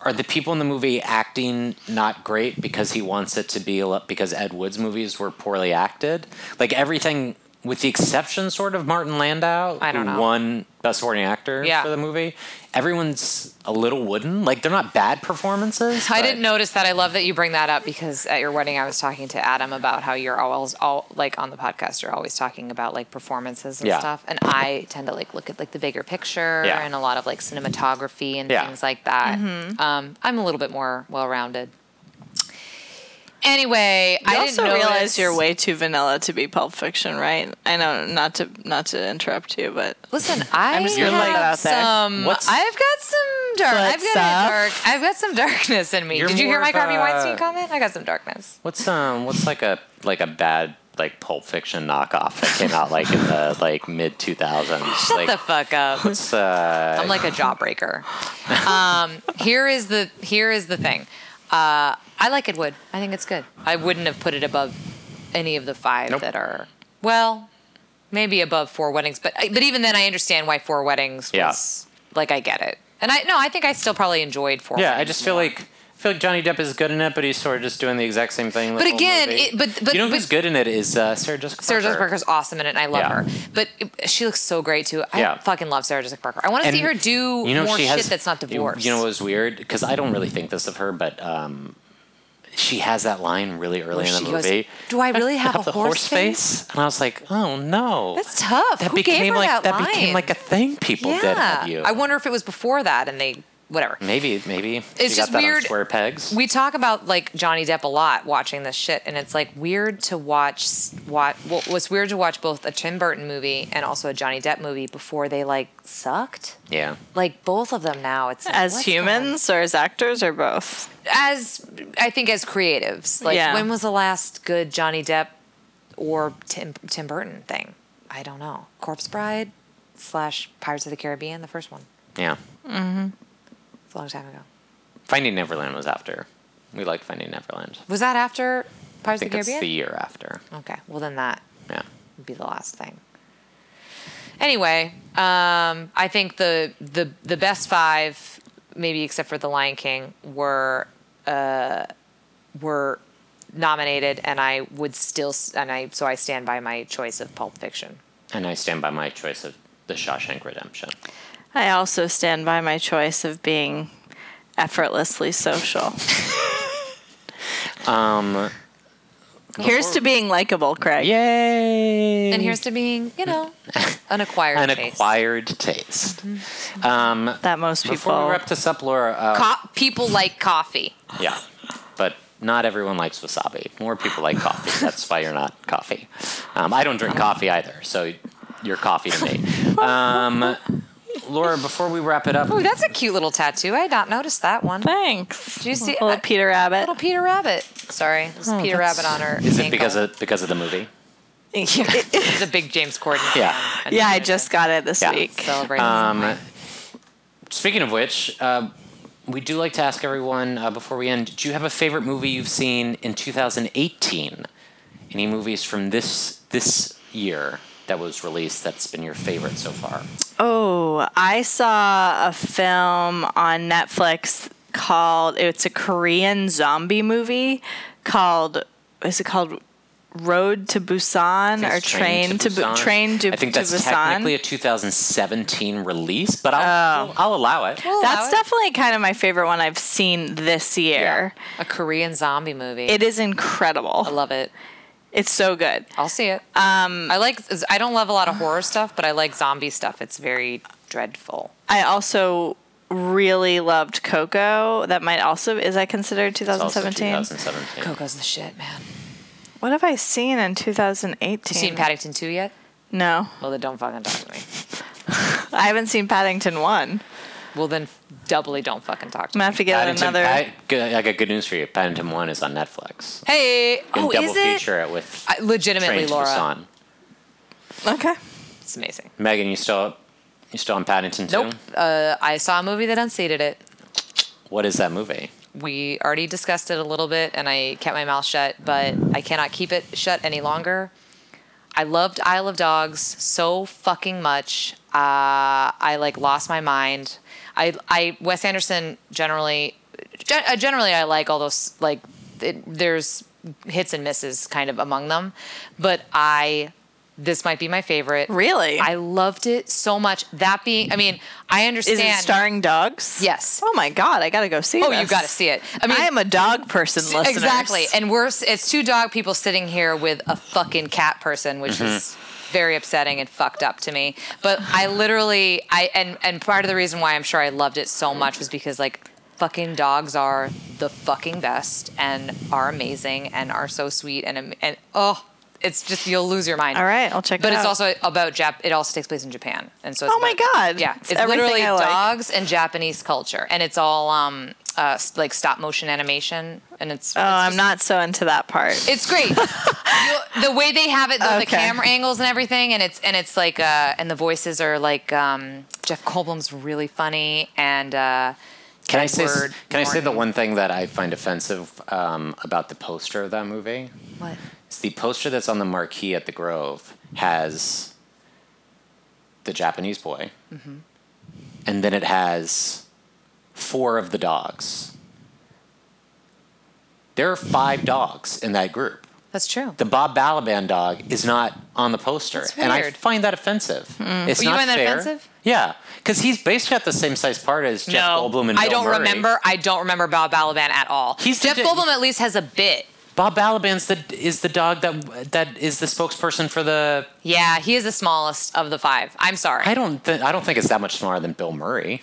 H: Are the people in the movie acting not great because he wants it to be a lot- because Ed Wood's movies were poorly acted? Like everything, with the exception sort of Martin Landau,
F: I don't
H: who
F: know.
H: won Best Supporting Actor
F: Yeah.
H: for the movie. Everyone's a little wooden. Like they're not bad performances.
F: I
H: but-
F: didn't notice that. I love that you bring that up because at your wedding, I was talking to Adam about how you're always all like on the podcast, you're always talking about like performances and
H: Yeah.
F: stuff. And I tend to like look at like the bigger picture
H: Yeah.
F: and a lot of like cinematography and
H: Yeah.
F: things like that. Um, I'm a little bit more well rounded. Anyway,
G: I
F: I
G: also
F: didn't
G: realize you're
F: notice-
G: way too vanilla to be Pulp Fiction, right? I know not to not to interrupt you, but
F: Listen, I
G: just gonna
F: have
G: lay that out there.
F: some.
H: What's-
F: I've got some dark.
G: But
F: I've got
G: stuff.
F: a dark. I've got some darkness in me.
H: You're
F: Did you hear my
H: more of a-
F: Harvey Weinstein comment? I got some darkness.
H: What's um? What's like a like a bad like Pulp Fiction knockoff that came out like in the like mid two thousands?
F: Shut
H: Like
F: the fuck up.
H: what's uh?
F: I'm like a jawbreaker. um, here is the here is the thing. Uh, I like it wood. I think it's good. I wouldn't have put it above any of the five
H: Nope.
F: that are well, maybe above four weddings. But I- but even then, I understand why four weddings
H: Yeah.
F: was like I get it. And I no, I think I still probably enjoyed four.
H: Yeah, I
F: Weddings
H: just feel
F: more.
H: like I feel like Johnny Depp is good in it, but he's sort of just doing the exact same thing. the
F: But
H: whole
F: again,
H: movie.
F: it- but- but-
H: you know
F: but-
H: who's good in it is uh, Sarah Jessica
F: Sarah
H: Parker.
F: Jessica Parker's awesome in it, and I love
H: Yeah.
F: her. But it- she looks so great too. I
H: Yeah.
F: fucking love Sarah Jessica Parker. I want to
H: And
F: see her do
H: you know,
F: more
H: she
F: shit
H: has,
F: that's not
H: you-
F: divorce.
H: You, know what was weird? Because I don't really think this of her, but um, she has that line really early
F: Where
H: in the
F: she goes,
H: movie.
F: "Do I really have a
H: the
F: horse
H: horse face? And I was like, oh no.
F: That's tough.
H: That
F: Who gave
H: became
F: her
H: like
F: that line?
H: became like a thing people did at you. Mm.
F: I wonder if it was before that and they whatever.
H: Maybe maybe
F: just
H: it's got that on
F: weird-
H: square pegs.
F: We talk about like Johnny Depp a lot watching this shit, and it's like weird to watch. What well, was weird to watch both a Tim Burton movie and also a Johnny Depp movie before they like sucked.
H: yeah.
F: Like both of them now, it's like,
G: as
F: what's
G: humans or as actors or both.
F: going- as I think as creatives. Like
G: Yeah.
F: when was the last good Johnny Depp or Tim Tim Burton thing? I don't know. Corpse Bride slash Pirates of the Caribbean, the first one.
H: Yeah.
F: It's a long time ago.
H: Finding Neverland was after. We liked Finding Neverland.
F: Was that after
H: I
F: Pirates of
H: think
F: the
H: it's
F: Caribbean?
H: the year after.
F: okay, well then that
H: Yeah.
F: would be the last thing. Anyway, um, I think the the the best five, maybe except for the Lion King, were uh, were nominated, and I would still s- and I so I stand by my choice of Pulp Fiction.
H: And I stand by my choice of The Shawshank Redemption.
G: I also stand by my choice of being effortlessly social.
H: Um,
G: Here's to being likable, Craig.
H: yay!
F: And here's to being, you know, an acquired
H: Mm-hmm. an
F: taste.
H: acquired taste. Um,
G: That most
H: Mm-hmm. before
G: people.
H: we wrap this up, Laura, uh,
F: Co- people like coffee.
H: Yeah, but not everyone likes wasabi. More people like coffee. That's why you're not coffee. Um, I don't drink coffee either, so you're coffee to me. Um, Laura, before we wrap it up,
F: Oh, that's a cute little tattoo. I had not noticed that one.
G: Thanks.
F: Did you see
G: Little Peter Rabbit.
F: Little Peter Rabbit. Oh, Sorry, it was Peter Rabbit on her.
H: is it
F: ankle.
H: because of because of the movie?
F: He's a big James Corden fan.
H: Yeah.
F: and
G: yeah, I
F: wanted to
G: just got it this
H: Yeah.
G: week.
F: celebrate.
H: Um, speaking of which, uh, we do like to ask everyone uh, before we end: Do you have a favorite movie you've seen in 2018? Any movies from this this year that was released that's been your favorite so far?
G: Oh, I saw a film on Netflix called it's a Korean zombie movie called is it called Road to Busan or
H: It's
G: Train to, Bu-
H: Busan.
G: Train to,
H: I think
G: to
H: that's
G: Busan?
H: technically a 2017 release, but I'll,
G: Oh.
H: I'll, I'll allow it.
G: That's definitely kind of my favorite one I've seen this year.
F: a Korean zombie movie.
G: It is incredible.
F: I love it.
G: It's so good.
F: I'll see it. Um, I like. I don't love a lot of horror stuff, but I like zombie stuff. It's very dreadful.
G: I also really loved Coco. That might also is that considered
H: It's also
G: 2017?
H: 2017.
F: Coco's Oh, the shit, man.
G: What have I seen in
F: You
G: 2018?
F: seen Paddington two yet?
G: no,
F: Well, then don't fucking talk to me.
G: I haven't seen Paddington one.
F: Well, then doubly don't fucking talk
G: I'm
F: to me.
G: gonna have to get
H: Paddington,
G: another.
H: I, good- I got good news for you. Paddington 1 is on Netflix.
F: Hey,
H: You
F: oh,
H: can
F: is
H: double
F: it?
H: feature it with
F: I, legitimately,
H: Train to
F: Laura,
H: Busan.
G: okay.
F: it's amazing.
H: Megan, you still you still on Paddington 2?
F: Nope. Uh, I saw a movie that unseated it.
H: What is that movie?
F: We already discussed it a little bit, and I kept my mouth shut, but I cannot keep it shut any longer. I loved Isle of Dogs so fucking much. Uh, I like lost my mind. I, I Wes Anderson generally, gen- uh, generally I like all those like it, there's hits and misses kind of among them, but I this might be my favorite.
G: Really?
F: I loved it so much. That being, I mean, I understand.
G: Is it starring dogs?
F: Yes.
G: Oh my god, I gotta go see.
F: Oh,
G: this.
F: you got to see it. I
G: I,
F: mean,
G: am a dog person, listeners.
F: exactly. And we're s- it's two dog people sitting here with a fucking cat person, which is very upsetting and fucked up to me. But I literally, I and and part of the reason why I'm sure I loved it so much was because like fucking dogs are the fucking best and are amazing and are so sweet and am- and oh. It's just you'll lose your mind.
G: All right, I'll check it
F: But it's
G: out.
F: also about Jap. It also takes place in Japan, and so it's
G: Oh my
F: about-
G: God.
F: yeah,
G: It's
F: it's
G: everything
F: literally
G: I like.
F: dogs and Japanese culture, and it's all um uh s- like stop motion animation, and it's
G: Oh, I'm not so into that part.
F: it's great. You- the way they have it, though, the
G: Okay.
F: camera angles and everything, and it's and it's like uh, and the voices are like um, Jeff Goldblum's really funny, and uh,
H: Can I say s-
F: Edward
H: Can I say the
F: Norton.
H: one thing that I find offensive um, about the poster of that movie?
F: what?
H: It's the poster that's on the marquee at the Grove has the Japanese boy, and then it has four of the dogs. There are five dogs in that group.
F: That's true.
H: The Bob Balaban dog is not on the poster,
F: That's
H: and I
F: weird.
H: find that offensive. It's
F: Oh, you
H: not
F: find that
H: fair.
F: offensive?
H: Yeah, because he's basically got the same size part as Jeff Goldblum and
F: I
H: Bill
F: don't
H: Murray.
F: remember. I don't remember Bob Balaban at all.
H: He's the
F: Jeff
H: di-
F: Goldblum at least has a bit.
H: Bob Balaban's the is the dog that that is the spokesperson for the
F: Yeah, he is the smallest of the five. I'm sorry.
H: I don't. Th- I don't think it's that much smarter than Bill Murray.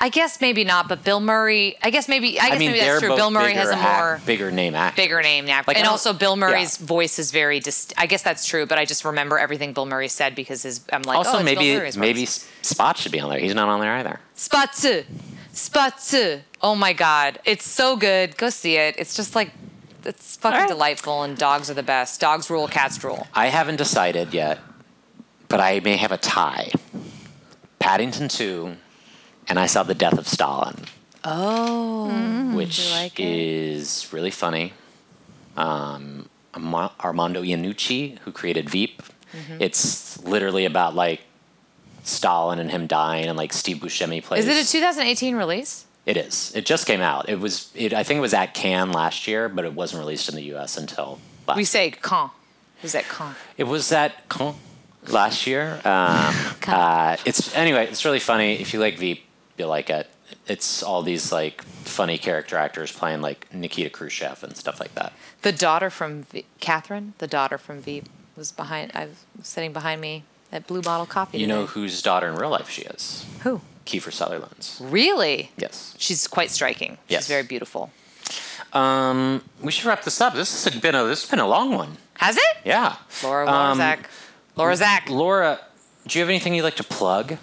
F: I guess maybe not, but Bill Murray. I guess maybe. I guess
H: I mean,
F: maybe
H: they're
F: that's true.
H: both
F: Bill Murray
H: bigger
F: has a
H: act-
F: more
H: bigger name act.
F: bigger name now,
H: Like, I
F: and
H: don't-
F: also Bill Murray's
H: yeah.
F: voice is very. Dis- I guess that's true, but I just remember everything Bill Murray said because his. I'm like,
H: Also,
F: oh, it's Bill
H: maybe
F: Murray's voice.
H: maybe S- Spot should be on there. He's not on there either.
F: Spatsu, Spatsu. Oh my God, it's so good. Go see it. It's just like. It's fucking
G: right.
F: delightful, and dogs are the best. Dogs rule, cats rule.
H: I haven't decided yet, but I may have a tie. Paddington Two, and I saw the Death of Stalin.
F: Oh.
H: which is really funny. Um, Arma- Armando Iannucci, who created Veep,
F: Mm-hmm.
H: it's literally about like Stalin and him dying, and like Steve Buscemi plays.
F: Is it a 2018 release?
H: It is. It just came out. It was. It, I think it was at Cannes last year, but it wasn't released in the U.S. until last.
F: We say con. Is that con?
H: It was at Cannes last year. Um, uh, it's anyway. It's really funny. If you like Veep, you'll like it. It's all these like funny character actors playing like Nikita Khrushchev and stuff like that.
F: The daughter from v- Catherine, the daughter from Veep, was behind. I was sitting behind me at Blue Bottle Coffee.
H: You know
F: today.
H: whose daughter in real life she is?
F: who?
H: Kiefer Sutherland's.
F: Really?
H: Yes.
F: She's quite striking.
H: Yes.
F: She's very beautiful.
H: Um, we should wrap this up. This has been a this has been a long one.
F: Has it?
H: Yeah. Um,
F: Laura Warzak. Laura Zach.
H: Laura, do you have anything you'd like to plug?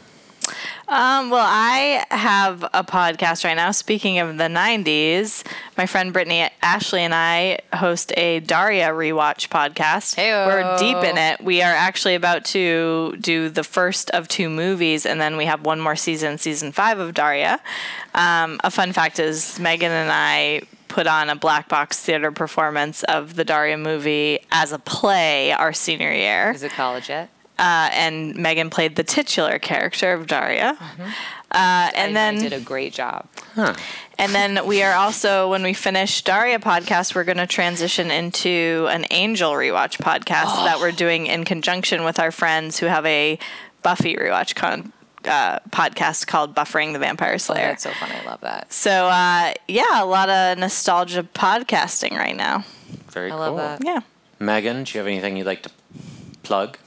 G: Um, well, I have a podcast right now. Speaking of the 90s, my friend Brittany Ashley and I host a Daria rewatch podcast.
F: Heyo.
G: We're deep in it. We are actually about to do the first of two movies, and then we have one more season, season five of Daria. Um, a fun fact is Megan and I put on a black box theater performance of the Daria movie as a play our senior year
F: Is it college yet?
G: uh, and Megan played the titular character of Daria. Uh, and
F: Mm-hmm. I did
G: then,
F: a great job.
G: and then we are also when we finish Daria podcast, we're going to transition into an Angel rewatch podcast
F: Oh.
G: that we're doing in conjunction with our friends who have a Buffy rewatch con- uh, podcast called Buffering the Vampire
F: Oh,
G: Slayer.
F: that's so fun. I love that.
G: so uh, yeah, a lot of nostalgia podcasting right now.
H: Very
F: I
H: cool.
F: love that.
G: Yeah.
H: Megan, do you have anything you'd like to plug?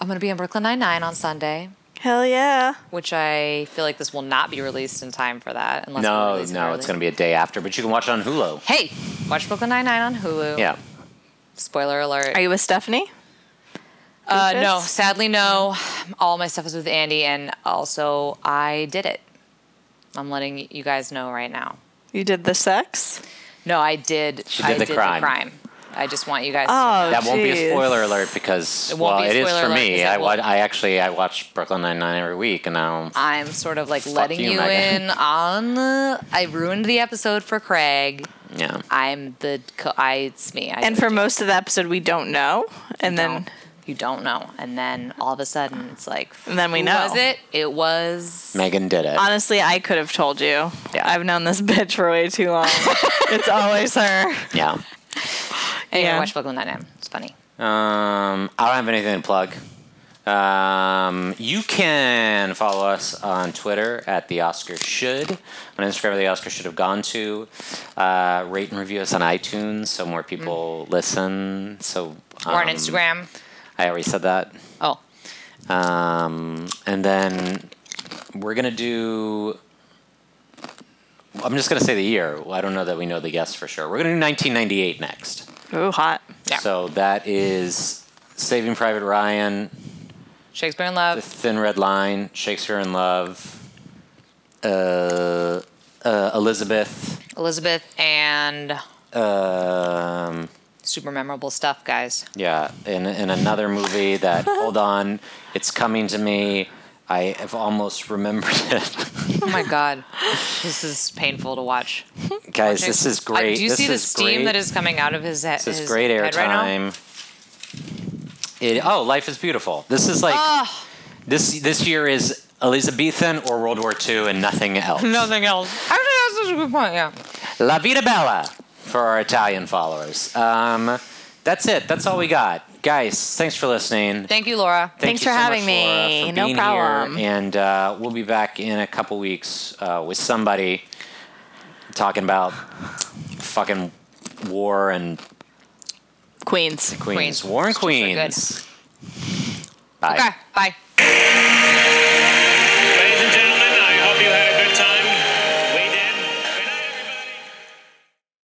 F: I'm going to be in Brooklyn Nine-Nine on Sunday,
G: Hell yeah.
F: which I feel like this will not be released in time for that. Unless
H: No, no, it's going to be a day after, but you can watch it on Hulu.
F: to be. Hey, watch Brooklyn Nine-Nine on Hulu.
H: Yeah.
F: Spoiler alert.
G: Are you with Stephanie?
F: Uh, no,
G: Rufus?
F: sadly, no. All my stuff is with Andy, and also I did it. I'm letting you guys know right now.
G: You did the sex.
F: No, I did.
H: She
F: I
H: did the crime.
F: I just want you guys.
G: Oh,
F: to know.
H: That won't be a
G: Jeez.
H: spoiler alert because
F: It won't
H: well,
F: be a
H: it is
F: spoiler
H: for
F: alert
H: me.
F: because I
H: I, wa-
F: will-
H: I actually I watch Brooklyn Nine Nine every week, and now
F: I'm sort of like letting
H: you,
F: you,
H: Megan.
F: in on the. I ruined the episode for Craig.
H: yeah.
F: I'm the. Co- I it's me. I
G: And for most of the episode, we don't know, and then
F: don't- you don't know, and then all of a sudden it's like.
G: and then we
F: who
G: know.
F: Was it? It was.
H: Megan did
F: Uh,
H: it.
G: Honestly, I could have told you. I've known this bitch for way too long. it's always her.
H: yeah.
F: Anyway,
G: Yeah.
F: watch Brooklyn Nine-Nine. It's funny.
H: Um, I don't have anything to plug. Um, you can follow us on Twitter at the Oscar Should, on Instagram at the Oscar Should Have Gone To. Uh, rate and review us on iTunes so more people listen. So
F: Or on
H: um,
F: Instagram.
H: I already said that.
F: Oh,
H: Um, and then we're gonna do. I'm just gonna say the year. I don't know that we know the guest for sure. We're gonna do 1998 next.
G: Ooh, hot.
H: So that is Saving Private Ryan,
F: Shakespeare in
H: The
F: Love.
H: Thin Red Line, Shakespeare in Love, uh, uh, Elizabeth,
F: Elizabeth and
H: um,
F: super memorable stuff, guys.
H: yeah, in, in another movie that, hold on, it's coming to me. I have almost remembered it.
F: Oh my god, this is painful to watch.
H: Guys, this is
F: I-
H: great.
F: do you
H: this
F: see the
H: is
F: steam
H: great.
F: that is coming out of his head?
H: This
F: his
H: is great
F: head right now?
H: airtime. it oh, life is beautiful. This is like this. This year is Elizabethan or World War II and nothing else.
F: Nothing else. Actually, that's such a good point. Yeah.
H: La Vita Bella for our Italian followers. Um, that's it. That's all we got, guys. Thanks for listening.
F: Thank you, Laura.
H: Thank
G: Thanks
H: you
G: for
H: so
G: having
H: much, Laura,
G: me.
H: for
G: No
H: being
G: problem.
H: Here. And uh, we'll be back in a couple weeks uh, with somebody talking about fucking war and
G: Queens.
H: Queens.
F: Queens.
H: War and
F: Those two are good.
H: Queens. Bye.
F: Okay. Bye.